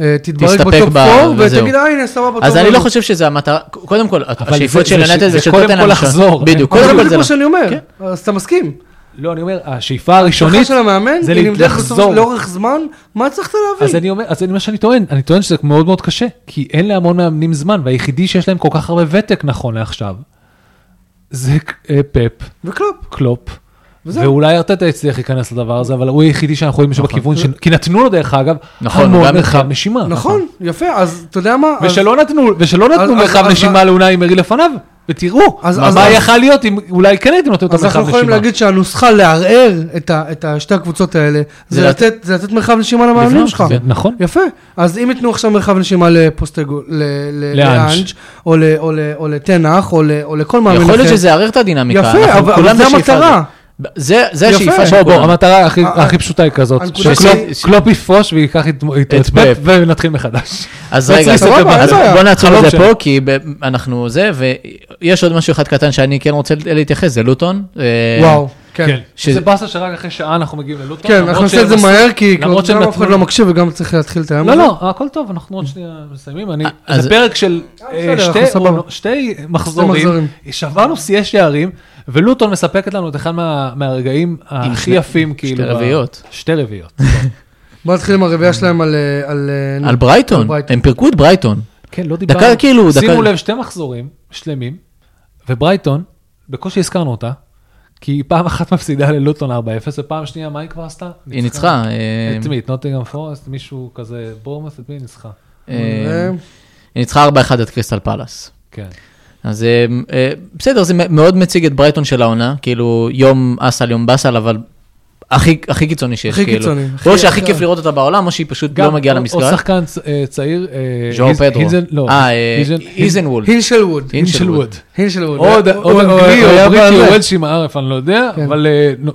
A: אה, תתברג
B: תסתפק
A: בטופ
B: ב-
A: 4
B: וזהו.
A: ותגיד, אה, הנה, סבבה,
B: אז
A: טוב,
B: אני
A: אבל-
B: לא חושב שזה המטרה, קודם כל,
C: אבל זה-
B: השאיפות של
C: זה-
B: יונטד
C: זה
B: זה של
C: קודם
B: טוטנאם
C: כל
B: ראשון.
C: לחזור.
B: בדיוק,
A: אבל
B: קודם
A: זה
B: כל זה
A: בדיוק מה
B: לא.
A: שאני אומר,
B: כן.
A: אז אתה מסכים.
C: לא, אני אומר, השאיפה
A: ההצלחה
C: הראשונית,
A: של המאמן,
C: זה
A: היא
C: ל-
A: נמדדת בסוף
C: לחזור.
A: לאורך זמן, מה הצלחת
C: אז
A: להביא?
C: אני אומר, אז אני מה שאני טוען, אני טוען שזה מאוד מאוד קשה, כי אין להמון מאמנים זמן, והיחידי שיש להם כל כך הרבה ותק נכון לעכשיו, זה אה, פפ,
A: וקלופ.
C: קלופ.
A: וזהו.
C: ואולי ארטטה יצליח להיכנס לדבר הזה, אבל הוא היחידי שאנחנו רואים שבכיוון, של- כי נתנו לו דרך אגב,
B: נכון, הוא
C: המון
B: גם
C: מרחב
B: התחיל-
C: נשימה.
A: נכון, יפה, אז אתה יודע מה? אז-
C: ושלא נתנו, ושלא נתנו
A: אז-
C: מרחב
A: אז-
C: נשימה לאונאי מרי לפניו, ותראו,
A: אז-
C: מה-
A: אז-
C: מה
A: אז-
C: יכל להיות אם אולי כן הייתם נותנים אותו
A: אז
C: מרחב נשימה.
A: אנחנו יכולים להגיד שהנוסחה לערער את ה- את ה- שתי הקבוצות האלה,
B: זה
A: זה
B: לת-
A: לתת- זה לתת מרחב נשימה למאמנים
C: לבנות,
A: שלך.
C: זה- נכון.
A: יפה, אז אם ייתנו עכשיו מרחב נשימה לפוסטגו, ל- ל-
C: לאנג'.
A: לאנג' או ל- או ל- או לתנח או ל- או לכל מאמן אחר.
B: יכול להיות שזה יערער את הדינמיקה.
A: יפה,
B: אנחנו
A: אבל-
B: כולם
A: אבל זה
B: בשאיפה
A: המטרה.
B: הזאת. זה זה
A: יפה.
B: השאיפה של
C: בוא, בוא,
B: כולם.
C: המטרה הכי-
A: אה,
C: הכי פשוטה היא כזאת,
A: הנקודה
B: שלי-
C: שקלופ יפרוש וייקח איתו איתו את
B: את
C: פפ
B: פפ.
C: ונתחיל מחדש.
B: אז
C: לא
B: רגע,
C: צריך
B: אז
A: להסתכל
B: סבבה,
A: בזה.
B: אז
A: אין בעיה.
B: בוא נעצור
C: חלום
B: את זה
C: שלי.
B: פה, כי ב- אנחנו זה, ויש עוד משהו אחד קטן שאני כן רוצה להתייחס, זה לוטון. אה,
A: וואו, כן.
B: ש-
C: זה באסה שרק אחרי שעה אנחנו מגיעים ללוטון.
A: כן,
C: למרות
A: אנחנו נעשה את זה
C: שהם
A: מהר, כי
C: למרות
A: כבר
C: שהם
A: גם אף אחד
C: נתנו-
A: לא מקשיב וגם צריך להתחיל את היום
C: לא,
A: הזה.
C: לא, הכל טוב, אנחנו עוד שנייה מסיימים. אני-
B: אז-
C: זה פרק של
A: אה,
C: אה,
A: בסדר,
C: שתי
A: אנחנו
C: עונות-
A: סבבה.
C: שתי מחזורים,
A: מחזורים.
C: שברנו שיאי שערים, ולוטון מספקת לנו את אחד מה- מהרגעים הכי
B: שני-
C: יפים,
B: שתי
C: כאילו. ב-
B: רביעיות.
C: שתי רביעיות.
A: בוא נתחיל עם הרביעייה שלהם על, אה, על... אה, נו,
B: על ברייטון,
A: ברייטון.
B: הם פירקו את ברייטון.
C: כן, לא דיברנו.
B: דקה כאילו, דקה...
C: שימו לב, שתי מחזורים שלמים, וברייטון, בקושי הזכרנו אותה, כי היא פעם אחת מפסידה ללוטון 4-0, ופעם שנייה, מה היא כבר עשתה?
B: היא ניצחה. אה,
C: את מי? את נוטינגרם פורסט? מישהו כזה, בורמוס, את מי היא ניצחה?
B: אה,
A: אה,
B: היא ניצחה 4-1 את קריסטל פלאס.
C: כן.
B: אז אה, אה, בסדר, זה מ- מאוד מציג את ברייטון של העונה, כאילו יום אסל, יום באסל, אבל הכי הכי קיצוני שיש,
A: הכי
B: כאילו.
A: קיצוני, הכי-
B: או שהכי כיף לראות אותה בעולם, או שהיא פשוט לא מגיעה
C: עוד- עוד
B: למשחק.
C: שחקן צ- אה, צעיר, אה,
B: ז'או
C: היז-
B: פדרו.
C: היזן- לא,
B: אה, אה,
C: היזן-
B: איזנוולד.
A: הינשלווד.
B: הינשלווד.
A: הינשלווד. אה,
C: עוד
A: הוא-
C: עוד
A: הוא
C: אנגלי,
A: אנגלי,
C: או
A: הוא
C: בריטי, או
A: בזה.
C: וולשי מארף, אני לא יודע,
A: כן.
C: אבל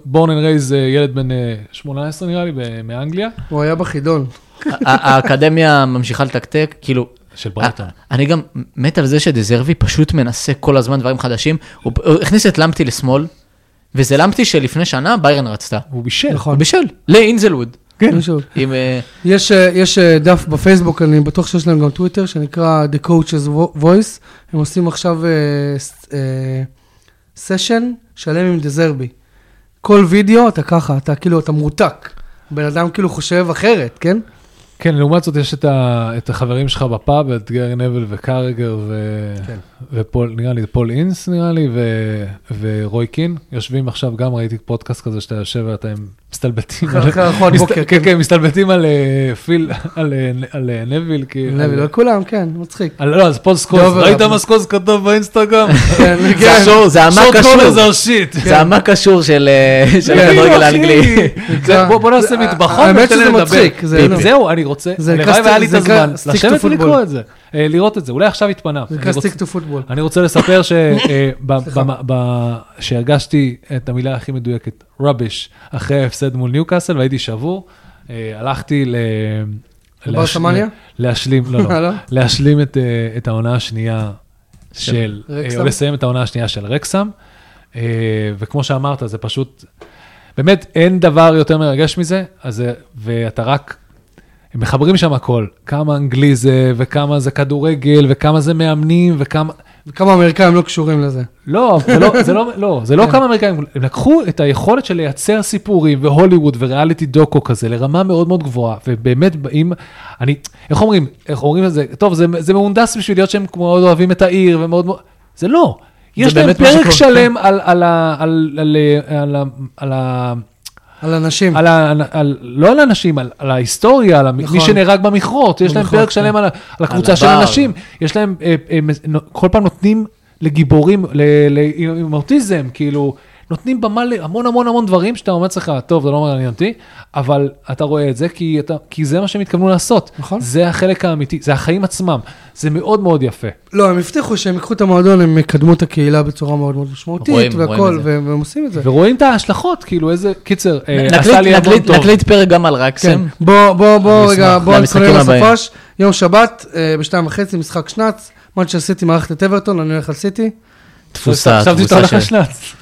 C: בורן אנד רייז ילד בן אה, 18 נראה לי, ב- מאנגליה,
A: הוא היה בחידון.
B: ה- האקדמיה ממשיכה לתקתק, כאילו,
C: של ברייטון.
B: א- אני גם מת על זה שדזרבי פשוט מנסה כל הזמן דברים חדשים. הוא פ- הוא הכניס את למפטי לשמאל, וזה למפטי שלפני שנה ביירן רצתה.
C: אה, הוא בישל.
A: נכון.
B: הוא בשל, לאינזלווד.
C: כן.
A: הינשלווד.
B: עם, אה,
A: יש, אה, יש אה, דף בפייסבוק, אני בטוח שיש להם גם טוויטר, שנקרא The Coach's Voice. הם עושים עכשיו אה, ס- אה, סשן שלם עם דזרבי. כל וידאו אתה ככה, אתה כאילו, אתה מרותק. בן אדם כאילו חושב אחרת, כן?
C: כן, לעומת זאת יש את, ה, את החברים שלך בפאב, את גרי נבל וקרגר ו, כן.
A: כן.
C: ופול, נראה לי, פול אינס נראה לי, ו, ורוי קין, יושבים עכשיו, גם ראיתי פודקאסט כזה שאתה יושב ואתה הם מסתלבטים.
A: אחרי-
C: על-
A: אחרי ארוחת
C: מסת-
A: בוקר,
C: כן,
A: כן.
C: כן, מסתלבטים על אה, פיל, על, אה, נ- על אה, נביל, כי...
A: נביא
C: על-
A: לו כולם, כן, מצחיק.
C: על- לא, אז פול סקוז,
A: דובר
C: ראית
A: אבל.
C: מה סקוז כתב באינסטגרם?
A: כן,
B: זה
A: כן.
B: השור, זה המה
C: שורט קולר זה
B: קשור,
C: על שיט.
B: זה המה קשור של אה, של
C: כן, אה,
B: הכדורגל
C: אחי.
B: האנגלי.
C: זה- בוא בוא נעשה
A: זה-
C: מטבחון
A: אה, האמת
C: ותן
A: שזה
C: להם
A: מצחיק,
C: לדבר.
A: זה-
C: בדיוק.
A: לא.
C: זהו, אני רוצה,
A: זה
C: הלוואי
A: קסט-
C: והיה לי את
A: זה
C: הזמן,
A: ק- סטיק טו
C: לשבת
A: פוטבול.
C: ולקרוא את זה, אה, לראות את זה, אולי עכשיו התפנה.
A: זה
C: אני
A: נקרא
C: רוצה-
A: סטיק טו פוטבול.
C: אני רוצה לספר ש- אה, ב- ב- ב- שהרגשתי את המילה הכי מדויקת, rubbish, אחרי ההפסד מול ניוקאסל והייתי שבור. אה, הלכתי ל...
A: לברסמניה?
C: להש- להשלים, לא,
A: אה,
C: לא,
A: לא?
C: להשלים את, אה, את העונה השנייה של, אה,
A: רקסם?
C: או לסיים את העונה השנייה של רקסם. אה, וכמו שאמרת, זה פשוט, באמת אין דבר יותר מרגש מזה, אז, זה- ואתה רק הם מחברים שם הכל, כמה אנגלי זה, וכמה זה כדורגל, וכמה זה מאמנים, וכמה...
A: כמה אמריקאים לא קשורים לזה.
C: לא, זה לא, זה לא, לא, זה לא
B: כן.
C: כמה אמריקאים, הם לקחו את היכולת של לייצר סיפורים, והוליווד וריאליטי דוקו כזה, לרמה מאוד מאוד גבוהה, ובאמת באים, אני, איך אומרים, איך אומרים את זה, טוב, זה, זה מהונדס בשביל להיות שהם מאוד אוהבים את העיר, ומאוד מאוד, זה לא. יש להם
B: באמת מה
C: פרק
B: שקורה, כן.
C: שלם על, על, ה- על, על, על, ה- על, ה-
A: על אנשים.
C: על ה... על, לא על האנשים, על, על ההיסטוריה, על המ-
A: נכון.
C: מי שנהרג במכרות, יש להם
A: במכרות,
C: פרק שלם
A: כן.
C: על, ה- על הקבוצה
B: נכון. על
C: של
B: הבר.
C: אנשים, יש להם, אה, אה, מס- נו- כל פעם נותנים לגיבורים, ל- ל- עם עם אוטיזם, כאילו, נותנים במה להמון המון המון דברים שאתה אומר לך, טוב, זה לא מעניין אותי, אבל אתה רואה את זה כי, אתה, כי זה מה שהם התכוונו לעשות.
A: נכון.
C: זה החלק האמיתי, זה החיים עצמם, זה מאוד מאוד יפה.
B: כן.
A: לא, הם הבטיחו שהם ייקחו את המועדון, הם יקדמו את הקהילה בצורה מאוד מאוד
B: רואים,
A: משמעותית,
B: רואים
A: והכל,
B: את זה. לא
A: והם והם עושים את זה.
C: ורואים את ההשלכות, כאילו איזה, קיצר, אה,
B: נקליט-
C: עשה לי המון
B: נקליט-
C: טוב.
B: נקליט פרק גם על
A: כן,
B: רקסם.
A: בוא, בוא, בוא,
B: אני
A: רגע,
B: אשמח,
A: בוא
B: למשחקים
A: נתכונן
B: הבאים.
A: לסופש. יום שבת, אה, בשתיים וחצי, משחק שנץ, מנצ'ר סיטי מארחת את אברטון, אני הולך על סיטי.
B: תפוסה,
C: חשבתי
B: תפוסה
C: שאתה הולך
B: של...
C: לשנץ.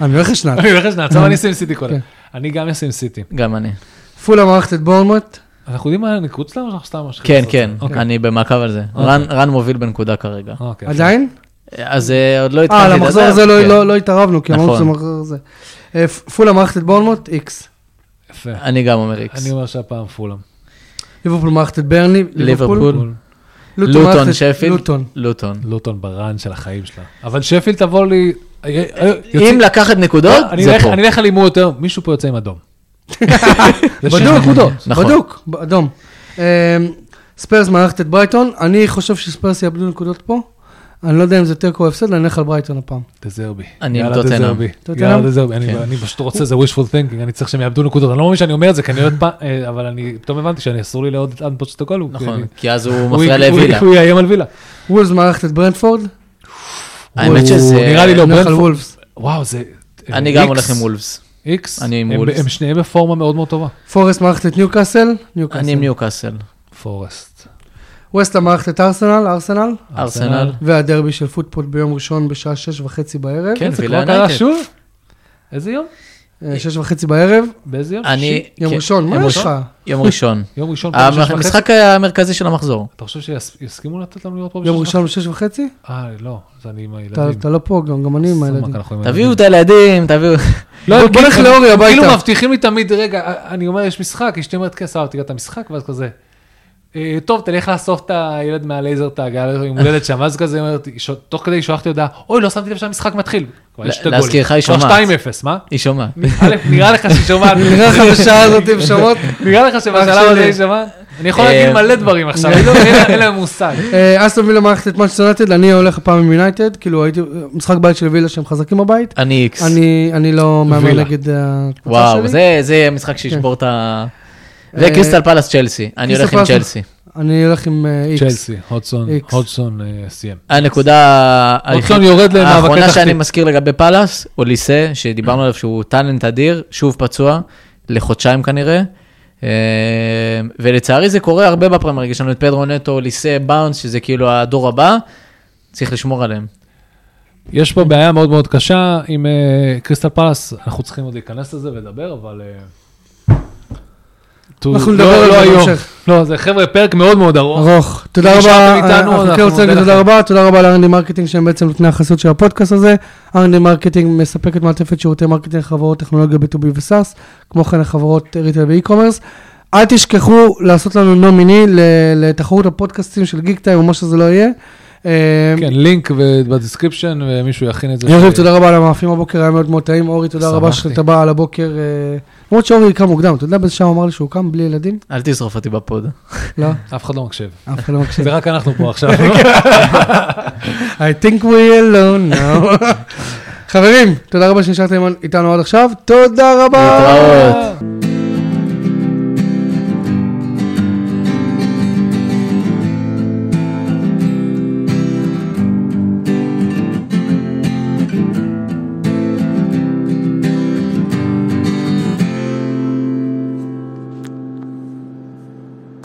A: אני הולך לשנץ.
C: אני הולך לשנץ, אבל אני אשים סיטי קודם.
A: כן.
C: אני גם אשים סיטי.
B: גם אני.
A: פולה מארחת את בורנמוט.
C: אנחנו יודעים מה הניקוד שלנו, או שאנחנו סתם משחילים?
B: כן,
C: את זה?
B: כן,
C: אוקיי.
B: אני במעקב על זה.
C: אוקיי.
B: רן- רן מוביל בנקודה כרגע.
C: אוקיי.
A: עדיין?
B: אז אה, עוד לא התחלתי
A: אה,
B: לדבר.
A: למחזור הזה לא-
B: כן.
A: לא- לא התערבנו, כי אמרנו
B: נכון.
A: שזה מחזור הזה. אה, פ- פולה מערכת את בורנמוט, איקס.
C: יפה.
B: אני גם אומר איקס.
C: אני אומר שהפעם פולאם.
A: ליברפול מערכת את ברני, ליברפול.
B: ליברפול.
A: מערכת
B: לוטון,
A: את-
B: שפילד.
A: לוטון.
B: לוטון.
C: לוטון ברן של החיים שלה. אבל שפילד תבוא לי... אה, אה, יוצא- אה,
B: אם לקחת נקודות,
C: אני
B: זה
C: אלך-
B: פה.
C: אני אלך על הימור יותר, מישהו פה יוצא עם אדום. זה שש
A: בדוק,
C: נקודות.
B: נכון.
A: בדוק, ב- אדום. אה, ספיירס מארחת את ברייטון, אני חושב שספיירס יאבדו נקודות פה. אני לא יודע אם זה תיקו או הפסד, אני אלך על ברייטון הפעם.
C: דזרבי.
B: אני עם
C: יאללה,
B: טוטנהאם.
C: דזרבי.
A: טוטנהאם?
C: יאללה דזרבי. אני-
B: כן.
C: אני פשוט רוצה, זה wishful thinking, אני צריך שהם יאבדו נקודות. אני לא מאמין שאני אומר את זה, כי אני עוד פעם, אה, אבל אני פתאום הבנתי שאני אסור לי לעוד את אנד פוצ'טוקולו.
B: נכון, כי אז הוא מפריע לווילה.
C: אוקיי. הוא יאיים על וילה.
A: וולס מארחת את ברנפורד,
B: לא, האמת שזה...
C: נראה לי לא,
A: אני הולך על
C: ברנפורד-
A: וולפס.
C: וואו, זה...
B: אני
C: אה,
B: גם
C: X,
B: הולך עם וולפס.
C: איקס,
B: אני עם
C: הם-
B: וולפס.
C: הם שניהם בפורמה מאוד מאוד טובה.
A: פורסט מארחת את ניוקאסל,
B: אני
A: ניוקאסל.
B: עם ניוקאסל.
C: פורסט.
A: ווסטה מארחת את ארסנל, ארסנל.
B: ארסנל.
A: והדרבי של פוטפול ביום ראשון בשעה שש וחצי בערב.
B: כן,
C: זה
B: וילה
C: כבר קרה
B: יונייטד.
C: שוב? איזה יום?
A: אה, שש וחצי בערב,
C: באיזה יום? שישי?
B: אני... אה,
A: יום
B: כן,
A: ראשון, מה
B: יום
A: יש לך?
B: ראשון. יום ראשון.
C: יום ראשון פה בשש וחצי?
B: המשחק המרכזי של המחזור.
C: אתה חושב שיסכימו לתת לנו לראות פה
A: יום
C: בשש
A: ראשון בשש וחצי?
C: וחצי? אה, לא, זה אני עם
A: אתה-
C: הילדים.
A: אתה לא פה, גם גם אני עם
C: סמק,
A: הילדים.
C: אנחנו עם
B: תביאו
C: הילדים.
B: את הילדים, תביאו...
A: בוא- בוא
C: כאילו-
A: נלך לאורי
C: הם כאילו
A: הביתה.
C: מבטיחים לי תמיד, רגע, אני אומר, יש משחק, אשתי אומרת, כן, סבבה, תראה את המשחק, ואז כזה. "אה, טוב, תלך לאסוף את הילד מהלייזר טאג, היה לו יום הולדת שם, אז כזה, היא אומרת, היא ש- תוך כדי שולחתי הודעה, אוי, לא שמתי לב שהמשחק מתחיל. כבר יש את הגול.
B: להזכירך, היא
C: כבר
B: שומעת.
C: 2-0, מה?
B: היא שומעת.
C: א', נראה לך שהיא שומעת.
A: נראה לך בשעה הזאת עם שמות?
C: נראה לך שבשלב
A: שלי.
C: הזה היא שומעת? אני יכול להגיד
B: אה,
C: מלא דברים עכשיו, אין לה- אין להם מושג.
A: אה, אסטון וילה מערכת את מנצ'סטר יונייטד, אני הולך הפעם עם יונייטד, כאילו הייתי, משחק בית של וילה שהם חזקים בבית,
B: אני איקס.
A: אני אני לא מהמר
C: וילה.
A: נגד הקבוצה שלי.
B: וואו, זה- זה יהיה משחק שישבור את ה... וקריסטל פלאס צ'לסי. אני הולך עם
A: כן. אה, פלאס-
B: צ'לסי.
A: אני הולך עם אה, איקס.
C: צ'לסי, הודסון,
A: איקס.
C: הודסון אה, סיים.
B: הנקודה
C: הודסון יורד למאבקי
B: האחרונה שאני
C: תחתית.
B: מזכיר לגבי פלאס, אוליסה, שדיברנו עליו שהוא טאלנט אדיר, שוב פצוע, לחודשיים כנראה. אה, ולצערי זה קורה הרבה בפרמיירג, יש לנו את פדרו נטו, אוליסה, באונס, שזה כאילו הדור הבא, צריך לשמור עליהם.
C: יש פה בעיה מאוד מאוד קשה עם אה, קריסטל פלאס, אנחנו צריכים עוד להיכנס לזה ולדבר, אבל... אה, טו-
A: אנחנו
C: לא-
A: נדבר על
C: לא
A: זה
C: היום.
A: בהמשך.
C: לא, זה חבר'ה, פרק מאוד מאוד ארוך.
A: ארוך. תודה רבה,
C: נשארתם איתנו,
A: אה, אנחנו
C: אנחנו
A: כן
C: נודה
A: רוצים להגיד תודה
C: לכם.
A: רבה, תודה רבה ל-R&D מרקטינג שהם בעצם נותני החסות של הפודקאסט הזה. R&D מרקטינג מספקת מעטפת שירותי מרקטינג לחברות טכנולוגיה B2B וסאס, כמו כן לחברות ריטל ואי-קומרס. אל תשכחו לעשות לנו נומיני ל- לתחרות הפודקאסטים של גיק טיים או מה שזה לא יהיה. אה,
C: כן, לינק ו- בדיסקריפשן, ומישהו יכין את זה.
A: ירוב,
C: ש-
A: תודה רבה על המאפים הבוקר, היה מאוד מאוד טעים. אורי, תודה רבה
C: שמחתי.
A: שאתה בא על הבוקר. אה, למרות שאורי קם מוקדם, אתה יודע באיזה שעה הוא אמר לי שהוא קם בלי ילדים?
B: אל תשרוף אותי בפוד.
A: לא,
C: אף אחד לא מקשיב.
A: אף אחד לא מקשיב.
C: זה רק אנחנו פה עכשיו.
A: I think we alone now. חברים, תודה רבה שנשארתם איתנו עד עכשיו, תודה רבה.
B: להתראות.
C: ביי.